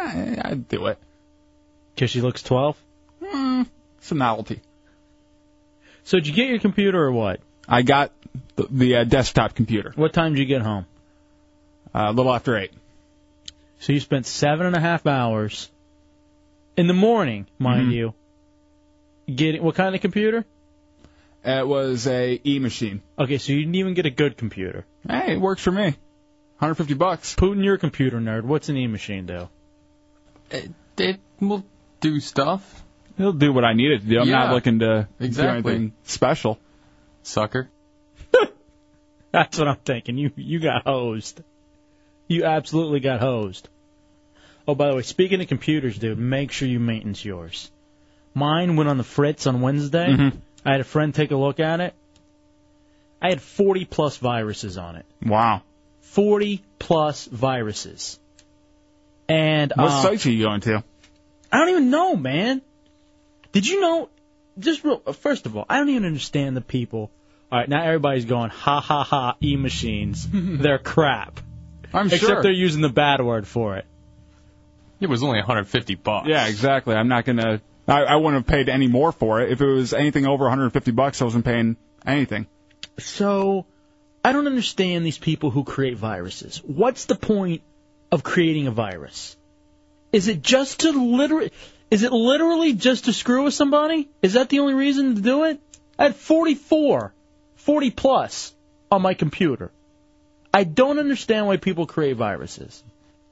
I, I'd do it. Because she looks 12? Hmm, it's a novelty. So did you get your computer or what? I got the, the uh, desktop computer. What time did you get home? Uh, a little after eight. So you spent seven and a half hours in the morning, mind Mm-hmm. you. Getting what kind of computer? It was a e machine. Okay, so you didn't even get a good computer. Hey, it works for me. 150 bucks. Putin, you're a computer nerd. What's an e machine do? It, will do stuff. It'll do what I need it to do. I'm Yeah. not looking to do Exactly. anything special. Sucker. (laughs) That's what I'm thinking. You you got hosed. You absolutely got hosed. Oh, by the way, speaking of computers, dude, make sure you maintenance yours. Mine went on the fritz on Wednesday. Mhm. I had a friend take a look at it. I had 40 plus viruses on it. Wow. 40 plus viruses. And What uh, sites are you going to? I don't even know, man. Did you know? Just real, first of all, I don't even understand the people. All right, now everybody's going ha ha ha (laughs) e machines. They're crap. I'm Except sure. they're using the bad word for it. It was only 150 bucks. Yeah, exactly. I'm not gonna. I, I wouldn't have paid any more for it if it was anything over 150 bucks. I wasn't paying anything. So I don't understand these people who create viruses. What's the point of creating a virus? Is it just to literally? Is it literally just to screw with somebody? Is that the only reason to do it? I had 44, 40 plus on my computer. I don't understand why people create viruses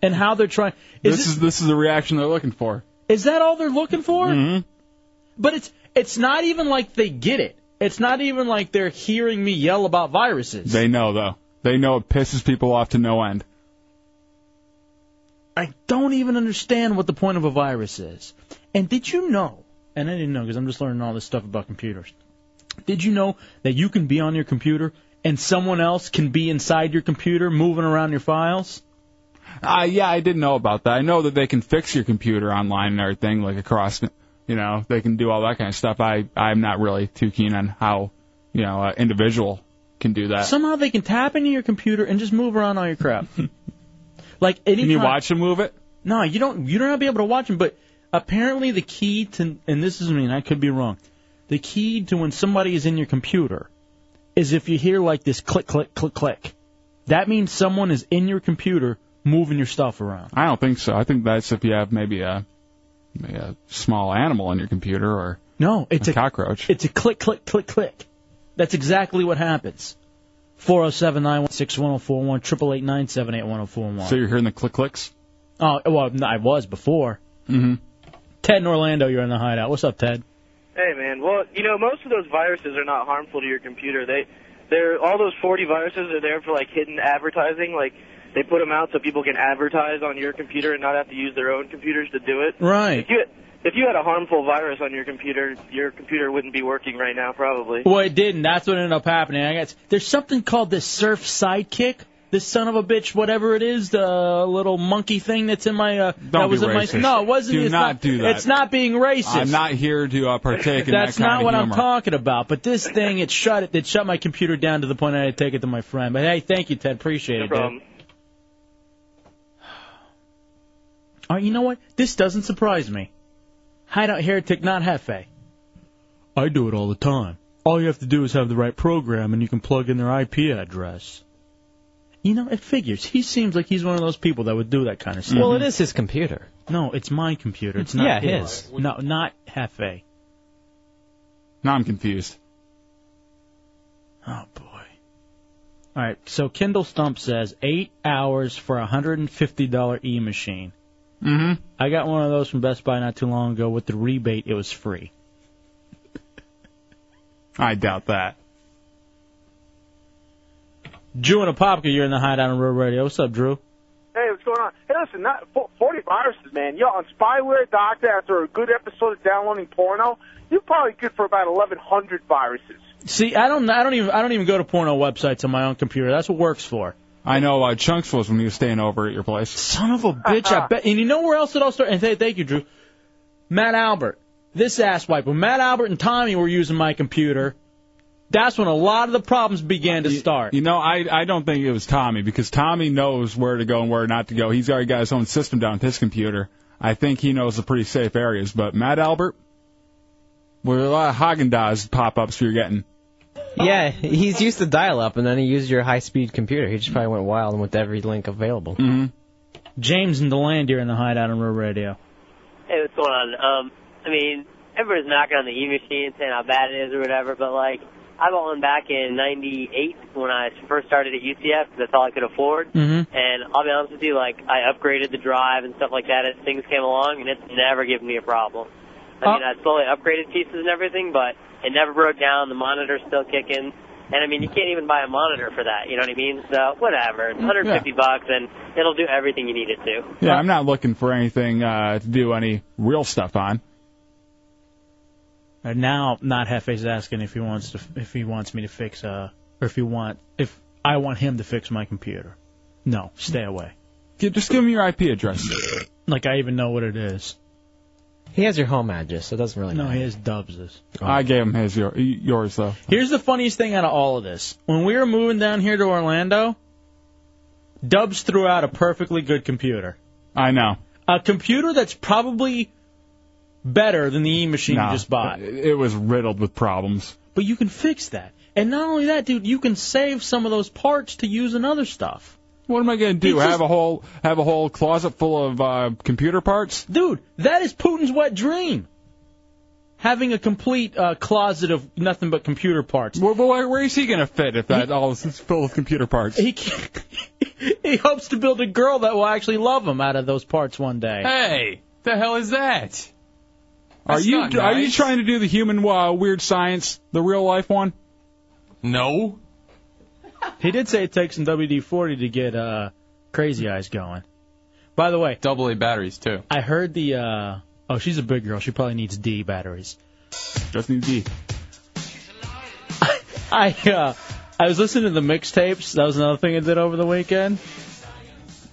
and how they're trying. Is this it- is this is the reaction they're looking for. Mm-hmm. is that all they're looking for? But it's it's not even like they get it. It's not even like they're hearing me yell about viruses. They know though. They know it pisses people off to no end. I don't even understand what the point of a virus is. And did you know? And I didn't know because I'm just learning all this stuff about computers. Did you know that you can be on your computer and someone else can be inside your computer moving around your files? Uh, yeah, I didn't know about that. I know that they can fix your computer online and everything, like across, you know, they can do all that kind of stuff. I, I'm not really too keen on how, you know, an individual can do that. Somehow they can tap into your computer and just move around all your crap. like any can you time- watch them move it? No, you don't. You don't be able to watch them. But apparently, the key to and this is me, and I could be wrong. The key to when somebody is in your computer is if you hear like this click, click, click, click. That means someone is in your computer moving your stuff around. I don't think so. I think that's if you have maybe a, maybe a small animal on your computer or no, it's a, cockroach. It's a click, click, click, click. That's exactly what happens. Four zero seven nine one six one zero four one triple eight nine seven eight one zero four one. So you're hearing the click clicks. Oh well, no, I was before. Mm-hmm. Ted in Orlando, you're in the hideout. What's up, Ted? Hey man, well, you know, most of those viruses are not harmful to your computer. They, they're all those 40 viruses are there for like hidden advertising. Like they put them out so people can advertise on your computer and not have to use their own computers to do it. Right. If you if you had a harmful virus on your computer, your computer wouldn't be working right now, probably. Well, it didn't. That's what ended up happening. I guess there's something called the Surf Sidekick, This son of a bitch, whatever it is, the little monkey thing that's in my uh, Don't that was be in racist. my no, it wasn't. Do it's not do that. It's not being racist. I'm not here to uh, partake in That's that kind not of what humor. I'm talking about. But this thing, it shut it. It shut my computer down to the point I had to take it to my friend. But hey, thank you, Ted. Appreciate No it. dude. problem. Oh, you know what? This doesn't surprise me. Hideout Heretic, not Hefe. I do it all the time. All you have to do is have the right program, and you can plug in their IP address. You know, it figures. He seems like he's one of those people that would do that kind of stuff. Well, it is his computer. No, it's my computer. It's not Yeah, his. No, not Hefe. Now I'm confused. Oh boy. All right. So Kindle Stump says eight hours for a hundred and fifty dollar e machine. Mm-hmm. I got one of those from Best Buy not too long ago. With the rebate, it was free. (laughs) I doubt that. Drew and Apopka, you're in the hideout on Real Radio. What's up, Drew? Hey, what's going on? Hey, listen, not fo- 40 viruses, man. Yo, on Spyware Doctor, after a good episode of downloading porno, you're probably good for about 1,100 viruses. See, I don't, I don't even, I don't even go to porno websites on my own computer. That's what works for. I know uh, Chunks was when he was staying over at your place. Son of a bitch. I bet. And you know where else it all started? And th- thank you, Drew. Matt Albert. This asswipe. When Matt Albert and Tommy were using my computer, that's when a lot of the problems began to start. You know, I I don't think it was Tommy because Tommy knows where to go and where not to go. He's already got his own system down with his computer. I think he knows the pretty safe areas. But Matt Albert, where a lot of Haagen Dazs pop ups you're getting. (laughs) Yeah, he's used to dial up, and then he used your high speed computer. He just probably went wild and went to every link available. Mm-hmm. James and Deland here in the hideout on Real Radio. Hey, what's going on? Um, I mean, everybody's knocking on the E machine saying how bad it is or whatever, but like, I bought one back in '98 when I first started at UCF 'cause that's all I could afford. Mm-hmm. And I'll be honest with you, like, I upgraded the drive and stuff like that as things came along, and it's never given me a problem. I mean, I slowly upgraded pieces and everything, but it never broke down. The monitor's still kicking. And I mean, you can't even buy a monitor for that. You know what I mean? So whatever, it's 150 bucks, and it'll do everything you need it to. Yeah, I'm not looking for anything uh, to do any real stuff on. And now, not Hefe's asking if he wants to, if he wants me to fix, uh, or if he want, if I want him to fix my computer. No, stay away. Gi- Just give me your IP address. Like I even know what it is. He has your home address, so it doesn't really No, matter. Oh. he has Dubs's. I gave him his your, yours though. Here's the funniest thing out of all of this. When we were moving down here to Orlando, Dubs threw out a perfectly good computer. I know. A computer that's probably better than the E machine you just bought. It it was riddled with problems. But you can fix that. And not only that, dude, you can save some of those parts to use in other stuff. What am I gonna Do have a whole have a whole closet full of uh, computer parts? Dude, that is Putin's wet dream. Having a complete uh, closet of nothing but computer parts. Well, where, where is he gonna fit if that all is full of computer parts? He can't, (laughs) he hopes to build a girl that will actually love him out of those parts one day. Hey, the hell is that? are That's you not are you nice. trying to do the human uh, weird science, the real life one? No. He did say it takes some WD-40 to get uh, Crazy Eyes going. By the way, double A batteries too. I heard the. Uh, oh, she's a big girl. She probably needs D batteries. Just need D. (laughs) I uh, I was listening to the mixtapes. That was another thing I did over the weekend.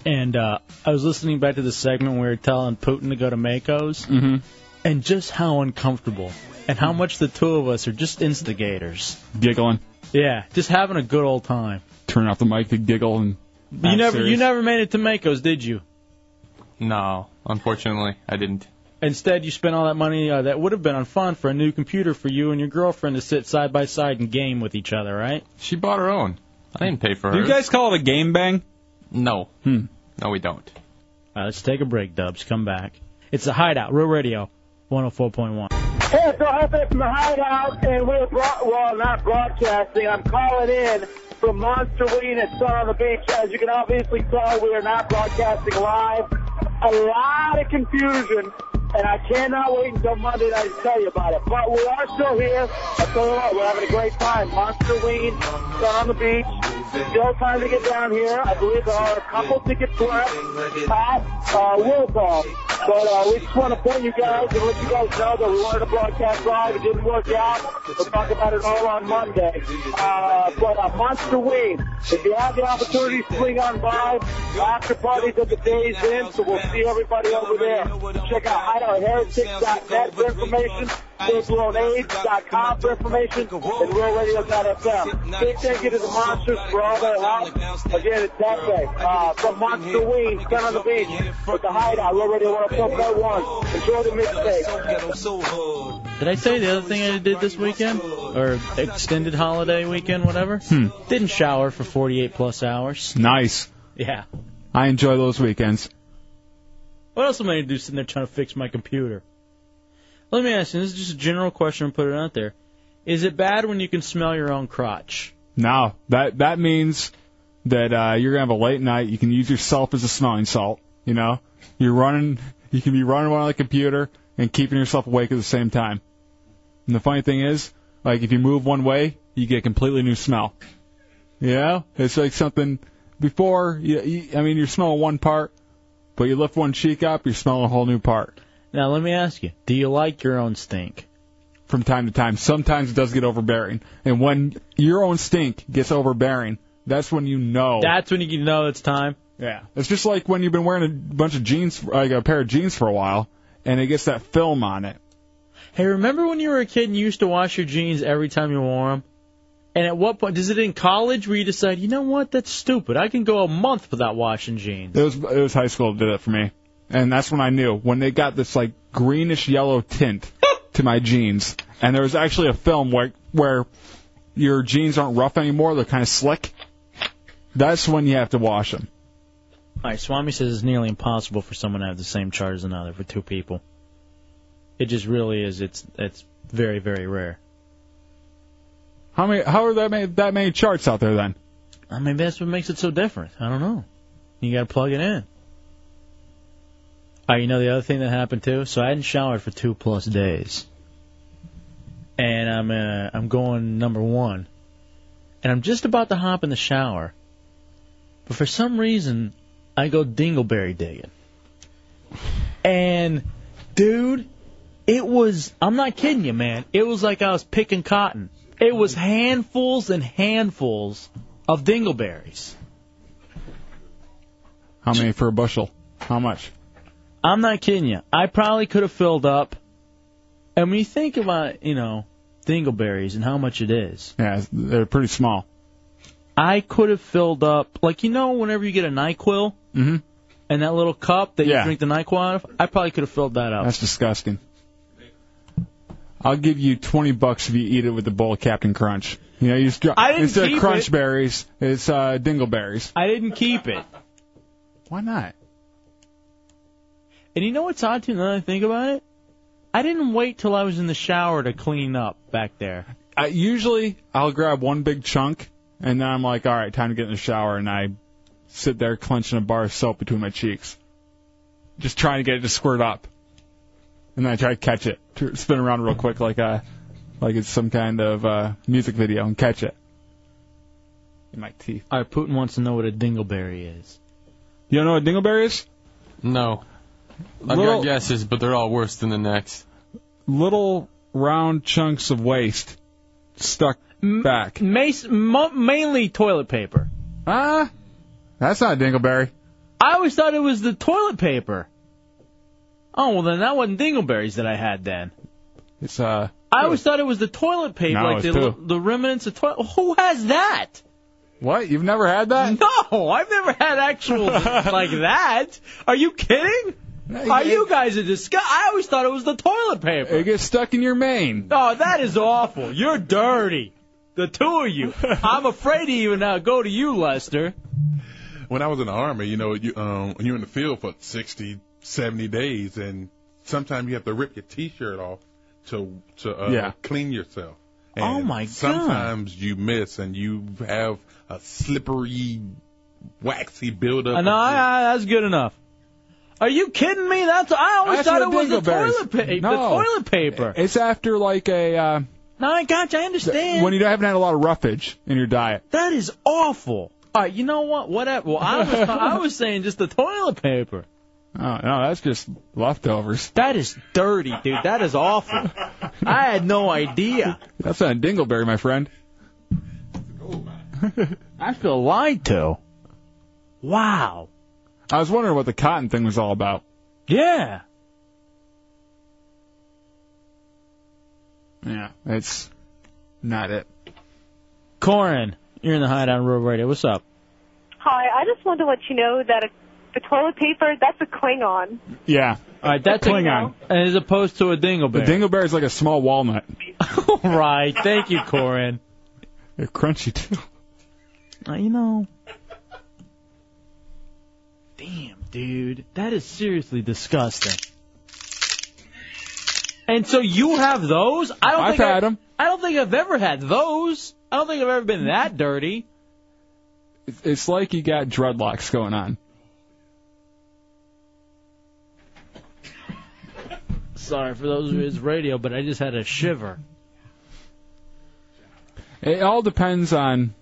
And uh, I was listening back to the segment where we were telling Putin to go to Mako's, and just how uncomfortable and how much the two of us are just instigators. Giggling. Yeah, just having a good old time. Turn off the mic to giggle and. But you act never you serious. never made it to Mako's, did you? No, unfortunately, I didn't. Instead, you spent all that money uh, that would have been on fun for a new computer for you and your girlfriend to sit side by side and game with each other, right? She bought her own. I didn't pay for Do her. you guys call it a game bang? No. Hmm. No, we don't. All right, Uh, let's take a break, Dubs. Come back. It's the Hideout, Real Radio, 104.1. Hey, so Hefe from the Hideout, and we're broad- well, not broadcasting. I'm calling in from Monster Ween at Sun on the Beach. As you can obviously tell, we are not broadcasting live. A lot of confusion, and I cannot wait until Monday night to tell you about it. But we are still here. I tell you what, we're having a great time. Monster Ween, Sun on the Beach. Still time to get down here. I believe there are a couple tickets left at uh, Will Call. But uh, we just want to thank you guys and let you guys know that we wanted to broadcast live. It didn't work out. We'll talk about it all on Monday. Uh, but uh, Monster Wing, if you have the opportunity, swing on by. After parties at the day's in, so we'll see everybody over there. Check out hideoutheretics.net for information, fullblownage.com for information, and realradio.fm. Big thank you to the Monsters for all their help. Again, it's that day. Uh, from Monster Wing, Sun on the Beach, with the hideout, Real Radio 104.1. Enjoy the mixtape. Did I say the other thing I did this weekend? Or extended holiday weekend, whatever? Hmm. Didn't shower for 48 plus hours. Nice. Yeah. I enjoy those weekends. What else am I going to do sitting there trying to fix my computer? Let me ask you, this is just a general question, put it out there. Is it bad when you can smell your own crotch? Now that that means that uh, you're gonna have a late night. You can use yourself as a smelling salt. You know, you're running. You can be running around on the computer and keeping yourself awake at the same time. And the funny thing is, like if you move one way, you get a completely new smell. You know, it's like something before. You, you, I mean, you're smelling one part, but you lift one cheek up, you're smelling a whole new part. Now let me ask you, do you like your own stink? From time to time, sometimes it does get overbearing, and when your own stink gets overbearing, that's when you know. That's when you can know it's time. Oh. Yeah. It's just like when you've been wearing a bunch of jeans, like a pair of jeans for a while, and it gets that film on it. Hey, remember when you were a kid and you used to wash your jeans every time you wore them? And at what point, is it in college where you decide, you know what, that's stupid. I can go a month without washing jeans. It was it was high school that did it for me, and that's when I knew when they got this like greenish yellow (laughs) tint to my jeans, and there was actually a film where where your jeans aren't rough anymore; they're kind of slick. That's when you have to wash them. All right, Swami says it's nearly impossible for someone to have the same chart as another for two people. It just really is. It's it's very very rare. How many? How are that many that many charts out there then? I mean, that's what makes it so different. I don't know. You got to plug it in. Oh, you know the other thing that happened too. So I hadn't showered for two plus days, and I'm uh, I'm going number one, and I'm just about to hop in the shower, but for some reason I go dingleberry digging, and dude, it was I'm not kidding you, man. It was like I was picking cotton. It was handfuls and handfuls of dingleberries. How many for a bushel? How much? I'm not kidding you. I probably could have filled up. And when you think about, you know, dingleberries and how much it is, Yeah, they're pretty small. I could have filled up, like, you know, whenever you get a NyQuil Mm-hmm. and that little cup that Yeah. you drink the NyQuil out of, I probably could have filled that up. That's disgusting. I'll give you twenty bucks if you eat it with the bowl of Captain Crunch. You know, you just drop I didn't instead keep of crunch it. berries, it's uh, dingleberries. I didn't keep it. Why not? And you know what's odd too, now that I think about it? I didn't wait till I was in the shower to clean up back there. I, usually, I'll grab one big chunk, and then I'm like, all right, time to get in the shower, and I sit there clenching a bar of soap between my cheeks, just trying to get it to squirt up, and then I try to catch it, to spin around real quick like a, like it's some kind of uh, music video, and catch it. In my teeth. All right, Putin wants to know what a dingleberry is. You don't know what dingleberry is? No. I've Little- got guesses, but they're all worse than the next. Little round chunks of waste stuck back. Mace, mo- mainly toilet paper. Ah, that's not dingleberry. I always thought it was the toilet paper. Oh well, then that wasn't dingleberries that I had then. It's uh. I always thought it was the toilet paper, No, like it's the poo. the remnants of toilet. Who has that? What? You've never had that? No, I've never had (laughs) actual like that. Are you kidding? Are you guys a disgust? I always thought it was the toilet paper. It gets stuck in your mane. Oh, that is awful. You're dirty. The two (laughs) of you. I'm afraid to even uh, go to you, Lester. when I was in the army, you know, you um you're in the field for 60, 70 days, and sometimes you have to rip your t-shirt off to to uh, Yeah. clean yourself. And Oh, my God. Sometimes you miss, and you have a slippery, waxy buildup. Uh, no, I, I, that's good enough. Are you kidding me? That's Oh, I always That's thought it what was the dingleberries- toilet paper. The No. toilet paper. It's after like a. Uh, No, I got you. I understand. when you haven't had a lot of roughage in your diet. That is awful. All right, you know what? Whatever. Well, I was I was saying just the toilet paper. Oh, no, that's just leftovers. That is dirty, dude. That is awful. I had no idea. That's not a dingleberry, my friend. (laughs) I feel lied to. Wow. I was wondering what the cotton thing was all about. Yeah. Yeah, that's not it. Corin, you're in the hideout on Rural Radio. What's up? Hi, I just wanted to let you know that the toilet paper, that's a Klingon. Yeah. All right, that's Klingon. A, as opposed to a The dingleberry. dingleberry is like a (laughs) small walnut. All right, thank you, Corin. They're crunchy too. you know. Damn, dude, that is seriously disgusting. And so you have those? I don't I've think had 'em. I don't think I've ever had those. I don't think I've ever been that dirty. It's- It's like you got dreadlocks going on. Sorry for those who is radio, but I just had a shiver. It all depends on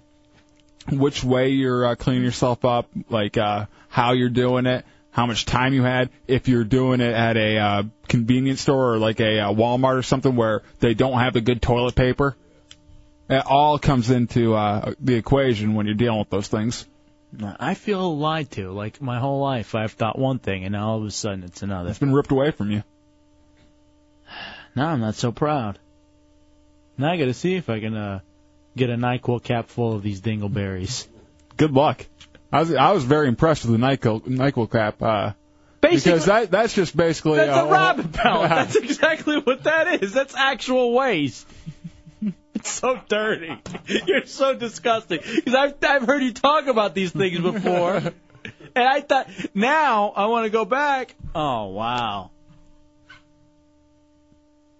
which way you're uh, cleaning yourself up, like uh, how you're doing it, how much time you had. If you're doing it at a uh, convenience store or like a uh, Walmart or something where they don't have the good toilet paper, it all comes into uh, the equation when you're dealing with those things. I feel lied to. Like my whole life, I've thought one thing, and now all of a sudden it's another. It's been ripped away from you. Now I'm not so proud. Now I got to see if I can uh, get a Nyquil cap full of these dingleberries. Good luck. I was I was very impressed with the Nyquil Nyquil cap. Uh, because that that's just basically That's a uh, rabbit (laughs) pellet. Yeah. That's exactly what that is. That's actual waste. It's (laughs) so dirty. You're so disgusting. Because I've, I've heard you talk about these things (laughs) before. and I thought, now I want to go back. Oh, wow.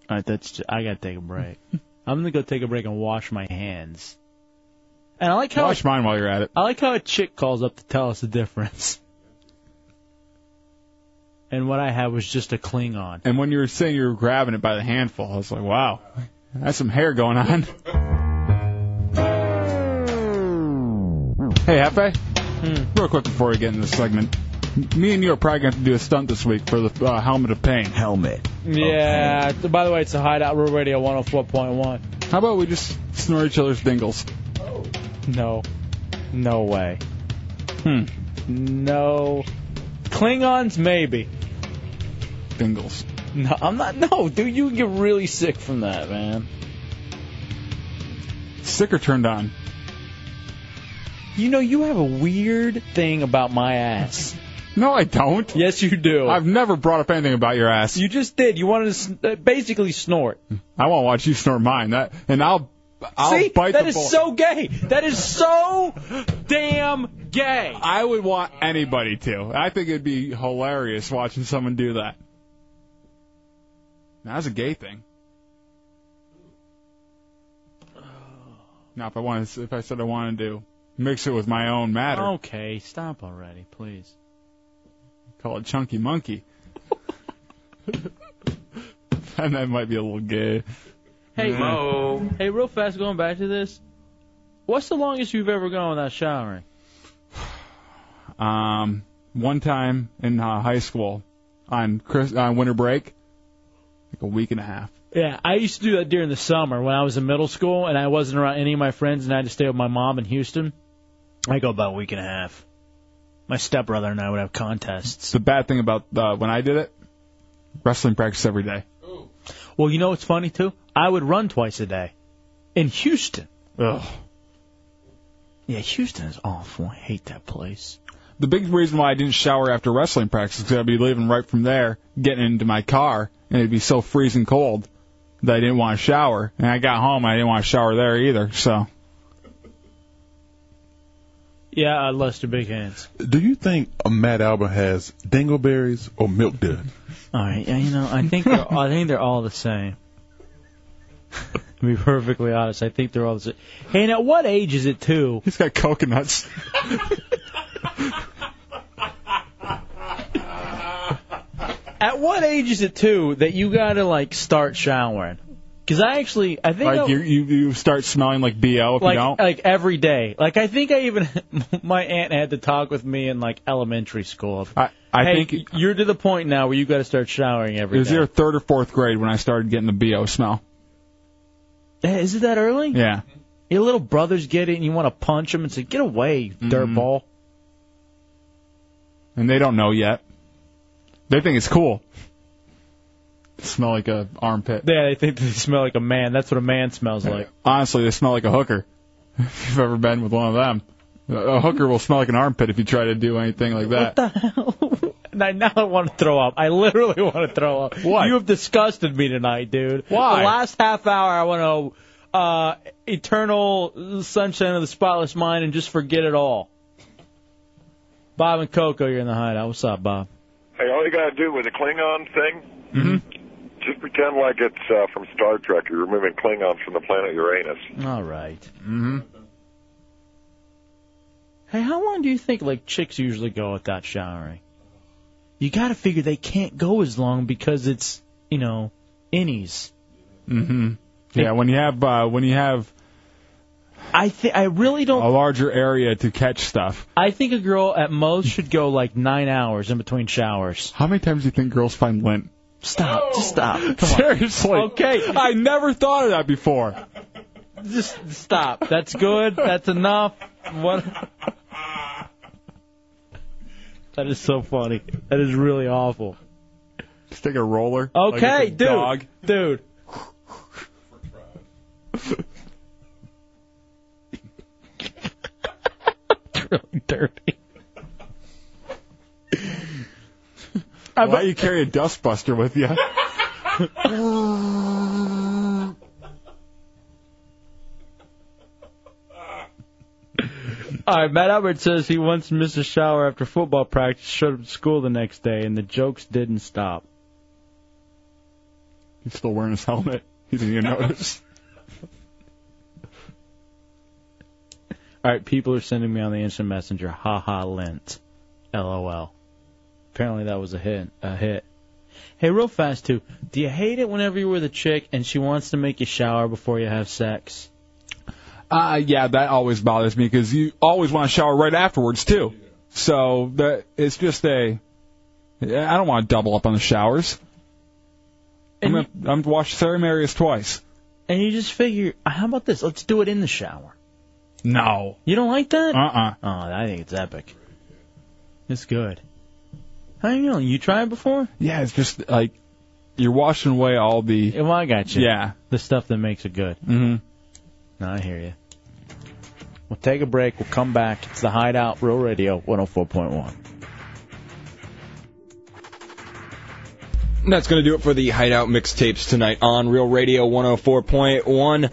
All right, that's. I gotta take a (laughs) break. I'm gonna go take a break and wash my hands. And I like how Wash mine while you're at it. I like how a chick calls up to tell us the difference. And what I had was just a Klingon. And when you were saying you were grabbing it by the handful, I was like, wow, that's some hair going on. hey, Hefe, Hmm. real quick before we get into this segment, me and you are probably going to have to do a stunt this week for the uh, Helmet of Pain. Helmet. Yeah. By the way, it's a Hideout Rural Radio 104.1. How about we just snort each other's dingles? No. No way. Hmm. No. Klingons, maybe. Dingles. No, I'm not. No, dude, you get really sick from that, man. Sick or turned on? You know, you have a weird thing about my ass. (laughs) No, I don't. Yes, you do. I've never brought up anything about your ass. You just did. You wanted to sn- uh, basically snort. I won't watch you snort mine. That, and I'll, I'll See, bite that the is bullet. so gay. That is so damn gay. I would want anybody to. I think it'd be hilarious watching someone do that. Now, That's a gay thing. Now, if I wanted, if I said I wanted to mix it with my own matter, Okay, stop already, please. call it chunky monkey. (laughs) and that might be a little gay. Hey, Mo. hey, real fast, going back to this. What's the longest you've ever gone without showering? Um, one time in uh, high school, on Chris, on winter break, like a week and a half. Yeah, I used to do that during the summer when I was in middle school and I wasn't around any of my friends and I had to stay with my mom in Houston. I go about a week and a half. My stepbrother and I would have contests. The bad thing about uh, when I did it, wrestling practice every day. Well, you know what's funny too? I would run twice a day in Houston. Ugh. Yeah, Houston is awful. I hate that place. The big reason why I didn't shower after wrestling practice is 'cause I'd be leaving right from there, getting into my car, and it'd be so freezing cold that I didn't want to shower. And I got home, and I didn't want to shower there either. So Yeah, I lust your big hands. Do you think a Matt Albert has dingleberries or milk dud? All right, yeah, you know, I think they're, I think they're all the same. to be perfectly honest, I think they're all the same. Hey, and at what age is it too? He's got (laughs) coconuts. at what age is it too that you gotta like start showering? Because I actually, I think Like I'll- you, you, you start smelling like BO if like you don't. like every day. Like I think I even (laughs) my aunt had to talk with me in like elementary school. Of, I, I hey, think- you're to the point now where you got to start showering it every was day. either third or fourth grade when I started getting the BO smell. Hey, Eh, Is it that early? Yeah. Your little brothers get it, and you want to punch them and say, "Get away, you dirtball!" Mm-hmm. And they don't know yet. They think it's cool. Smell like a armpit. Yeah, they think they smell like a man. That's what a man smells like. Honestly, they smell like a hooker. (laughs) If you've ever been with one of them, a a hooker will smell like an armpit if you try to do anything like that. And I now I want to throw up. I literally (laughs) want to throw up. What? You have disgusted me tonight, dude. Why? The last half hour, I want to uh, eternal sunshine of the spotless mind and just forget it all. Bob and Coco, you're in the hideout. What's up, Bob? Hey, all you gotta do with the Klingon thing, Mm-hmm. just pretend like it's uh, from Star Trek. You're removing Klingons from the planet Uranus. All right. Mm-hmm. Hey, how long do you think like chicks usually go without showering? You got to figure they can't go as long because it's you know innies. Mm-hmm. hmm Yeah, when you have uh, when you have I th- I really don't a larger area to catch stuff. I think a girl at most should go like nine hours in between showers. How many times do you think girls find lint? Stop, (laughs) just stop. Come on. Seriously. Okay. I never thought of that before. Just stop. That's good. That's enough. What? That is so funny. That is really awful. Just take a roller. like Okay, it's a dude, Dog. dude. really dirty. Why do you carry a dustbuster with (laughs) you? Uh, All right, Matt Albert says he once missed a shower after football practice, showed up to school the next day, and the jokes didn't stop. He's still wearing his helmet. He didn't even (laughs) notice. All right, people are sending me on the instant messenger, haha lint, lol. Apparently that was a hit. A hit. Hey, real fast too. Do you hate it whenever you're with a chick and she wants to make you shower before you have sex? Uh, yeah, that always bothers me because you always want to shower right afterwards too. So that it's just a. I don't want to double up on the showers. I'm gonna, I'm wash Sarah Marius twice. And you just figure, how about this? Let's do it in the shower. No. You don't like that? Uh-uh. (laughs) Oh, I think it's epic. It's good. How you know? You tried before? Yeah, it's just like you're washing away all the. Well, I got you. Yeah. The stuff that makes it good. Mm-hmm. No, I hear you. We'll take a break. We'll come back. It's the Hideout Real Radio 104.1. And That's going to do it for the Hideout mixtapes tonight on Real Radio 104.1.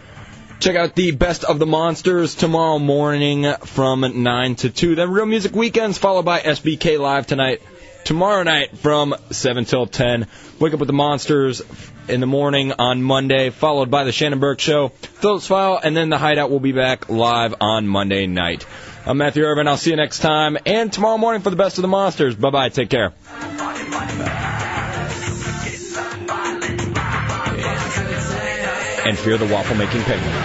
Check out the Best of the Monsters tomorrow morning from 9 to 2. Then Real Music Weekends followed by SBK Live tonight. Tomorrow night from 7 till 10. Wake up with the Monsters in the morning on Monday, followed by the Shannon Burke Show, Phillips File, and then the Hideout will be back live on Monday night. I'm Matthew Irvin. I'll see you next time and tomorrow morning for the Best of the Monsters. Bye bye. Take care. and fear the waffle making pigment.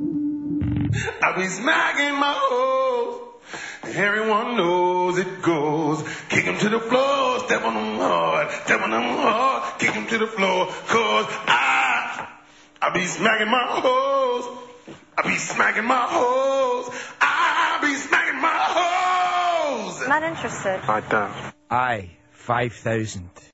I've been smacking my hoes. Everyone knows it goes. Kick 'em to the floor, step on 'em hard, step on 'em hard, kick 'em to the floor, cause I, I be smacking my hoes. I be smacking my hoes. I be smacking my hoes. Not interested. I don't. Aye, 5,000.